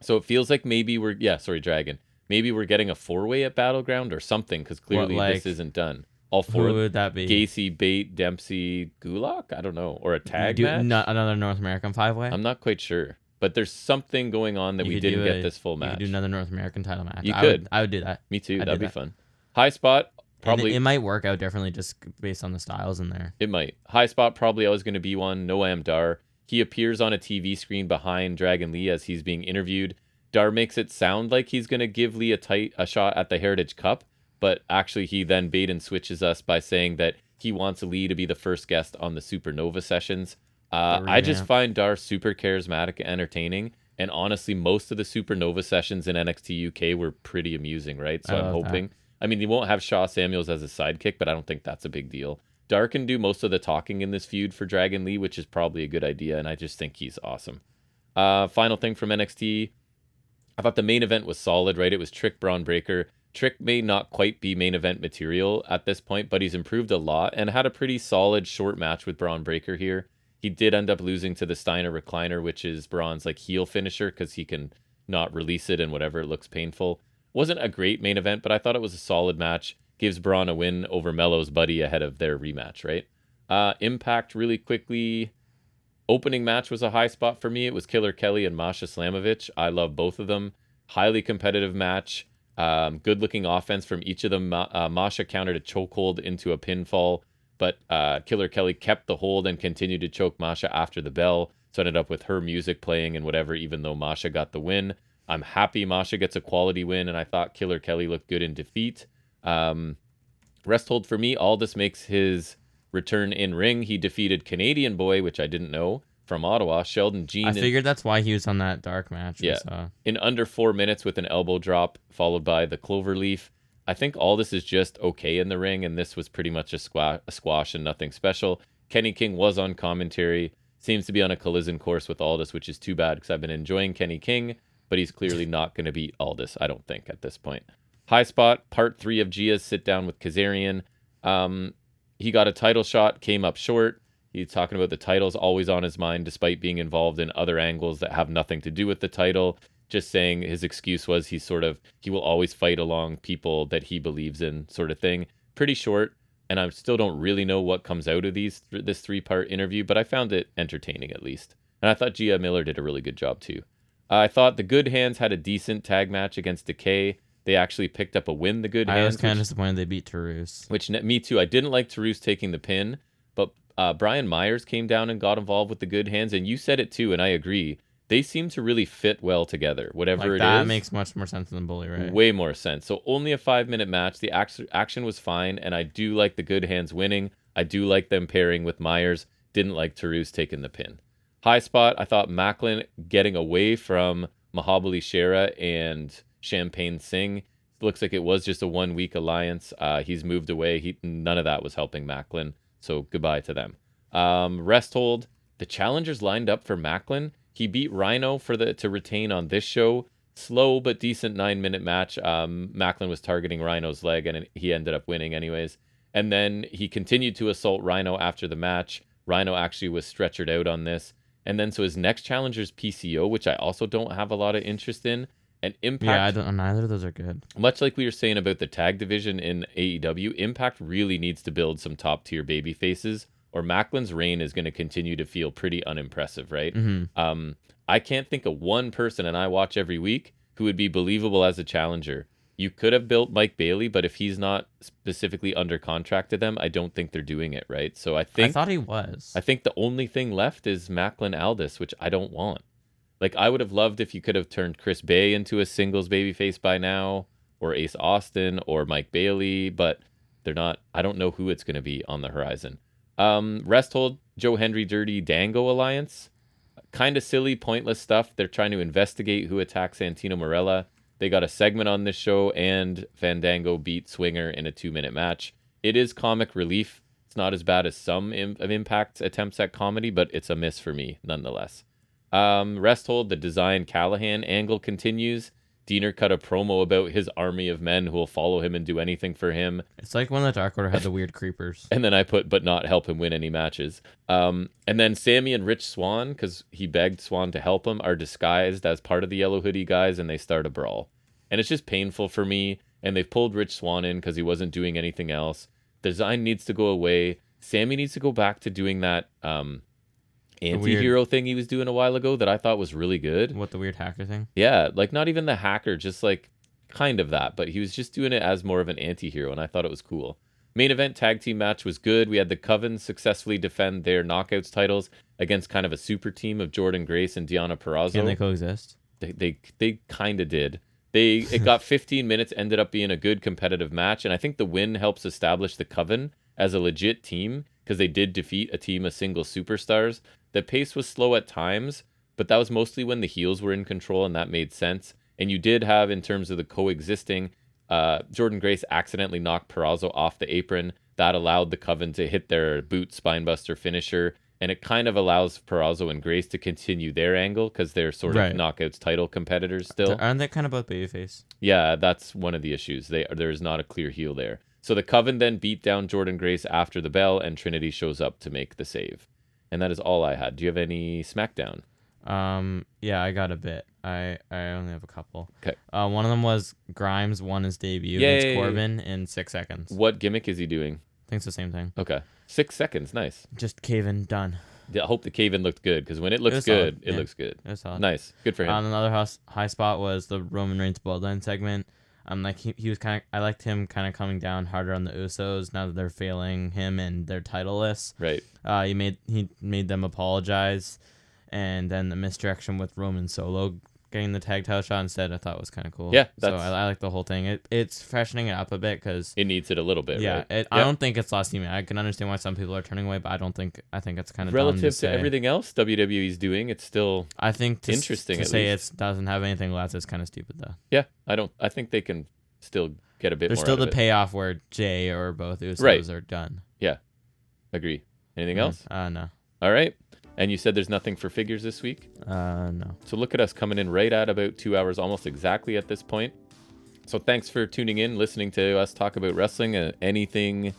So it feels like maybe we're yeah, sorry, Dragon. Maybe we're getting a four way at Battleground or something because clearly like- this isn't done. All Who four of would that be? Gacy, Bate, Dempsey, Gulak. I don't know, or a tag Do- match. no- another North American five way. I'm not quite sure, but there's something going on that You we could didn't do get a- this full You could match. do another North American title match. You I would- could. I would do that. Me too. I'd That'd do be that. fun. High spot And probably it, it might work out differently just based on the styles in there. It might. High spot probably always going to be one. Noam Dar. He appears on a TV screen behind Dragon Lee as he's being interviewed. Dar makes it sound like he's going to give Lee a tight a shot at the Heritage Cup, but actually he then bait and switches us by saying that he wants Lee to be the first guest on the Supernova sessions. Uh, The I just revamp. find Dar super charismatic and entertaining. And honestly, most of the Supernova sessions in NXT UK were pretty amusing, right? So I I'm love that. hoping. I mean, he won't have Shaw Samuels as a sidekick, but I don't think that's a big deal. Dar can do most of the talking in this feud for Dragon Lee, which is probably a good idea, and I just think he's awesome. Uh, final thing from NXT, I thought the main event was solid, right? It was Trick Braun Breaker. Trick may not quite be main event material at this point, but he's improved a lot and had a pretty solid short match with Braun Breaker here. He did end up losing to the Steiner recliner, which is Braun's like heel finisher because he can not release it and whatever it looks painful. Wasn't a great main event, but I thought it was a solid match. Gives Braun a win over Mello's buddy ahead of their rematch, right? Uh, Impact really quickly. Opening match was a high spot for me. It was Killer Kelly and Masha Slamovich. I love both of them. Highly competitive match. Um, good looking offense from each of them. Ma- uh, Masha countered a chokehold into a pinfall, but uh, Killer Kelly kept the hold and continued to choke Masha after the bell. So ended up with her music playing and whatever, even though Masha got the win. I'm happy Masha gets a quality win, and I thought Killer Kelly looked good in defeat. Um, rest hold for me. Aldis makes his return in ring. He defeated Canadian Boy, which I didn't know, from Ottawa. Sheldon Jean I in- figured that's why he was on that dark match. Yeah. so- in under four minutes with an elbow drop, followed by the clover leaf. I think all this is just okay in the ring, and this was pretty much a, squa- a squash and nothing special. Kenny King was on commentary, seems to be on a collision course with Aldis, which is too bad because I've been enjoying Kenny King, but he's clearly not going to beat Aldis, I don't think, at this point. High spot, part three of Gia's sit down with Kazarian. Um, he got a title shot, came up short. He's talking about the title's always on his mind, despite being involved in other angles that have nothing to do with the title. Just saying his excuse was he's sort of, he will always fight along people that he believes in, sort of thing. Pretty short. And I still don't really know what comes out of these th- this three part interview, but I found it entertaining at least. And I thought Gia Miller did a really good job too. I thought the Good Hands had a decent tag match against Decay. They actually picked up a win. The Good I was Hands, kind which- of disappointed they beat Tarus. which ne- me too. I didn't like Tarus taking the pin, but uh, Brian Myers came down and got involved with the good hands, and you said it too, and I agree. They seem to really fit well together. Whatever it is, Like that makes much more sense than Bully, right? way more sense. So only a five minute match. The act- action was fine, and I do like the good hands winning. I do like them pairing with Myers. Didn't like Tarus taking the pin. High spot. I thought Macklin getting away from Mahabali Shera and Champagne Singh looks like it was just a one week alliance. Uh, he's moved away. He none of that was helping Macklin. So goodbye to them. Um, rest hold. The challengers lined up for Macklin. He beat Rhino for the to retain on this show. Slow but decent nine minute match. Um, Macklin was targeting Rhino's leg and he ended up winning anyways. And then he continued to assault Rhino after the match. Rhino actually was stretchered out on this. And then so his next challenger's PCO, which I also don't have a lot of interest in. And Impact Yeah, I don't, neither of those are good. much like we were saying about the tag division in AEW, Impact really needs to build some top tier baby faces, or Macklin's reign is going to continue to feel pretty unimpressive, right? hmm Um, I can't think of one person, and I watch every week, who would be believable as a challenger. You could have built Mike Bailey, but if he's not specifically under contract to them, I don't think they're doing it right. So I think I thought he was. I think the only thing left is Macklin Aldis, which I don't want. Like I would have loved if you could have turned Chris Bay into a singles babyface by now, or Ace Austin, or Mike Bailey, but they're not. I don't know who it's going to be on the horizon. Um, rest hold Joe Henry Dirty Dango alliance. Kind of silly, pointless stuff. They're trying to investigate who attacked Santino Morella. They got a segment on this show, and Fandango beat Swinger in a two-minute match. It is comic relief. It's not as bad as some im- of Impact's attempts at comedy, but it's a miss for me nonetheless. Um, rest hold the design Callahan angle continues. Diener cut a promo about his army of men who will follow him and do anything for him. it's like when the Dark [LAUGHS] Order had the weird creepers. And then I put, but not help him win any matches. Um, and then Sammy and Rich Swan, because he begged Swan to help him, are disguised as part of the Yellow Hoodie guys and they start a brawl. And it's just painful for me. And they've pulled Rich Swan in because he wasn't doing anything else. Design needs to go away. Sammy needs to go back to doing that um, weird- anti hero thing he was doing a while ago that I thought was really good. What the weird hacker thing? Yeah, like not even the hacker, just like kind of that, but he was just doing it as more of an anti hero, and I thought it was cool. Main event tag team match was good. We had the Coven successfully defend their knockouts titles against kind of a super team of Jordan Grace and Deanna Perrazzo. Can they coexist? they they, they kind of did. They it got 15 minutes, ended up being a good competitive match, and I think the win helps establish the Coven as a legit team because they did defeat a team of single superstars. The pace was slow at times, but that was mostly when the heels were in control, and that made sense. And you did have, in terms of the coexisting, uh, Jordan Grace accidentally knocked Perazzo off the apron. That allowed the Coven to hit their boot spinebuster finisher, and it kind of allows Perazzo and Grace to continue their angle because they're sort Right. of knockouts title competitors still. Aren't they kind of both babyface? Yeah, that's one of the issues. They there is not a clear heel there. So the Coven then beat down Jordan Grace after the bell, and Trinity shows up to make the save. And that is all I had. Do you have any SmackDown? Um, yeah, I got a bit. I I only have a couple. 'Kay. Uh, one of them was Grimes won his debut Yay. against Corbin in six seconds. I What gimmick is he doing? think it's the same thing. Okay, six seconds. Nice. Just cave in, done. I hope the cave in looked good because when it looks was good, solid, it yeah. looks good. It was solid. Nice, good for him. Um, another house, high spot was the Roman Reigns Bloodline segment. Um, like he, he was kind of, I liked him kind of coming down harder on the Usos now that they're failing him and they're titleless. right. Uh, he made he made them apologize, and then the misdirection with Roman Solo getting the tag title shot instead, I thought was kind of cool. Yeah, so that's- I, I like the whole thing. It it's freshening it up a bit because It needs it a little bit. yeah, right? it, I don't think it's lost email. I can understand why some people are turning away, but I don't think I think it's kind of Relative to, say. everything else WWE's doing, it's still I think to, s- Interesting, to at say least. it doesn't have anything left is kind of stupid though. yeah. I don't. I think they can still get a bit. There's more still out of the it. payoff where Jay or both Usos Right. are done. Agree. Anything Yeah. else? Uh, no. All right. And you said there's nothing for figures this week. Uh, no. So look at us coming in right at about two hours, almost exactly at this point. So thanks for tuning in, listening to us talk about wrestling. Uh, anything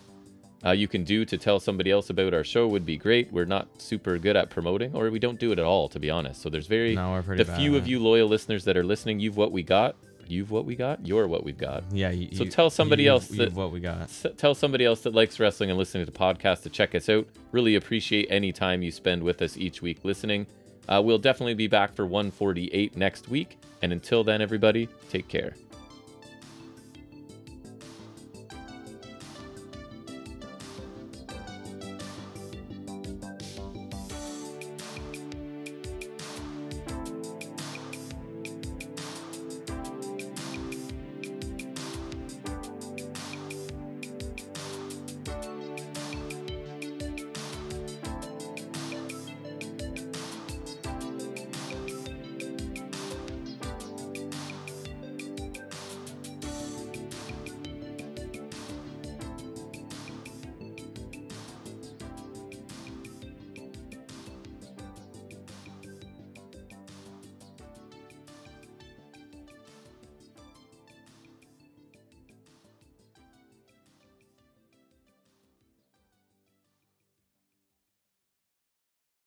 uh, you can do to tell somebody else about our show would be great. We're not super good at promoting, or we don't do it at all, to be honest. So there's very No, we're pretty the bad few at of it. you loyal listeners that are listening. You've what we got. You've what we got. You're what we've got. Yeah. You, So you- tell somebody you- else you- that- what we got. S- tell somebody else that likes wrestling and listening to podcasts to check us out. Really appreciate any time you spend with us each week listening. Uh, we'll definitely be back for 148 next week. And until then, everybody, take care.